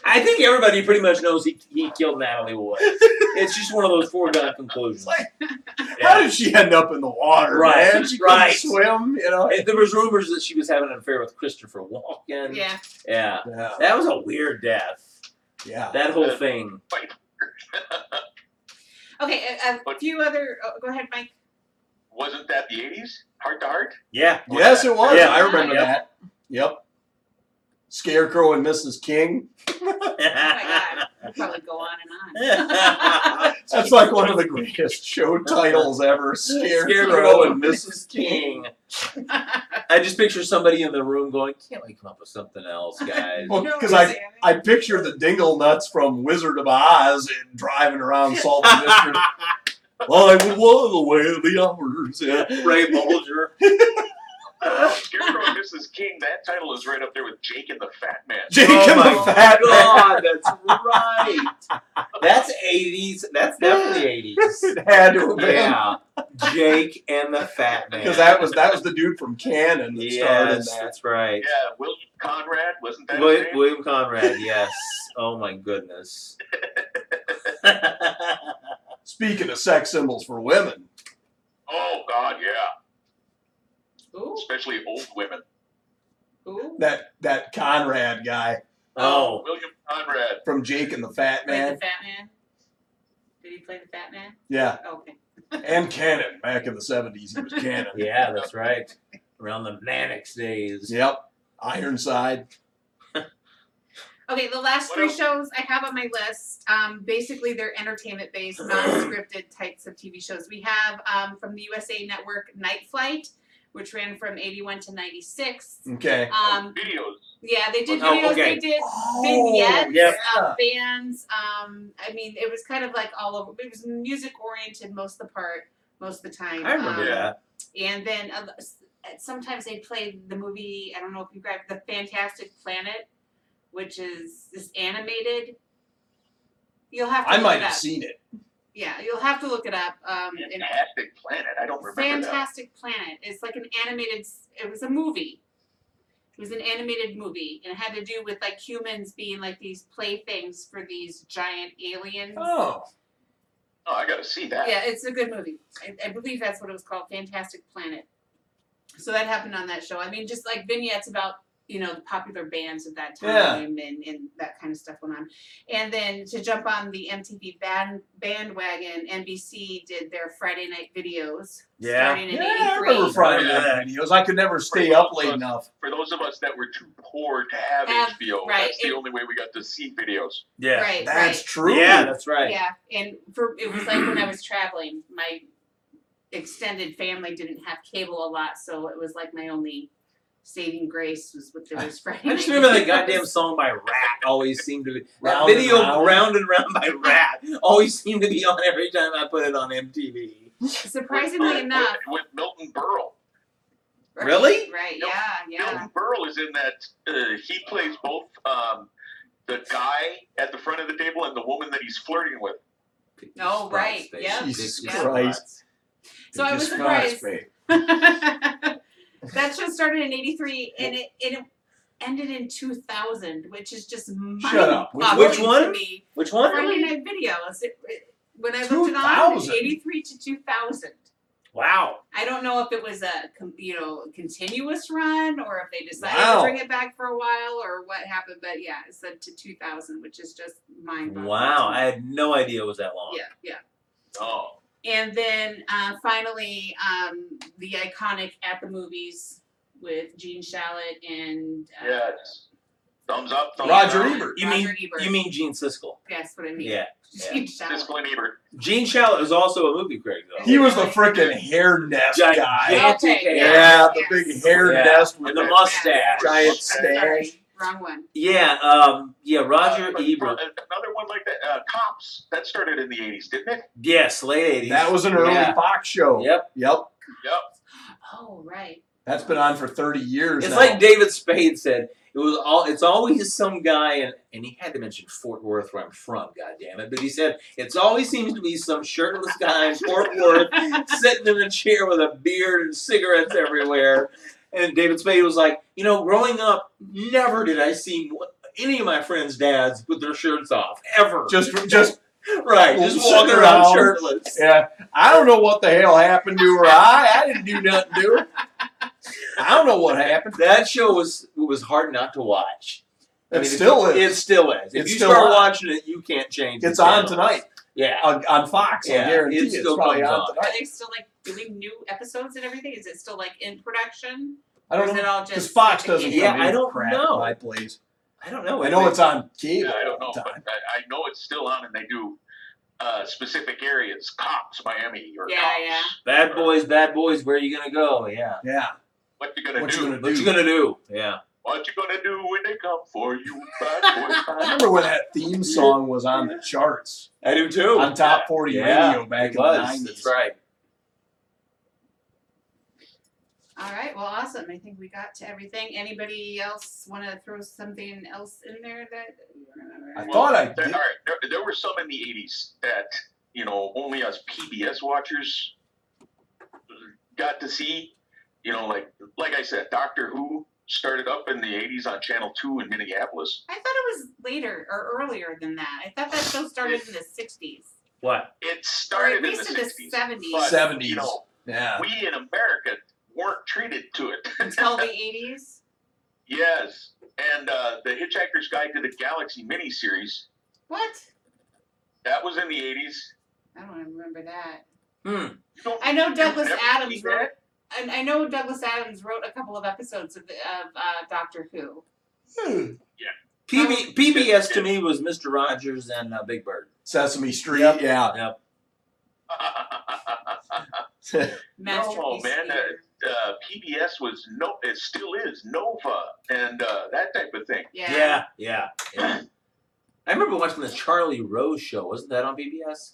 I think everybody pretty much knows he, he killed Natalie Wood. It's just one of those foregone conclusions.
Like, How
Yeah.
did she end up in the water,
Right,
man? She
right.
couldn't swim, you know.
And there was rumors that she was having an affair with Christopher Walken.
Yeah.
Yeah.
Yeah,
That was a weird death.
yeah.
That whole thing.
Okay, a, a few other. Oh, go ahead, Mike.
Wasn't that the 80s? Heart to Heart?
Yeah.
Yes, it was.
Yeah.
I remember
Yep.
that. Yep. Scarecrow and Mrs. King.
Oh my God. I'll probably go on and on.
That's like one of the greatest show titles ever. Scarecrow,
Scarecrow
and Mrs. King.
I just picture somebody in the room going, "Can't we come up with something else, guys?"
Well,
No,
because I,
Sammy.
I picture the dingle nuts from Wizard of Oz and driving around Salt and Mystery. I was away the hours. Yeah.
Ray Bolger.
Uh, Scarecrow and Mrs. King, that title is right up there with Jake and the Fat Man.
Jake
Oh
and
my
the Fat Man
God, that's right. That's eighties. That's definitely eighties.
It had to have been.
Yeah, Jake and the Fat Man.
Because that was that was the dude from Cannon that
yes,
started
that's right.
Yeah, William Conrad, wasn't that his
William,
name?
William Conrad. Yes. Oh my goodness.
that. Speaking of sex symbols for women,
Oh, God, yeah.
Ooh,
Especially old women.
ooh.
that that Conrad guy
oh,
William Conrad.
from Jake and the Fat
Played
Man,
the Fat Man. Did he play the Fat Man?
yeah,
Okay.
and Cannon back in the seventies, he was Cannon.
yeah, that's right. Around the Mannix days.
Yep, Ironside.
Okay, the last
What
three
else?
shows I have on my list, um, basically they're entertainment based, non-scripted types of TV shows. We have um, from the USA Network Night Flight, which ran from 81 to 96.
Okay.
Um,
Videos.
yeah, they did
Oh,
videos,
okay.
they did
Oh,
vignettes,
yep.
uh, bands. Um, I mean, it was kind of like all over. It was music oriented most of the part, most of the time.
I remember
Um,
that.
And then uh, s- sometimes they played the movie, I don't know if you grabbed The Fantastic Planet, which is this animated. You'll have to
I
look
might
it
have
up.
seen it.
Yeah, you'll have to look it up. Um, and
Fantastic Planet. I don't remember that.
Fantastic Planet. It's like an animated, s- it was a movie. It was an animated movie and it had to do with like humans being like these playthings for these giant aliens.
Oh,
Oh, I got to see that.
Yeah, it's a good movie. I, I believe that's what it was called, Fantastic Planet. So that happened on that show. I mean, just like vignettes about you know the popular bands of that
Yeah.
time and, and that kind of stuff went on. And then to jump on the MTV band bandwagon, NBC did their Friday night videos
Yeah.
starting in
yeah, I remember
'83.
Friday
Yeah.
night videos. I could never stay up late
Right.
enough.
For those of us that were too poor to have
Have-
HBO,
right,
that's the
it-
only way we got to see videos.
Yeah.
Right,
That's
right.
true.
Yeah, that's right.
Yeah, and for it was like when I was traveling, my extended family didn't have cable a lot, so it was like my only saving grace was with those Friday.
I just
night
remember that
videos.
goddamn song by Rat always seemed to be that
Round and
video
round.
round and round by Rat always seemed to be on every time I put it on MTV.
With-
Surprisingly
with-
enough,
With Milton Berle.
right,
Really?
Right?
Nope.
Yeah, yeah.
Milton Berle is in that. Uh, he plays both um, the guy at the front of the table and the woman that he's flirting with.
Oh, right.
Space.
Yep.
Jesus
Big
Christ.
So I was
Just Christ,
surprised.
babe.
that show started in '83, and it, and it ended in 2000, which is just
up. Which-
which
mind-boggling
one?
To me.
Which one?
Friday night videos. It, it- when I looked it on, it was
2000.
83 to 2000.
Wow.
I don't know if it was a com- you know continuous run or if they decided
Wow.
to bring it back for a while or what happened, but yeah, it said to 2000, which is just mind boggling.
Wow. I had no idea it was that long.
yeah, yeah.
Oh,
And then uh, finally, um, the iconic at the movies with Gene Shalit and uh,
yes. Thumbs up. Thumbs
Roger
down.
Ebert.
You
Roger
mean
Ebert.
you mean Gene Siskel?
That's what I mean.
Yeah.
Gene Shalit.
Siskel and Ebert.
Gene Shalit is also a movie critic though.
He was the freaking hair nest guy.
Gigantic
Okay,
ass.
Yeah, the
Yes.
big hair
Yeah.
nest with
And the
the
mustache.
giant
Sorry,
stash.
Wrong one.
Yeah, um, yeah, Roger
Uh, but-
Ebert.
uh, Another one like that. Uh, Cops. That started in the 80s, didn't it?
Yes, late 80s.
That was an early
Yeah.
Fox show.
Yep.
Yep.
Oh, right.
That's been on for 30 years.
It's
now.
like David Spade said. It was all. It's always some guy, and, and he had to mention Fort Worth, where I'm from. God damn it! But he said it's always seems to be some shirtless guy in Fort Worth sitting in a chair with a beard and cigarettes everywhere. And David Spade was like, you know, growing up, never did I see mo- any of my friends' dads with their shirts off ever.
just, just,
right, just
Sitting
walking around,
around.
shirtless.
yeah. I don't know what the hell happened to her. I, I didn't do nothing to her. I don't know what happened.
That show was was hard not to watch.
It
if-
still is.
It still is. If
It's
you
still
start
on.
watching it, you can't change. the
It's on
channel.
tonight
Yeah.
on, on Fox.
Yeah,
I guarantee
it
it's,
still
probably
comes
on,
on.
Are
tonight.
they still like doing new episodes and everything? Is it still like in production?
I don't
or is
know.
it all
Because
just
Fox doesn't
Yeah,
come
I
in
don't
crap
know.
at my place.
I don't know.
I know it's on
Yeah,
cable
I don't know,
all the
but
time.
I, I know it's still on, and they do uh, specific areas. Cops, Miami, or
Yeah,
cops.
yeah.
bad boys, bad boys. Where you gonna go? Yeah.
Yeah.
What you gonna
What you
do?
gonna
What you
Dude.
gonna do? Yeah.
What you gonna do when they come for you, bad boy?
I
bad boy?
remember when that theme song was on the charts
I do too.
on top 40
Yeah,
radio back
it
in
was.
the 90s.
That's right.
All right. Well, awesome. I think we got to everything. Anybody else want to throw something else in there that you remember?
I thought I
there,
did.
all right, there, there were some in the '80s that you know only us PBS watchers got to see. You know, like like I said, Doctor Who started up in the '80s on Channel Two in Minneapolis.
I thought it was later or earlier than that. I thought that show started in the 60s.
What?
It
Or at
started in the
least in
'60s.
the 70s
but,
70s.
You know,
Yeah.
we in America weren't treated to it.
until the 80s.
yes, and uh, the Hitchhiker's Guide to the Galaxy miniseries
What?
that was in the '80s.
I don't remember that.
Hmm.
You don't-
I know Douglas
never
Adams
seen
wrote.
that?
And I know Douglas Adams wrote a couple of episodes of, of uh, Doctor Who.
PB, PBS to me was Mr. Rogers and uh, Big Bird.
Sesame Street.
Yep.
Yeah.
Yep.
Masterpiece
man, that-
Theater.
uh, PBS was no, it still is Nova and uh, that type of thing.
Yeah.
Yeah. Yeah. yeah. I remember watching the Charlie Rose show. Wasn't that on PBS?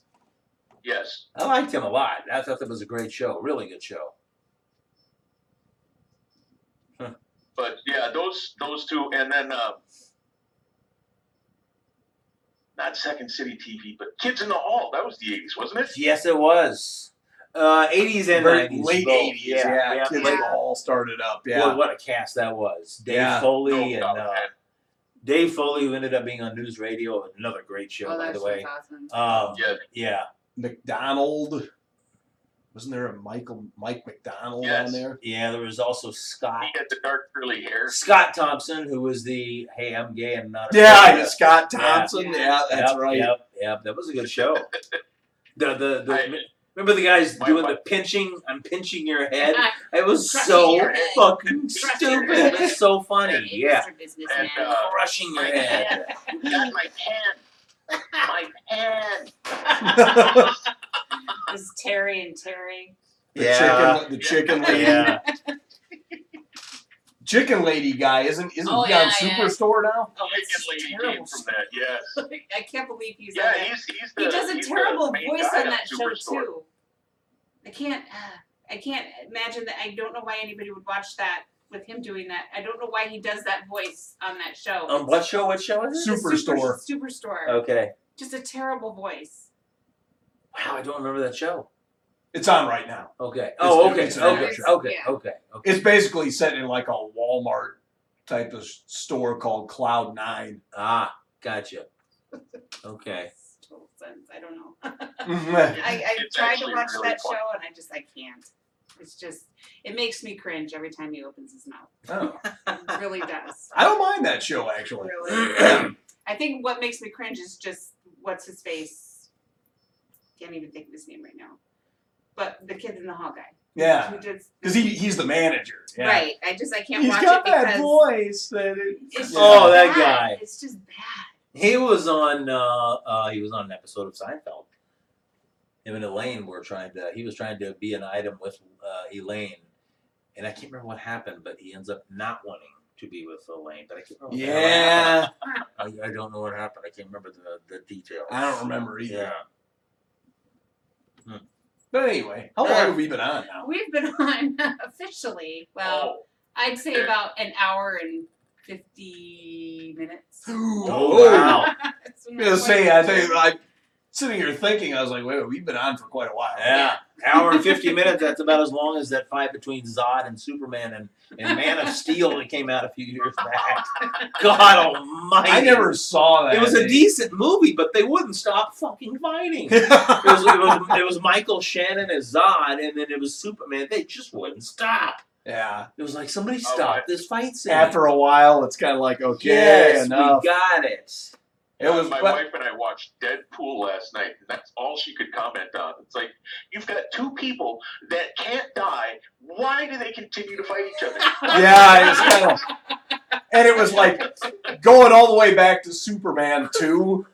Yes,
I liked him a lot. I thought that was a great show. Really good show.
but yeah, those those two, and then uh, not Second City TV, but Kids in the Hall. That was the '80s, wasn't it?
Yes, it was. Uh, 80s and
Very
90s.
late
both.
80s. Yeah.
yeah.
Kids
Yeah.
in the Hall started up. Yeah.
Boy, what a cast that was. Dave
Yeah.
Foley
No,
and uh, Dave Foley, who ended up being on News Radio, another great show,
Oh,
by
that
the
show's
way.
awesome.
Um,
Yeah.
yeah,
McDonald. Wasn't there a Michael Mike McDonald
Yes.
on there?
yeah. There was also Scott
he had the dark curly hair.
Scott Thompson, who was the Hey, I'm Gay and Not Afraid.
Yeah, Scott Thompson.
Yeah.
Yeah, that's
Yep,
right.
Yep, yep. That was a good show. the the, the
I-
remember the guys
My
doing
wife-
the pinching? I'm pinching your head.
Ah,
It was
Crushing
so
your head.
fucking
Crushing your
stupid.
head.
It's so funny.
Mr.
Yeah,
Businessman.
And, uh,
crushing your head.
Got my pen, my pen.
uh,
This is Terry and Terry.
The
Yeah.
chicken the chicken lady.
Yeah.
Chicken lady guy isn't isn't
Oh,
he
yeah,
on
yeah.
Superstore now?
Oh,
Chicken
it's
lady came
terrible.
from that. Yes.
I can't believe he's on
Yeah,
that.
he's he's the
He does a
he's the
terrible
main
voice
guy
on that show
Superstore.
too. I can't. Uh, I can't imagine that. I don't know why anybody would watch that with him doing that. I don't know why he does that voice on that show.
On Um, what Oh. show? What show is it?
It's a super-
Superstore.
Superstore.
Okay.
Just a terrible voice.
Wow, I don't remember that show.
It's on right now.
Okay. Oh, okay.
it's an
okay.
older
Okay.
show.
Okay.
Yeah.
Okay. Okay.
It's basically set in like a Walmart type of store called Cloud Nine.
Ah, gotcha. Okay.
It's total sense. I don't know.
Mm-hmm.
Mhm.
I, I
It's
tried to
actually
watch
really
that
funny.
show and I just I can't. It's just it makes me cringe every time he opens his mouth.
Oh.
It really does.
I don't mind that show actually.
Really. I think what makes me cringe is just what's his face. Can't even think of his name right now. But the kid in the hall guy.
Yeah,
who did
because he, he's the manager. Yeah.
right. I just I can't
He's
watch
got
it because
that voice that
it's
it's,
just
Oh, that
bad.
guy.
It's just bad.
He was on. Uh, uh, he was on an episode of Seinfeld. Him and Elaine were trying to. He was trying to be an item with uh, Elaine, and I can't remember what happened, but he ends up not wanting to be with Elaine. But I can't remember. what the hell happened.
yeah.
I, I don't know what happened. I can't remember the the details.
I don't remember either.
Yeah.
But anyway, how long
Uh,
have we been on now?
We've been on officially. Well,
Oh,
I'd say about an hour and fifty minutes.
Oh, wow.
It's been
I'm gonna
quite
say,
a
I think
while.
like sitting here thinking, I was like, wait, we've been on for quite a while.
Yeah. Hour and 50 minutes. That's about as long as that fight between Zod and Superman and, and Man of Steel that came out a few years back. God almighty.
I never saw that.
It was a
They-
decent movie, but they wouldn't stop fucking fighting. It was, it, was, it was Michael Shannon as Zod, and then it was Superman. They just wouldn't stop.
yeah.
It was like, somebody stop
right.
this fight scene.
After a while, it's kind of like Oh, okay,
yes,
enough.
we got it.
it was,
my
but-
wife and I watched Deadpool last night, and that's all she could comment on. It's like you've got two people that can't die. Why do they continue to fight each other?
yeah, it was kind of, and it was like going all the way back to Superman two,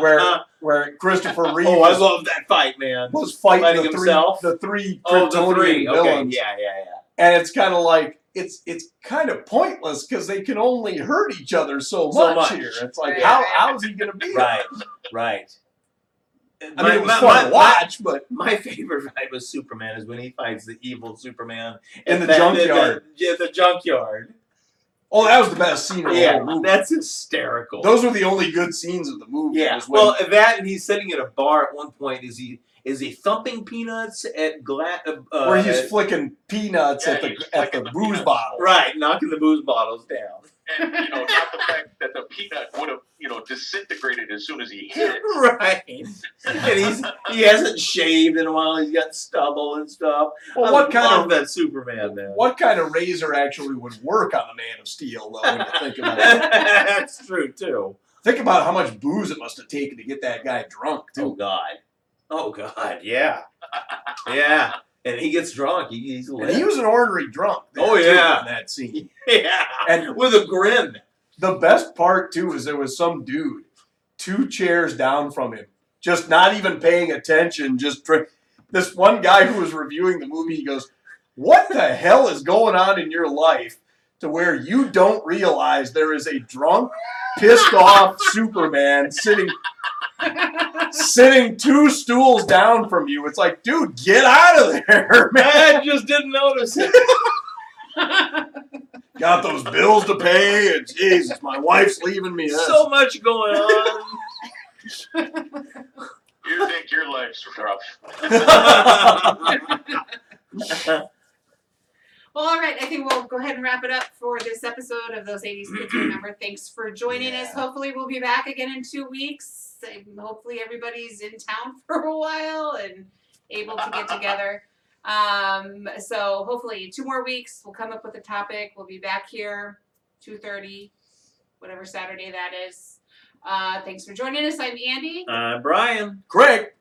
where where Christopher Reeve
oh, I
was,
love that fight, man.
was fighting the
Fighting himself?
three the three
Oh, the
Kryptonian
three.
villains.
Okay, yeah, yeah, yeah.
and it's kind of like it's it's kind of pointless because they can only hurt each other so,
So
much,
much.
here. It's like
Right.
how how's he gonna be?
Right, right.
I mean, it was fun to watch, but
my favorite fight with Superman is when he fights the evil Superman
In
And
the
that- that-
junkyard.
that- Yeah, the junkyard.
oh, that was the best scene of the
Yeah,
whole movie.
that's hysterical.
Oh, Those were the only good scenes of the movie.
yeah.
was when-
Well, that and he's sitting at a bar at one point. Is he is he thumping peanuts at glass? Uh,
where he's
at-
flicking peanuts
Yeah,
at the
he's
at the
flicking the
booze
peanuts.
bottle.
right knocking the booze bottles down.
and you know, not the fact that the peanut would have you know disintegrated as soon as he hit it.
right. And he's he hasn't shaved in a while. He's got stubble and stuff.
Well,
I
what kind
love
of
that Superman man?
what kind of razor actually would work on the Man of Steel though? When you think about it,
that's true too.
think about how much booze it must have taken to get that guy drunk
Oh
too.
God. Oh God. Yeah. Yeah. And he gets drunk. He, he's
And he
lit.
was an ornery drunk. there,
Oh,
too,
yeah.
in that scene.
yeah.
And-
with a grin.
The best part too is there was some dude two chairs down from him, just not even paying attention, just drink. This one guy who was reviewing the movie, he goes, "What the hell is going on in your life to where you don't realize there is a drunk, pissed off Superman sitting sitting two stools down from you? It's like, dude, get out of there, man!
I just didn't notice it.
Got those bills to pay, and Jesus, my wife's leaving me." That's
So much going on.
You think your life's rough?
Uh,
Well, all right. I think we'll go ahead and wrap it up for this episode of those 80s kids. Remember, thanks for joining us. Hopefully, we'll be back again in two weeks. And hopefully, everybody's in town for a while and able to get together. Um, so hopefully, in two more weeks, we'll come up with a topic. We'll be back here, two thirty, whatever Saturday that is. Uh, thanks for joining us. I'm Andy.
I'm Brian.
Craig.